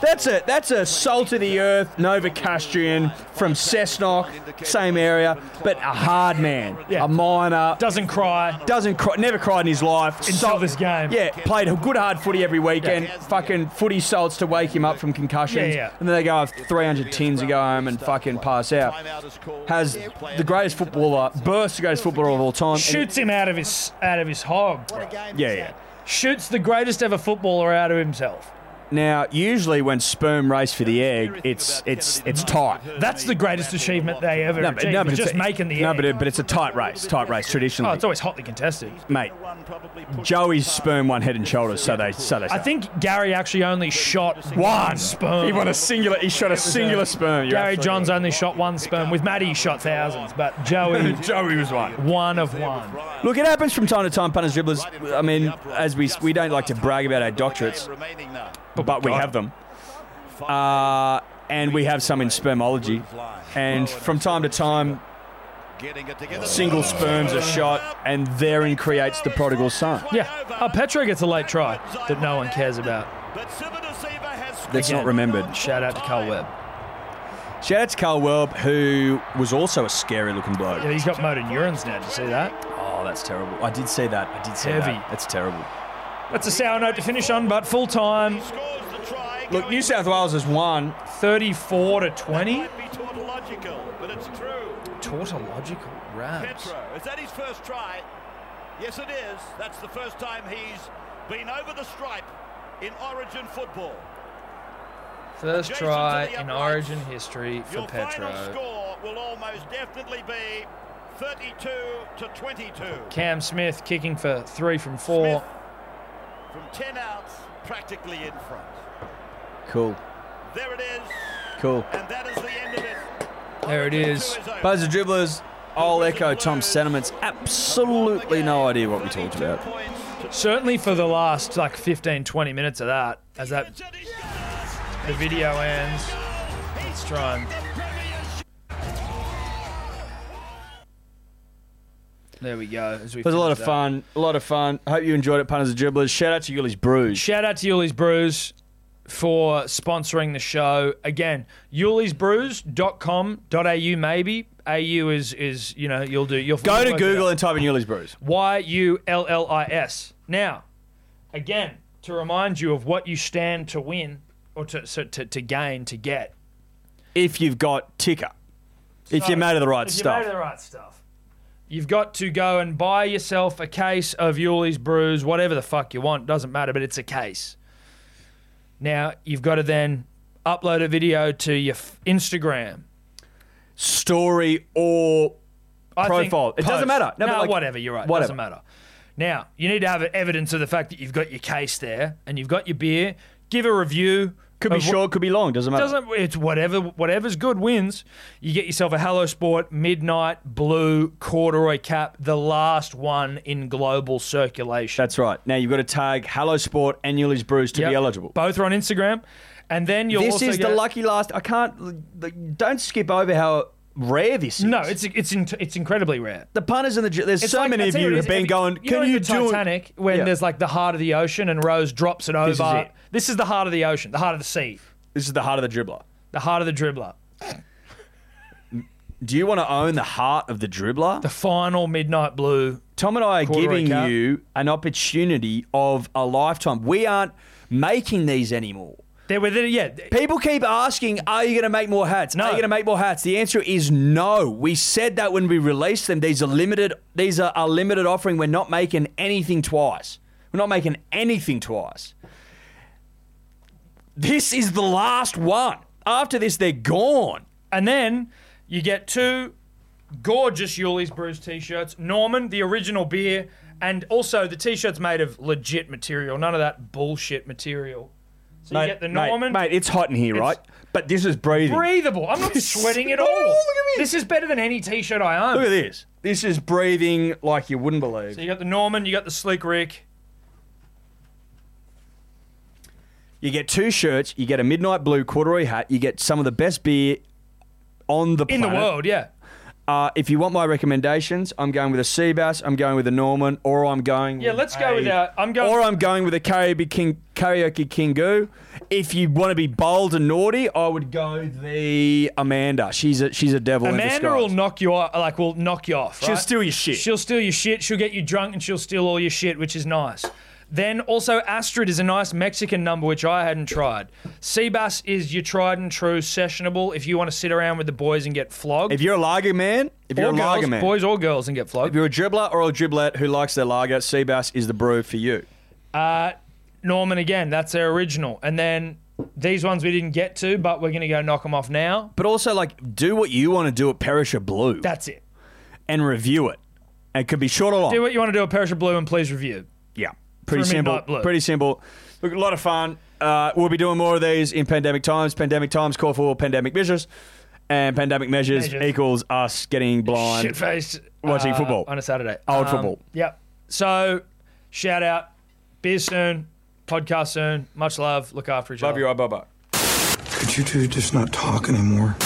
That's a that's a salt of the earth Novocastrian from Cessnock, same area, but a hard man,
Yeah.
a miner.
Doesn't cry.
Doesn't cry, never cried in his life.
Until this game.
Yeah, played a good hard footy every weekend. Fucking footy salts to wake him up from concussions.
Yeah, yeah.
And then they go off 300 tins and go home and fucking pass out. Has the greatest footballer, burst the greatest footballer of all time. and-
Shoots him out of his out of his hog. bro.
Yeah, yeah.
Shoots the greatest ever footballer out of himself.
Now, usually when sperm race for the egg, it's it's it's tight.
That's the greatest achievement they ever
No, but,
achieved.
no, but
was
it's
just
a-
making the
no,
egg.
but, it, but it's a tight race, tight race traditionally.
oh, it's always hotly contested.
Mate, Joey's sperm won head and shoulders, so they so they.
I think Gary actually only shot
One.
one sperm.
He won a singular. He shot a singular sperm. You're
Gary
absolutely
Johns only shot one sperm. With Maddie, he shot thousands, but Joey,
Joey was one.
one of one.
Look, it happens from time to time, punters, dribblers. I mean, as we we don't like to brag about our doctorates, but we have them, uh, and we have some in spermology, and from time to time, single sperms are shot, and therein creates the prodigal son.
Yeah. Oh, Petro gets a late try that no one cares about.
That's
Again,
not remembered.
Shout out to Carl Webb.
Shout out to Carl Welb, who was also a scary looking bloke.
Yeah, he's got motor neurons now. Did you see that?
Oh, that's terrible. I did see that. I did see
Heavy.
that. That's terrible.
That's a sour note to finish on, but full time,
Look, New South Wales has won.
34 to 20.
Tautological, but it's true.
Tautological raps.
Petro, is that his first try? Yes, it is. That's the first time he's been over the stripe in Origin football.
First
Jason
try
to the
in
uprights.
Origin history for
Your final
Petro.
score will almost definitely be 32 to 22.
Cam Smith kicking for three from four.
From 10 outs, practically in front.
Cool.
There it is,
Cool.
and that is the end of it.
There it is.
Buzzer dribblers. I'll echo Tom's sentiments. Absolutely no idea what we talked about.
Certainly for the last like 15, 20 minutes of that, as that the video ends. Let's try and. There we go. As we
It was a lot of
finish that.
fun. A lot of fun. Hope you enjoyed it, punters and dribblers. Shout out to Yuli's Brews.
Shout out to Yuli's Brews for sponsoring the show. Again, yulisbrews.com.au maybe. AU is is, you know, you'll do you'll
Go to
you'll-
Google and type in Yuli's Brews.
Y U L L I S. Now, again, to remind you of what you stand to win or to so to, to gain to get.
If you've got ticker. If you're made of the right
if
stuff.
You're made of the right stuff. You've got to go and buy yourself a case of Yuli's Brews, whatever the fuck you want, doesn't matter, but it's a case. Now you've got to then upload a video to your f- Instagram.
Story or
I think
Profile. It doesn't matter. No,
No,
but like-
whatever. You're right.
whatever.
Doesn't matter. Now you need to have evidence of the fact that you've got your case there and you've got your beer. Give a review.
could be
of wh-
short, could be long, doesn't matter.
Doesn't it's whatever whatever's good wins. You get yourself a Hello Sport midnight blue corduroy cap, the last one in global circulation.
That's right. Now you've got to tag Hello Sport and Yuli's Brews to
Yep.
be eligible.
Both are on Instagram, and then you'll
this
also
is the
get-
lucky last. I can't. Don't skip over how rare this is.
No, it's it's in, it's incredibly rare.
The punters and the ju- there's
It's
so
like-
many
I
of
tell
you
what
have
it is,
been
every-
going.
you know
can
in
you
the
do it?"
Titanic when
Yeah.
there's like the heart of the ocean and Rose drops it over?
is it.
This is the heart of the ocean, the heart of the sea,
This is the heart of the dribbler.
the heart of the dribbler.
Do you want to own the heart of the dribbler?
The final midnight blue.
Tom and I are
Corduroy
giving
cap.
you an opportunity of a lifetime. We aren't making these anymore.
They're within yeah.
People keep asking, are you going to make more hats? Are you going to make more hats? The answer is no. We said that when we released them. These are limited. These are a limited offering. We're not making anything twice. We're not making anything twice. This is the last one. After this, they're gone.
And then you get two gorgeous Yuli's Brews t-shirts, Norman, the original beer, and also the t-shirt's made of legit material, none of that bullshit material. So you get the Norman.
Mate, it's hot in here, right? But this is breathing.
breathable. I'm not sweating
Oh,
at all. This is better than any t-shirt I own.
Look at this. This is breathing like you wouldn't believe.
So you got the Norman, you got the Slick Rick.
You get two shirts, you get a midnight blue corduroy hat, you get some of the best beer on the
In the
planet.
world, yeah.
Uh, if you want my recommendations, I'm going with a Seabass, I'm going with a Norman, or I'm going
Yeah,
with
let's go
a-
with our- I'm going-
Or I'm going with a karaoke king karaoke kingu. If you want to be bold and naughty, I would go the Amanda. She's a she's a devil in
Amanda
disguise.
will knock you off, like will knock you off.
She'll
right?
steal your shit.
She'll steal your shit. She'll get you drunk and she'll steal all your shit, which is nice. Then also Astrid is a nice Mexican number which I hadn't tried. Seabass is your tried and true sessionable. If you want to sit around with the boys and get flogged,
if you're a lager man, if
or
you're a
girls,
lager man,
boys or girls, and get
if
flogged.
you're a dribbler or a driblet who likes their lager, Seabass is the brew for you.
Uh, Norman again, that's their original, and then these ones we didn't get to, but we're gonna go knock them off now.
But also, like, do what you want to do at Perisher Blue.
That's it.
and review it. It could be short or long.
Do what you want to do at Perisher Blue and please review.
Yeah, pretty
For
simple.
Midnight Blue.
Pretty simple. Look, a lot of fun. Uh, we'll be doing more of these in pandemic times. Pandemic times call for pandemic measures, and pandemic measures,
Measures.
equals us getting blind,
Shit faced
watching football
Uh, on a Saturday.
Old
Um,
football.
Yep. So shout out, beer soon, podcast soon. Much love. Look after each other.
Love you, bye bye.
Could you two just not talk anymore?